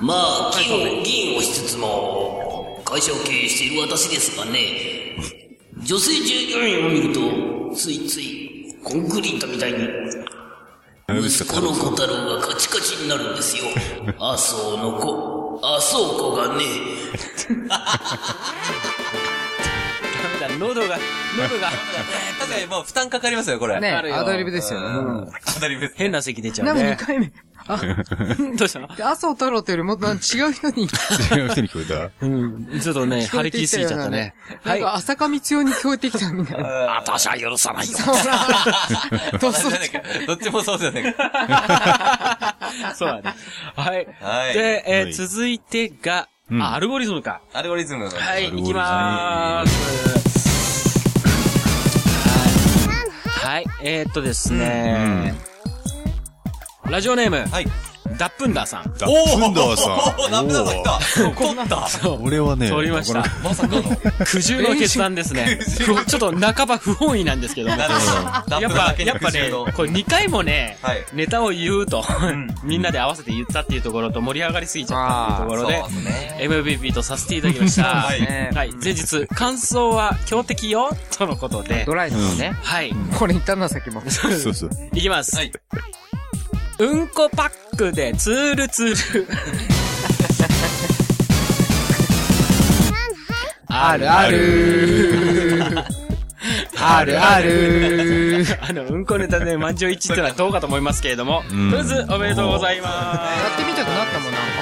Speaker 2: まあ、金を議員をしつつも、会社を経営している私ですがね、女性従業員を見ると、ついつい、コンクリートみたいに、息子の小太郎がカチカチになるんですよ。 麻生の子、麻生子がね、
Speaker 3: ダメだ、 喉が、喉が。
Speaker 6: 確かにもう負担かかりますよ、これ。
Speaker 5: ね、
Speaker 3: あるよ
Speaker 5: アドリブですよ
Speaker 6: う
Speaker 5: ね。
Speaker 6: んアドリブです。
Speaker 3: 変な席出ちゃ
Speaker 5: な
Speaker 3: うん
Speaker 5: か2
Speaker 3: ね。
Speaker 5: 回目。あ、
Speaker 3: どうしたの
Speaker 5: 麻生太郎というよりもっと違う人に、
Speaker 4: 違う人に聞こえ
Speaker 3: うん。ちょっとね、張り切りすぎちゃったね。
Speaker 5: なんか浅香光代に聞こえてきたみたいな。
Speaker 3: 私は許さないよ。
Speaker 5: そうな。とっそ
Speaker 6: どっちもそうじゃねえかどっち もそうじゃねえか。
Speaker 3: そうだね。はい。
Speaker 6: はい
Speaker 3: で、え
Speaker 4: は
Speaker 3: ー
Speaker 4: い
Speaker 3: 続いてが、
Speaker 4: ん
Speaker 3: あアルゴリズムか。
Speaker 6: アルゴリズム。
Speaker 3: は、
Speaker 6: は
Speaker 4: ア
Speaker 6: い
Speaker 4: ルゴ
Speaker 3: い
Speaker 4: リ
Speaker 3: き
Speaker 4: ズム
Speaker 3: まーす。はい、えー、っとですね、ラジオネーム、
Speaker 6: い。
Speaker 3: ダップンダーさん。
Speaker 4: た。ダップンダーさん。
Speaker 6: おー、ダメだぞ、来た。取った。
Speaker 4: 俺はね、
Speaker 3: 通りました。
Speaker 6: まさかの。
Speaker 3: 苦渋の決断です ね。ふちょっと半ば不本意なんですけども。
Speaker 6: なるほど。
Speaker 3: やっぱ、やっぱね、これ2回もね、
Speaker 6: はい
Speaker 3: ネタを言うと、
Speaker 6: ん
Speaker 3: みんなで合わせて言ったっていうところと盛り上がりすぎちゃったっていうところで
Speaker 6: あーそう、
Speaker 3: MVP とさせていただきました。
Speaker 6: は
Speaker 3: はいい、
Speaker 5: ね
Speaker 3: 前日、感想は強敵よ、とのことで
Speaker 5: ド。ライですね。
Speaker 3: はい。
Speaker 5: これ言ったな、さっきも。
Speaker 4: そうそう。
Speaker 3: いきます。
Speaker 6: はい
Speaker 3: うんこパックでツールツール。
Speaker 5: あるあるあるある
Speaker 3: あの、うんこネタで満場一致ってのはどうかと思いますけれども、と
Speaker 4: ん
Speaker 3: りあえずおめでとうございま
Speaker 5: やってみたくなったもん、なんか。
Speaker 6: い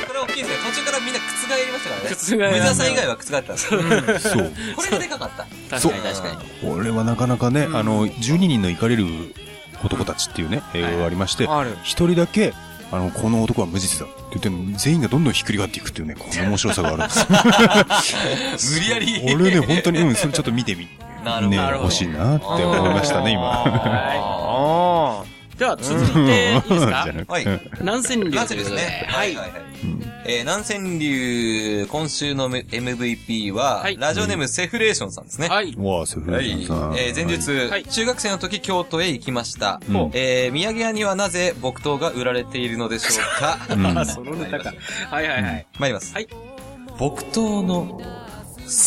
Speaker 6: や、これは大きいですね。途中からみんな覆りましたからね。
Speaker 3: 覆りました
Speaker 6: 梅沢さん以外は覆ったんですよ。
Speaker 4: そう。
Speaker 6: これがでかかった。
Speaker 3: す。確かに確かに。
Speaker 4: これはなかなかね、あの、12人の行かれる男たちっていうね、映画がありまして、
Speaker 5: ある
Speaker 4: 一人だけ、あの、この男は無実だって言って、全員がどんどんひっくり返っていくっていうね、この面白さがあるんですよ。
Speaker 6: 無理や り。
Speaker 4: 俺ね、本当に、うん、それちょっと見てみ、ね、
Speaker 6: なるほど。
Speaker 4: 欲しいなって思いましたね、今。
Speaker 6: は
Speaker 5: あ
Speaker 3: では、続い て、いいですか
Speaker 4: じゃなく
Speaker 6: い。はい。
Speaker 3: 南千流。
Speaker 6: ラジですね。
Speaker 3: はい。
Speaker 6: はいはい。えー、南千流、今週の MVP は
Speaker 3: はい、
Speaker 6: ラジオネームセフレーションさんですね。
Speaker 3: はい。
Speaker 4: わあ、セフ
Speaker 6: は
Speaker 4: レ
Speaker 6: い。え
Speaker 4: ーさん。
Speaker 6: ー、前述、
Speaker 3: はい
Speaker 6: 中学生の時京都へ行きました。
Speaker 4: うん
Speaker 6: えー、宮城屋にはなぜ木刀が売られているのでしょうか
Speaker 3: あ、そのネタか。はいはいはい。
Speaker 6: 参ります。
Speaker 3: はい。
Speaker 6: 木刀の、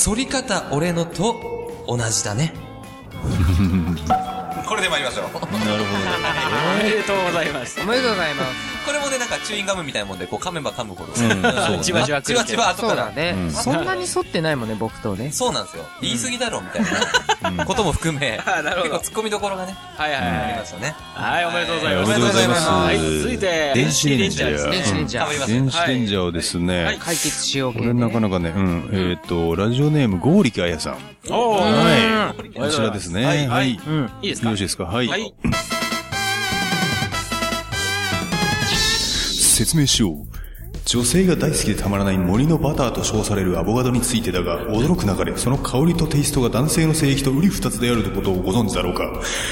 Speaker 6: 反り方俺のと同じだね。 これで参りましょう。こ
Speaker 4: なるほ
Speaker 3: おめでとうございます
Speaker 5: あ。お。めでとうございます。
Speaker 6: れもね、なんかチューインガムみたいなもんで、こう噛めば噛むほど。
Speaker 4: どね。うん、そう
Speaker 3: じ
Speaker 4: だ
Speaker 3: わじわ来
Speaker 6: ち
Speaker 3: る
Speaker 6: わ
Speaker 3: け
Speaker 6: ち
Speaker 3: ど。
Speaker 6: わ後
Speaker 5: そう
Speaker 6: から
Speaker 5: だ。ね。
Speaker 4: うん
Speaker 5: そんなに反ってないもんね、僕とね。
Speaker 6: そうなんですよ。言い過ぎだろ、みたいな、ことも含 め、
Speaker 3: あなるほど
Speaker 6: 結構突っ込みどころがね、
Speaker 3: はいはい
Speaker 6: あり
Speaker 3: は
Speaker 6: ま
Speaker 3: い。
Speaker 6: したね。
Speaker 3: はい、おめでとうござい
Speaker 4: お
Speaker 3: ます。
Speaker 4: めでとうございます。
Speaker 3: はい、続いて、
Speaker 4: 電子レンジャ
Speaker 3: です
Speaker 4: ー。
Speaker 3: ね。
Speaker 5: 電子レンジャー
Speaker 6: うん被ります
Speaker 4: 電子レンジャーをですね、
Speaker 3: はい
Speaker 5: 解決しよう
Speaker 4: こ
Speaker 5: 系、
Speaker 4: れなか
Speaker 5: ね。
Speaker 4: なかね、うん、えっ、と、ラジオネーム、剛力彩さん。
Speaker 3: おー
Speaker 4: はい。
Speaker 3: おめで
Speaker 4: こち
Speaker 3: とう
Speaker 4: ら
Speaker 3: ございま
Speaker 4: ですすね。
Speaker 6: は
Speaker 4: はいい。
Speaker 6: はい
Speaker 4: よ
Speaker 5: うん。
Speaker 3: いいですか
Speaker 4: ろしいですかはい。
Speaker 3: はい。
Speaker 4: 説明しよう。女性が大好きでたまらない森のバターと称されるアボカドについてだが、驚くなかれ、その香りとテイストが男性の性液と瓜二つであることをご存知だろうか。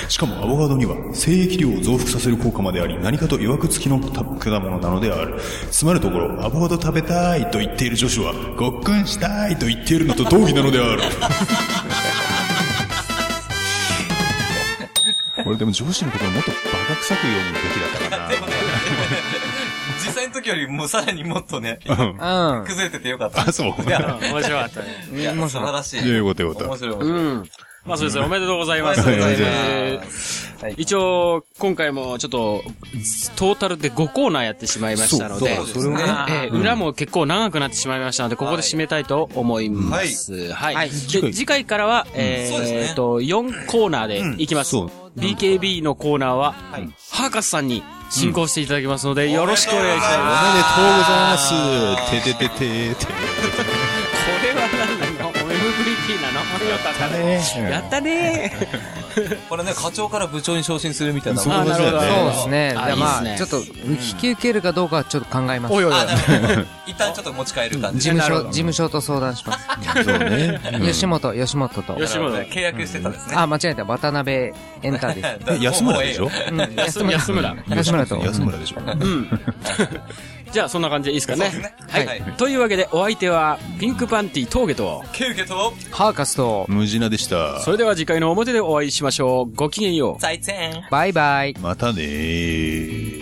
Speaker 4: しかもアボカドには、性液量を増幅させる効果まであり、何かと曰く付きの果物なのである。つまるところ、アボカド食べたいと言っている女子は、ごっくんしたいと言っているのと同義なのである。 これでも女子のことをもっとバカ臭く読むべきだったかな。
Speaker 6: 実際の時よりもうさらにもっと ね、
Speaker 5: うん。
Speaker 6: 崩れててよかっ た。
Speaker 4: あ、そう。
Speaker 6: いや、
Speaker 3: 面白かったね。
Speaker 6: いや素晴らしい。
Speaker 4: いやよかったよかった
Speaker 6: 面白い面白い。
Speaker 3: うん。まあそうですね、おめでとうございます。
Speaker 6: おめでとうございます
Speaker 3: えー
Speaker 6: はい
Speaker 3: 一応、今回もちょっと、トータルで5コーナーやってしまいましたので、
Speaker 6: そうそうそれもね
Speaker 3: えー裏も結構長くなってしまいましたので、ここで締めたいと思います。はい。で次回からは、
Speaker 6: そうです
Speaker 3: え
Speaker 6: ね
Speaker 3: ーっと、4コーナーでいきます。BKB のコーナーは、ハーカスさんに進行していただきますので、よろしくお願いします。
Speaker 7: おめでとうございます。ててててて。
Speaker 3: これは何なの ?MVP なのよかったね。やったねー。
Speaker 6: これね、課長から部長に昇進するみたいな。
Speaker 7: そう
Speaker 3: あーなるほど
Speaker 7: そう
Speaker 5: そうですね。
Speaker 3: あ
Speaker 5: じゃあま
Speaker 3: いいっ
Speaker 5: あ、ち
Speaker 3: す
Speaker 5: ょっと、引き受けるかどうかはちょっと考えます。
Speaker 3: おいおいおい
Speaker 6: あ、な るほど。一旦ちょっと持ち帰る感じ。
Speaker 5: 事務
Speaker 3: なるほ
Speaker 5: 所、
Speaker 3: ど
Speaker 5: 事務所と相談します。
Speaker 7: そうね。
Speaker 5: 吉本、吉本と。
Speaker 3: 吉本。
Speaker 6: 契約してたんですね。
Speaker 5: あ、間違えた。渡辺エンタです。
Speaker 6: だから
Speaker 7: え安村でしょ
Speaker 6: もうええよ
Speaker 5: うん
Speaker 3: 安村。安村。
Speaker 5: 安村と。
Speaker 7: 安村でしょ。
Speaker 3: うん。じゃあ、そんな感じでいいですか
Speaker 6: そう
Speaker 3: ね
Speaker 6: です。ね。は。
Speaker 3: はいい。というわけで、お相手は、ピンクパンティ峠と、
Speaker 6: ケウケと、
Speaker 5: ハーカスと、
Speaker 7: 無事なでした。
Speaker 3: それでは次回の表でお会いしましょう。ごきげんよう。
Speaker 6: 再戦。
Speaker 5: バイバイ。
Speaker 7: またねー。